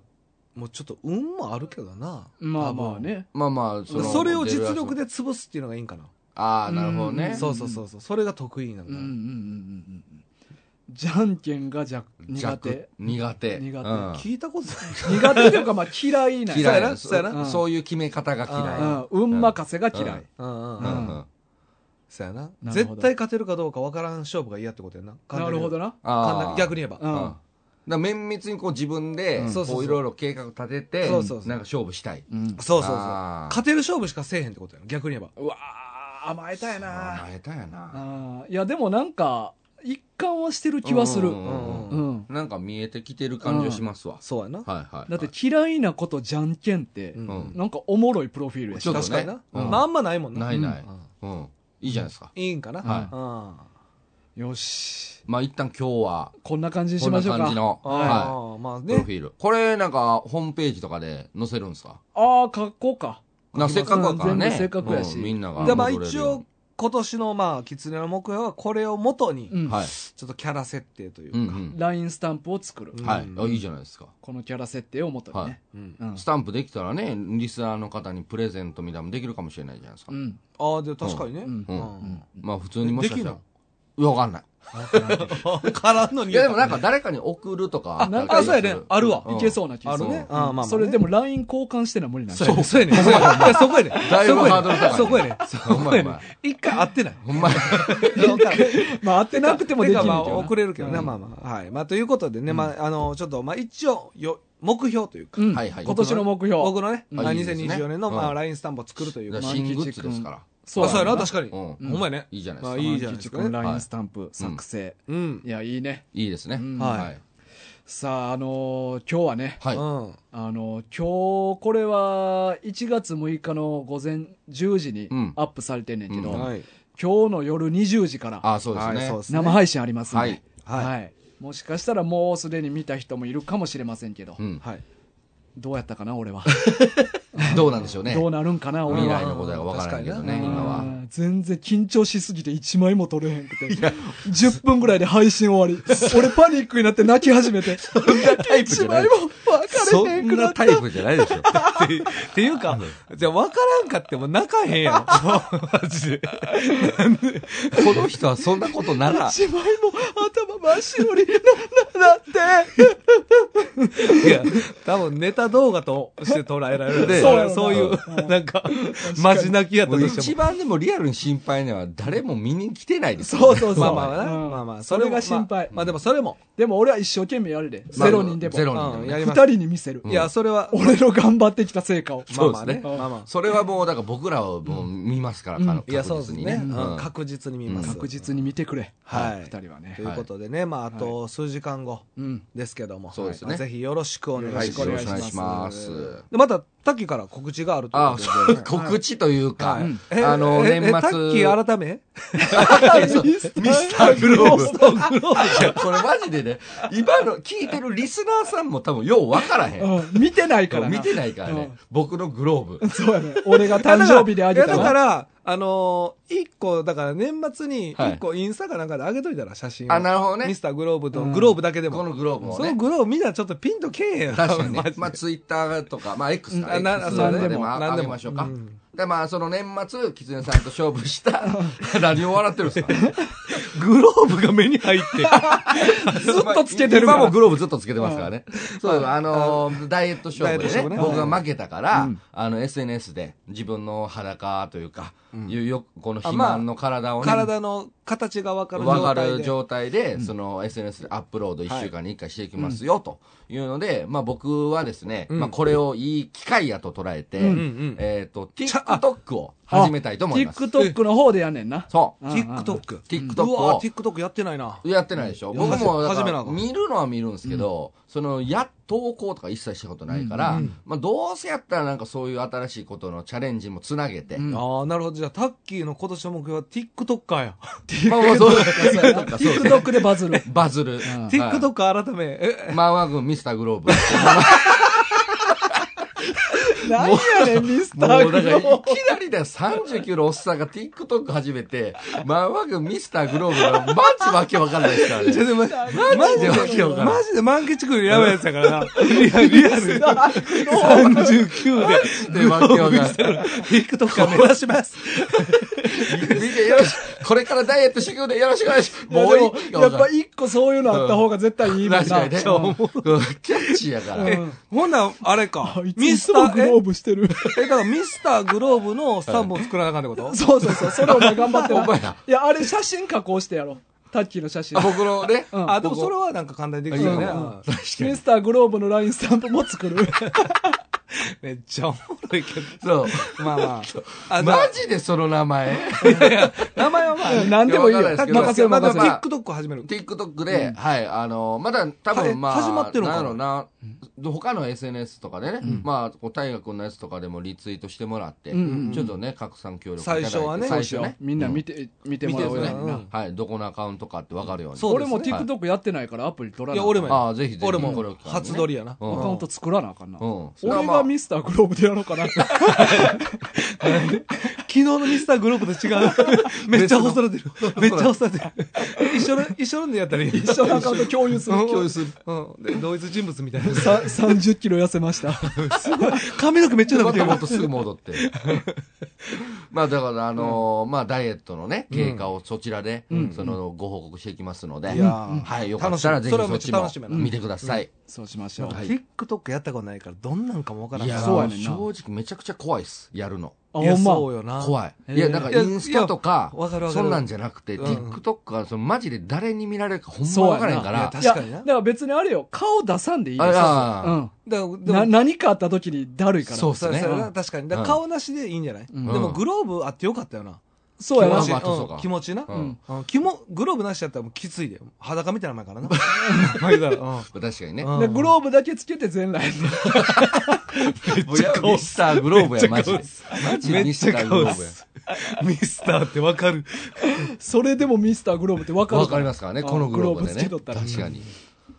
[SPEAKER 3] もちょっと運もあるけどな。
[SPEAKER 1] まあまあね。
[SPEAKER 2] まあまあ、
[SPEAKER 3] 多分。
[SPEAKER 2] の
[SPEAKER 3] それを実力。で潰すっていうのがいいんかな。
[SPEAKER 2] ああ、なるほど
[SPEAKER 1] う
[SPEAKER 2] ね
[SPEAKER 1] ん。
[SPEAKER 3] そうそうそうそう。それが得意なん
[SPEAKER 1] うんうんうんうん
[SPEAKER 3] だ。
[SPEAKER 1] うん。じゃんけんがじゃ苦
[SPEAKER 2] 弱
[SPEAKER 1] 手。
[SPEAKER 2] 苦
[SPEAKER 1] 苦手
[SPEAKER 2] 手。うん
[SPEAKER 3] 聞いたことない。
[SPEAKER 1] 苦手というかまあ嫌いなん
[SPEAKER 2] 嫌いな
[SPEAKER 3] そうやな
[SPEAKER 1] そうやな
[SPEAKER 2] そういう決め方が
[SPEAKER 1] う
[SPEAKER 2] 嫌
[SPEAKER 1] ん。運任せが嫌い。
[SPEAKER 3] うんうん
[SPEAKER 2] い。
[SPEAKER 3] う。
[SPEAKER 2] うんんうん。
[SPEAKER 3] そうやな。
[SPEAKER 1] なるほど
[SPEAKER 3] 絶対勝てるかどうかわからん勝負が嫌ってことやな。
[SPEAKER 1] なるほど
[SPEAKER 3] な。
[SPEAKER 1] な。
[SPEAKER 2] ああ。
[SPEAKER 3] 逆に言えば。
[SPEAKER 1] う
[SPEAKER 2] うん。だ
[SPEAKER 1] ん
[SPEAKER 2] か。ら綿密にこう自分で
[SPEAKER 1] うん
[SPEAKER 3] そう、そう
[SPEAKER 2] こ
[SPEAKER 3] そう
[SPEAKER 2] ういろいろ計画立てて、
[SPEAKER 3] そうそうそう
[SPEAKER 2] なんか勝負したい。
[SPEAKER 1] うん。
[SPEAKER 3] そうそうそう。
[SPEAKER 2] あー
[SPEAKER 3] 勝てる勝負しかせえへんってことやな。逆に言えば。
[SPEAKER 1] うわー甘えたい
[SPEAKER 2] あ
[SPEAKER 1] な。
[SPEAKER 2] あ、下手やな。
[SPEAKER 1] うんいやでもなんか一貫はしてる気はする。
[SPEAKER 2] うんう
[SPEAKER 1] う
[SPEAKER 2] ん
[SPEAKER 3] うん
[SPEAKER 1] ん。
[SPEAKER 2] なんか見えてきてる感じがしますわ。
[SPEAKER 3] そうやな。
[SPEAKER 2] はいはいはい。
[SPEAKER 1] だって嫌いなことじゃんけんって
[SPEAKER 3] う、ん
[SPEAKER 2] うん
[SPEAKER 1] なんかおもろいプロフィールやし
[SPEAKER 2] ちょっとね
[SPEAKER 3] 確かにな。
[SPEAKER 2] うん
[SPEAKER 3] まああんまないもんな。
[SPEAKER 2] ないない
[SPEAKER 3] うん。
[SPEAKER 2] うん。いいじゃないですか。
[SPEAKER 3] いいんかな。
[SPEAKER 2] はい
[SPEAKER 3] い。
[SPEAKER 1] よし。
[SPEAKER 2] まあ一旦今日は、
[SPEAKER 1] こんな感じに
[SPEAKER 2] こ
[SPEAKER 1] し
[SPEAKER 2] ん
[SPEAKER 1] ま
[SPEAKER 2] な
[SPEAKER 1] しょうか。
[SPEAKER 2] 感じの、は
[SPEAKER 3] ああ、まあ
[SPEAKER 2] い。プロ
[SPEAKER 3] ね
[SPEAKER 2] フ。ィール。これなんか、ホームページとかで載せるんですか
[SPEAKER 1] ああ、格好か。
[SPEAKER 2] なせっかくやから
[SPEAKER 1] 全
[SPEAKER 2] ね。
[SPEAKER 1] 部せっかくやし
[SPEAKER 2] うんみんなが。
[SPEAKER 3] でまあ一応、、今年のまあ、狐の目標はこれを元に
[SPEAKER 1] う、ん。
[SPEAKER 2] はい。
[SPEAKER 3] ちょっとキャラ設定という
[SPEAKER 2] うん
[SPEAKER 3] か。
[SPEAKER 1] ラインスタンプを作る。
[SPEAKER 2] うん。はい。あ、いいじ
[SPEAKER 3] ゃ
[SPEAKER 2] ゃないですか。
[SPEAKER 1] このキャラ設定を元にね。
[SPEAKER 3] ん。
[SPEAKER 1] うん
[SPEAKER 2] ス。タンプできたらね、リスナーの方にプレゼントみたいなのもできるかもしれないじゃないですか
[SPEAKER 1] う。ん。
[SPEAKER 3] ああ、で、確かにね。
[SPEAKER 1] うんうん
[SPEAKER 3] う
[SPEAKER 1] うんん。
[SPEAKER 2] まあ普通にもしかしたら
[SPEAKER 3] で。
[SPEAKER 2] いやわかんない。
[SPEAKER 3] からんのに。
[SPEAKER 2] いやでもなんか誰かに送るとか。
[SPEAKER 1] あなんか
[SPEAKER 3] あ、そうやね。あるわ。
[SPEAKER 2] うん
[SPEAKER 1] いけそうな気が
[SPEAKER 3] あ
[SPEAKER 1] す
[SPEAKER 3] る
[SPEAKER 1] る。
[SPEAKER 3] ね。ああ、まあ。
[SPEAKER 1] それで
[SPEAKER 3] も。
[SPEAKER 1] も LINE 交換してな無理なんだ
[SPEAKER 3] そうそうやね。そうやねいやそこやね。
[SPEAKER 2] だいぶハードル高いね
[SPEAKER 3] そこや
[SPEAKER 2] ほん
[SPEAKER 3] ね。
[SPEAKER 2] まや
[SPEAKER 3] そ
[SPEAKER 2] ほん
[SPEAKER 3] こ
[SPEAKER 2] まや
[SPEAKER 3] やね。一回会 [LAUGHS] ってない。
[SPEAKER 2] ほんまや。
[SPEAKER 1] まあ、会ってなくてもできる
[SPEAKER 3] て
[SPEAKER 1] け
[SPEAKER 3] かまあ、
[SPEAKER 1] どな
[SPEAKER 3] 遅れるけどね、
[SPEAKER 2] うん
[SPEAKER 3] まあまあ。はい。まあ、ということでね、まあ、あの、ちょっと、まあ、一応、よ、目標というか
[SPEAKER 1] う、ん。
[SPEAKER 2] はいはい
[SPEAKER 1] 今年の目標。
[SPEAKER 3] 僕のね、
[SPEAKER 2] うん
[SPEAKER 3] まあ
[SPEAKER 2] いいですね
[SPEAKER 3] 2024年の、
[SPEAKER 2] うん
[SPEAKER 3] まあ、ラインスタンプを作るというか。
[SPEAKER 2] だ
[SPEAKER 3] あ
[SPEAKER 2] から新グッズですから。
[SPEAKER 1] そ
[SPEAKER 3] そう
[SPEAKER 1] う
[SPEAKER 3] やな、
[SPEAKER 1] な。
[SPEAKER 3] 確かに。
[SPEAKER 2] う
[SPEAKER 3] ほ
[SPEAKER 2] ん
[SPEAKER 3] んまやね。
[SPEAKER 2] いいじゃないで
[SPEAKER 3] まあ、
[SPEAKER 2] すか。
[SPEAKER 3] いいじゃないですかね。
[SPEAKER 1] ラインスタンプ作成。
[SPEAKER 3] うん。
[SPEAKER 1] いや、いいね。
[SPEAKER 2] いいですね
[SPEAKER 1] う。ん
[SPEAKER 3] はい
[SPEAKER 2] はい。
[SPEAKER 1] さあ、あのー今日はね、
[SPEAKER 2] はい。
[SPEAKER 3] うん。
[SPEAKER 1] あのー今日、これは、1月6日の午前10時に
[SPEAKER 2] うん
[SPEAKER 1] アップされてんねんけど、
[SPEAKER 2] うん
[SPEAKER 3] はい。
[SPEAKER 1] 今日の夜20時から
[SPEAKER 2] あ、そうです
[SPEAKER 3] はい
[SPEAKER 2] ね。
[SPEAKER 3] そうですね
[SPEAKER 1] 生配信ありますんで、
[SPEAKER 2] はい
[SPEAKER 3] はい
[SPEAKER 1] はいもしかしたらもうすでに見た人もいるかもしれませんけど、
[SPEAKER 2] うん。
[SPEAKER 3] はい。
[SPEAKER 1] どうやったかな、俺は。
[SPEAKER 2] どうなんでしょうね。
[SPEAKER 1] どうなるんかな、俺
[SPEAKER 2] 未
[SPEAKER 1] は
[SPEAKER 2] 来。のことは分からないけどね、
[SPEAKER 3] 確かにな
[SPEAKER 2] 今
[SPEAKER 1] う
[SPEAKER 2] は。
[SPEAKER 1] ん全然緊張しすぎて1枚も取れへんくて。10分ぐらいで配信終わり。俺パニックになって泣き始めて。
[SPEAKER 2] そんなタイプじ
[SPEAKER 1] 1
[SPEAKER 2] ゃない
[SPEAKER 1] 枚。も分
[SPEAKER 2] そ
[SPEAKER 1] かれへん
[SPEAKER 2] ん
[SPEAKER 1] くな
[SPEAKER 2] な
[SPEAKER 1] った
[SPEAKER 2] タ。イプじゃないでしょ。
[SPEAKER 3] っていうか、じゃあ分からんかっても泣かへん [LAUGHS] やん。マジで。
[SPEAKER 2] この人はそんなこと
[SPEAKER 1] [LAUGHS]
[SPEAKER 2] なら、
[SPEAKER 1] 1枚も頭真っ白にな、な、なって。
[SPEAKER 3] いや、多分ネタ動画として捉えられるで、
[SPEAKER 1] そうやろな
[SPEAKER 3] そういう
[SPEAKER 1] う、ん
[SPEAKER 3] なんか
[SPEAKER 1] か、に
[SPEAKER 3] マジ泣きやった
[SPEAKER 2] も
[SPEAKER 3] と
[SPEAKER 2] う
[SPEAKER 3] して
[SPEAKER 2] 一
[SPEAKER 3] も。
[SPEAKER 2] 番でもリアルに心配なのは誰も見に来てないですよね。
[SPEAKER 1] そうそうそう。
[SPEAKER 3] まあまあな、
[SPEAKER 1] うん
[SPEAKER 3] まあまあ、
[SPEAKER 1] それが心配
[SPEAKER 3] まあまあでもそれも、
[SPEAKER 1] でも俺は一生懸命やるで。
[SPEAKER 2] まあ
[SPEAKER 1] ゼロ人でも。
[SPEAKER 2] ゼロ
[SPEAKER 3] う
[SPEAKER 2] 人でも
[SPEAKER 3] ん、
[SPEAKER 2] ね
[SPEAKER 3] やり
[SPEAKER 1] 二
[SPEAKER 3] ます。
[SPEAKER 1] 人に見せる。
[SPEAKER 3] いや、それは、
[SPEAKER 1] 俺の頑張ってきた成果を。
[SPEAKER 3] まあ
[SPEAKER 2] そう
[SPEAKER 3] ま
[SPEAKER 2] で
[SPEAKER 3] あ
[SPEAKER 2] す
[SPEAKER 3] ね
[SPEAKER 2] ね。
[SPEAKER 3] まあま
[SPEAKER 2] それはもう、だから僕らはもう見ますから、
[SPEAKER 1] うん
[SPEAKER 2] かの
[SPEAKER 3] あ。いや、そう
[SPEAKER 2] 確
[SPEAKER 3] です
[SPEAKER 2] 実に
[SPEAKER 3] ね
[SPEAKER 2] ね。。
[SPEAKER 3] うん
[SPEAKER 2] うん
[SPEAKER 3] 確実に見ます。
[SPEAKER 1] 確実に見てくれ。
[SPEAKER 3] はい
[SPEAKER 1] 二人は
[SPEAKER 3] と
[SPEAKER 1] ね。
[SPEAKER 3] いうことでね、まあ、あと数時間後
[SPEAKER 1] うん。
[SPEAKER 3] ですけども、
[SPEAKER 2] そうですね
[SPEAKER 3] まあぜひよろしくお願
[SPEAKER 2] はいい、
[SPEAKER 3] し
[SPEAKER 2] よ
[SPEAKER 3] ま
[SPEAKER 2] ろ
[SPEAKER 3] す
[SPEAKER 2] しくお願いします。
[SPEAKER 3] でまた、タッキーから告知があるという
[SPEAKER 2] あ
[SPEAKER 3] こ
[SPEAKER 2] そう
[SPEAKER 3] とで。
[SPEAKER 2] 告知というか、
[SPEAKER 3] はいえ
[SPEAKER 2] あの、
[SPEAKER 3] ええ
[SPEAKER 2] 年末。
[SPEAKER 3] タッキー改め
[SPEAKER 1] ミス
[SPEAKER 2] [LAUGHS] ミスターグローブ。いや、これマジでね、今の聞いてるリスナーさんも多分ようわからへん。
[SPEAKER 1] うん見てないからな。
[SPEAKER 2] 見てないから
[SPEAKER 1] う
[SPEAKER 2] ね
[SPEAKER 1] ん。
[SPEAKER 2] 僕のグローブ。
[SPEAKER 1] そうやね。俺が誕生日であげた。
[SPEAKER 3] いやだからら、あのー、一個、だから年末に、
[SPEAKER 2] はい
[SPEAKER 3] 一個インスタかなんかで上げといたら、写真を
[SPEAKER 2] あ、なるほどね
[SPEAKER 3] ミス。ターグローブと、
[SPEAKER 1] うん
[SPEAKER 3] グローブだけで
[SPEAKER 2] こ
[SPEAKER 3] も。
[SPEAKER 2] のグローブも
[SPEAKER 3] その
[SPEAKER 2] ね。
[SPEAKER 3] グローブみんなちょっとピンとけえへんよ
[SPEAKER 2] 確かにね
[SPEAKER 3] マジ。で
[SPEAKER 2] まあ、ツイッターとか、まあ、X か。
[SPEAKER 3] うんあな
[SPEAKER 2] X
[SPEAKER 1] そう
[SPEAKER 2] でも、
[SPEAKER 3] 何
[SPEAKER 2] あ
[SPEAKER 3] でも
[SPEAKER 2] げましょうか
[SPEAKER 3] うん。
[SPEAKER 2] で、まあ、その年末、キツネさんと勝負した、何を笑ってるんですか
[SPEAKER 3] グローブが目に入って。 [LAUGHS]
[SPEAKER 1] ずっとつけてるか
[SPEAKER 2] からら。今もグローブずっとつけてますからね。そう、あのー、ダイエット勝負
[SPEAKER 3] ダイエット勝
[SPEAKER 2] でね、
[SPEAKER 3] 負ね
[SPEAKER 2] 僕が負けたから、あの、SNS で自分の裸というか、いうよこの肥満の体をね、
[SPEAKER 3] 体の形が分かる状態で。
[SPEAKER 2] わかる状態で、その SNS でアップロード1週間に1回していきますよ、というので、まあ僕はですね、
[SPEAKER 3] ん
[SPEAKER 2] まあこれをいい機会やと捉えて、
[SPEAKER 3] んうん
[SPEAKER 2] えっと、TikTok を始めたいと思います。
[SPEAKER 1] TikTok の方でやんねんな。
[SPEAKER 2] そう。
[SPEAKER 1] うん
[SPEAKER 3] TikTok。
[SPEAKER 2] TikTok
[SPEAKER 3] うわ
[SPEAKER 2] を
[SPEAKER 3] TikTok やってないな。
[SPEAKER 2] やってないでしょ、
[SPEAKER 3] うん
[SPEAKER 2] 僕もだ
[SPEAKER 3] 初
[SPEAKER 2] か
[SPEAKER 3] めな
[SPEAKER 2] ら
[SPEAKER 3] のか
[SPEAKER 2] 見るのは見るんですけど、そのや投稿とか一切したことないから、まあ、どうせやったらなんかそういう新しいことのチャレンジもつなげて、
[SPEAKER 1] ん
[SPEAKER 3] ああ、なるほど。じゃあ、タッキーの今年の目標は TikToker や。
[SPEAKER 2] まあまあそうそうそうそうそう
[SPEAKER 1] TikTok でバズる。
[SPEAKER 2] バズる、は
[SPEAKER 3] TikTok 改め、え、
[SPEAKER 2] い、マーワグミスターグローブ
[SPEAKER 1] なんやねん、ミスタ
[SPEAKER 2] も
[SPEAKER 1] ー
[SPEAKER 2] うだ
[SPEAKER 1] グ
[SPEAKER 2] からい
[SPEAKER 1] ロ
[SPEAKER 2] き
[SPEAKER 1] ー
[SPEAKER 2] なりだよ39のおっさんが TikTok 始めてマーワグミスターグローブがマジわけわかんないですからね
[SPEAKER 3] ちょっと待ってマジで
[SPEAKER 2] マジでわけわからん
[SPEAKER 3] マジで満喫くるやばいやつやからな。リアル、リアル。39で。
[SPEAKER 2] でわけわかんない
[SPEAKER 3] ィックトッカー目指します。
[SPEAKER 2] みんなよろしくこれからダイエットしていくのでよろしくお願いします
[SPEAKER 1] ブ。いや
[SPEAKER 2] もう
[SPEAKER 1] で
[SPEAKER 2] いい
[SPEAKER 1] もやっぱ一個そういうのあった方が絶対いいもんな。
[SPEAKER 2] 確かにね。
[SPEAKER 1] う
[SPEAKER 2] うんんキャッチーやから。
[SPEAKER 1] う
[SPEAKER 3] え
[SPEAKER 1] ん、
[SPEAKER 3] ほんなら、あれか
[SPEAKER 1] あい。つ
[SPEAKER 3] ミ
[SPEAKER 1] ミ
[SPEAKER 3] ス
[SPEAKER 1] ス
[SPEAKER 3] タ
[SPEAKER 1] タ
[SPEAKER 3] ー
[SPEAKER 1] ーグロー
[SPEAKER 3] え、
[SPEAKER 1] ブしてる。
[SPEAKER 3] え、だからミスターグローブのスタンプを作らなあかんってこと
[SPEAKER 1] そうそうそう、それお前頑張って
[SPEAKER 2] ほんまや
[SPEAKER 1] な。いや、あれ写真加工してやろう。タッキーの写真。
[SPEAKER 2] 僕のね、
[SPEAKER 1] うん
[SPEAKER 3] あ、でもそれはなんか簡単にできるよね。
[SPEAKER 2] うん
[SPEAKER 3] うん
[SPEAKER 2] 確か
[SPEAKER 1] ミ
[SPEAKER 2] に。
[SPEAKER 1] スターグローブのラインスタンプも作る。
[SPEAKER 3] めっちゃおもろいけど。
[SPEAKER 2] そう。
[SPEAKER 3] まあま [LAUGHS] あ。あ、
[SPEAKER 2] マジでその名前
[SPEAKER 3] 名前はまあ、
[SPEAKER 1] 何でもいいよ。
[SPEAKER 2] いやわかんないで
[SPEAKER 1] 任
[SPEAKER 2] すけど
[SPEAKER 1] せる
[SPEAKER 3] まあ、で
[SPEAKER 1] 任せ
[SPEAKER 3] も
[SPEAKER 1] る。
[SPEAKER 3] TikTok を始める。
[SPEAKER 2] ?TikTok で、はい、あの、まだ多
[SPEAKER 3] はい
[SPEAKER 2] 分まあ、
[SPEAKER 3] 始まってるのか
[SPEAKER 2] なんやろな、他の SNS とかでね、まあ、こう大学のやつとかでもリツイートしてもらって、ちょっとね、拡散協力いただいて
[SPEAKER 3] 最初はね
[SPEAKER 2] 最
[SPEAKER 1] どうし
[SPEAKER 2] 初
[SPEAKER 1] よ
[SPEAKER 2] ね
[SPEAKER 1] う。みんな見て、見て
[SPEAKER 2] 見
[SPEAKER 1] も
[SPEAKER 2] て
[SPEAKER 1] ら
[SPEAKER 2] る
[SPEAKER 1] おう
[SPEAKER 2] ね
[SPEAKER 1] よ。
[SPEAKER 3] うんうん。
[SPEAKER 2] はい、どこのアカウントかってわかるように。
[SPEAKER 3] そうで
[SPEAKER 1] 俺
[SPEAKER 3] すね
[SPEAKER 1] も TikTok やってないからアプリ取らないい。
[SPEAKER 3] や、俺もや
[SPEAKER 2] ああ、ぜひぜひ。
[SPEAKER 3] 俺も
[SPEAKER 2] これを機会にね
[SPEAKER 3] 初撮りやな
[SPEAKER 2] うん
[SPEAKER 1] アカウント作らなあかんな。
[SPEAKER 2] うん
[SPEAKER 1] 俺がミスターグローブでやろうかな。
[SPEAKER 3] [LAUGHS] 昨日のミスターグローブと違 [LAUGHS] う。めっちゃ干されてる。めっちゃ干されてる。 [LAUGHS] 一緒の、一緒のでやったらいい。
[SPEAKER 1] 一緒のアカウント共有する。
[SPEAKER 2] 共有する。
[SPEAKER 3] うん。で同一人物みたいな。
[SPEAKER 1] さ30キロ痩せました。
[SPEAKER 3] [LAUGHS] 髪の毛めっちゃ
[SPEAKER 2] ま
[SPEAKER 3] 伸びてる
[SPEAKER 2] た。もっとすぐ戻
[SPEAKER 3] [LAUGHS]
[SPEAKER 2] って。まあだから、あのーまあダイエットのね、経過をそちらで、その、ご報告していきますので、
[SPEAKER 3] いやー
[SPEAKER 2] はい、よかったらぜひ
[SPEAKER 3] 楽しみそれはめ
[SPEAKER 2] そ
[SPEAKER 3] っ
[SPEAKER 2] っ
[SPEAKER 3] ち
[SPEAKER 2] ち
[SPEAKER 3] ゃ楽しみや
[SPEAKER 2] も
[SPEAKER 3] な
[SPEAKER 2] 見てください。
[SPEAKER 1] そうしましょう。
[SPEAKER 3] TikTok やったことないから、どんなんかもわからん
[SPEAKER 2] いや
[SPEAKER 3] から。
[SPEAKER 2] ー
[SPEAKER 1] そうやねんな
[SPEAKER 2] 正直めちゃくちゃ怖いっす、やるの。
[SPEAKER 1] あ、
[SPEAKER 3] いや
[SPEAKER 1] ほんま。
[SPEAKER 3] そうよな。
[SPEAKER 2] 怖
[SPEAKER 1] へ
[SPEAKER 2] い。
[SPEAKER 1] ー
[SPEAKER 2] いや、だからインスタとか
[SPEAKER 3] いやいやわかるわ、かる
[SPEAKER 2] そんなんじゃなくて、
[SPEAKER 3] うん
[SPEAKER 2] TikTok は、そのマジで誰に見られるかほん
[SPEAKER 1] そう
[SPEAKER 2] ま
[SPEAKER 1] やな
[SPEAKER 2] わからへんか
[SPEAKER 3] いや
[SPEAKER 2] ら、
[SPEAKER 3] 確かに
[SPEAKER 1] い
[SPEAKER 3] な
[SPEAKER 1] や、だから別にあれよ、顔出さんでいい
[SPEAKER 2] あ
[SPEAKER 1] よ。
[SPEAKER 2] あ
[SPEAKER 1] うん。
[SPEAKER 3] だからでも
[SPEAKER 1] な、何かあった時にだるいから。
[SPEAKER 2] そうっ
[SPEAKER 3] そ
[SPEAKER 2] す
[SPEAKER 3] う
[SPEAKER 2] ね
[SPEAKER 3] や。そうやな確かに。だから
[SPEAKER 2] うん
[SPEAKER 3] 顔なしでいいんじゃないで
[SPEAKER 1] ん
[SPEAKER 3] もグローブあってよかったよな。
[SPEAKER 1] そうやな
[SPEAKER 2] まあ。まあそうか
[SPEAKER 3] ん気持ちな。
[SPEAKER 2] う
[SPEAKER 1] うんん。
[SPEAKER 3] うん、気も、グローブなしやったらもうきついで。裸みたいな前からな。まあ言うたらうん
[SPEAKER 2] 確かにね。
[SPEAKER 3] [LAUGHS] うん
[SPEAKER 1] でグローブだけつけて全裸やね
[SPEAKER 2] ミスターグローブや、マジで。マジでミスターグローブや。
[SPEAKER 3] ミスターってわかる。
[SPEAKER 1] それでもミスターグローブってわかる
[SPEAKER 2] わかりますからね、
[SPEAKER 1] あ
[SPEAKER 2] このグローブ
[SPEAKER 1] グローブ
[SPEAKER 2] で
[SPEAKER 1] つ
[SPEAKER 2] ね。
[SPEAKER 1] けとったら
[SPEAKER 2] 確かに。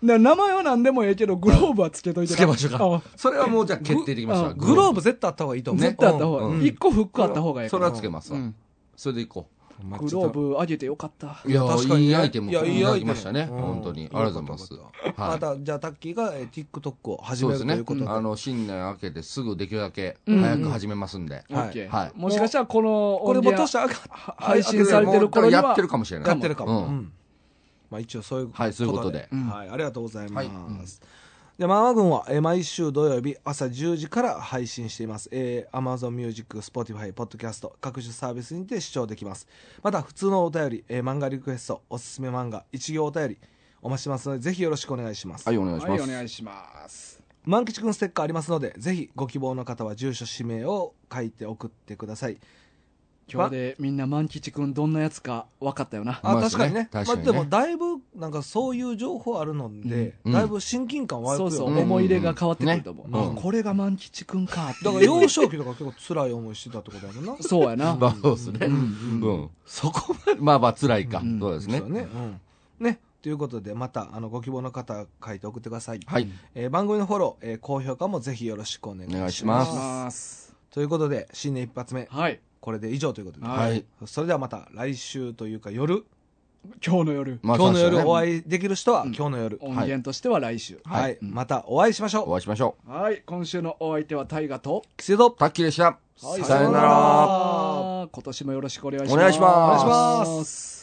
[SPEAKER 1] な名前は何でもええけど、グローブはつけといて
[SPEAKER 2] つ
[SPEAKER 1] な
[SPEAKER 2] けましょうか
[SPEAKER 1] あ。
[SPEAKER 2] それはもうじゃあ決定できました。
[SPEAKER 3] グローブ絶対あった方がいいと思う。
[SPEAKER 1] 絶対あった方
[SPEAKER 2] う
[SPEAKER 1] が
[SPEAKER 2] ん
[SPEAKER 1] いい。一個フックあった方がいいか
[SPEAKER 2] そ
[SPEAKER 1] ら。
[SPEAKER 2] れはつけますわ
[SPEAKER 1] うん。
[SPEAKER 2] それでいこ
[SPEAKER 3] うん
[SPEAKER 1] グロー。ブ上げてよかった。
[SPEAKER 2] う。いや
[SPEAKER 3] 確か
[SPEAKER 2] ー、
[SPEAKER 3] にね
[SPEAKER 2] いいアイテムい
[SPEAKER 3] い
[SPEAKER 2] た
[SPEAKER 3] やいいア
[SPEAKER 2] だ
[SPEAKER 3] イ
[SPEAKER 2] き
[SPEAKER 3] テム
[SPEAKER 2] ましたね。
[SPEAKER 3] うん
[SPEAKER 2] 本当に。ありがとうございます
[SPEAKER 3] よかったよ。かった
[SPEAKER 2] は
[SPEAKER 3] ま
[SPEAKER 2] い。
[SPEAKER 3] た、じゃあタッキーがえー TikTok を始
[SPEAKER 2] そう
[SPEAKER 3] め
[SPEAKER 2] で
[SPEAKER 3] る
[SPEAKER 2] す
[SPEAKER 3] と
[SPEAKER 2] ね
[SPEAKER 3] いうことで。
[SPEAKER 2] あの、新年明けてすぐできるだけ
[SPEAKER 1] うん
[SPEAKER 2] 早く始めますんで。
[SPEAKER 1] オ
[SPEAKER 3] はい
[SPEAKER 1] ッケ
[SPEAKER 2] はい
[SPEAKER 1] ー。もしかしたらこの
[SPEAKER 3] これ
[SPEAKER 1] 音
[SPEAKER 3] ボ
[SPEAKER 1] 源
[SPEAKER 3] タンして上がっ
[SPEAKER 1] は配信されてる頃に
[SPEAKER 2] もうや
[SPEAKER 1] は
[SPEAKER 2] ってるかもしれない。
[SPEAKER 3] やってるか
[SPEAKER 2] う
[SPEAKER 3] も。うんんまあ一応そういう
[SPEAKER 2] はいそういうことで
[SPEAKER 1] うん
[SPEAKER 3] はい、ありがとうございま
[SPEAKER 2] は
[SPEAKER 3] す。
[SPEAKER 2] いうん
[SPEAKER 3] で、マンマ軍は、えー毎週土曜日朝10時から配信しています。えー、Amazon Music、Spotify、Podcast、各種サービスにて視聴できます。また、普通のお便り、えー漫画リクエスト、おすすめ漫画、一行お便り、お待ちしてますので、ぜひよろしくお願いします。
[SPEAKER 2] はい、お願いし
[SPEAKER 1] はい、
[SPEAKER 2] ま
[SPEAKER 1] お願
[SPEAKER 2] す。
[SPEAKER 1] いします。
[SPEAKER 3] 万吉くんステッカーありますので、ぜひご希望の方は住所、氏名を書いて送ってください。
[SPEAKER 1] 今日でみんな万吉くんどんなやつか分かったよな。
[SPEAKER 3] あ、
[SPEAKER 2] まあ
[SPEAKER 3] 確かにね。
[SPEAKER 2] 確かにね
[SPEAKER 3] まあ、でも、だいぶ、なんかそういう情報あるので、
[SPEAKER 2] うん
[SPEAKER 3] だいぶ親近感湧いて
[SPEAKER 1] そ
[SPEAKER 3] るよ
[SPEAKER 1] う
[SPEAKER 3] ね。
[SPEAKER 1] そう、
[SPEAKER 2] うん
[SPEAKER 1] 思い入れが変わってくると思う。
[SPEAKER 2] ねうん
[SPEAKER 1] あこれが万吉くんかっていう
[SPEAKER 3] だから幼少期とか結構辛い思いしてたってこ
[SPEAKER 2] [LAUGHS]
[SPEAKER 3] とやもんな。
[SPEAKER 1] [LAUGHS] そうやな。
[SPEAKER 2] まあ、そうですね。うん。そこまで、まあまあ、辛いか。
[SPEAKER 1] うん
[SPEAKER 2] そうです
[SPEAKER 3] そう
[SPEAKER 2] ね
[SPEAKER 3] だ。ね。うん。ね。ということで、また、あの、ご希望の方、書いて送ってください。
[SPEAKER 2] はい。
[SPEAKER 3] えー番組のフォロー、えー高評価もぜひよろしくお願いし
[SPEAKER 2] お願
[SPEAKER 3] ま
[SPEAKER 2] い
[SPEAKER 3] す。
[SPEAKER 2] しま
[SPEAKER 1] お願いします。
[SPEAKER 3] ということで、新年一発目、
[SPEAKER 1] はい。
[SPEAKER 3] これで以上ということで。
[SPEAKER 1] は
[SPEAKER 2] はい。
[SPEAKER 3] それではまた、来週というか夜、
[SPEAKER 1] 今日の夜、
[SPEAKER 2] まあ
[SPEAKER 3] 今日の夜お
[SPEAKER 2] い。
[SPEAKER 3] 会いできる人は、
[SPEAKER 1] うん
[SPEAKER 3] 今日の夜。
[SPEAKER 1] 音源としては来週。
[SPEAKER 3] はい、
[SPEAKER 2] はい
[SPEAKER 1] うん
[SPEAKER 3] またお会いしましょ
[SPEAKER 2] お会いしましょ
[SPEAKER 1] はい、今週のお相手は大河と、
[SPEAKER 3] う。キセド
[SPEAKER 2] う。タッキーでした。
[SPEAKER 1] は
[SPEAKER 2] さよな
[SPEAKER 1] 今
[SPEAKER 2] ら。
[SPEAKER 1] 年もよろしくお願いします。。
[SPEAKER 2] お願いします
[SPEAKER 3] お願いします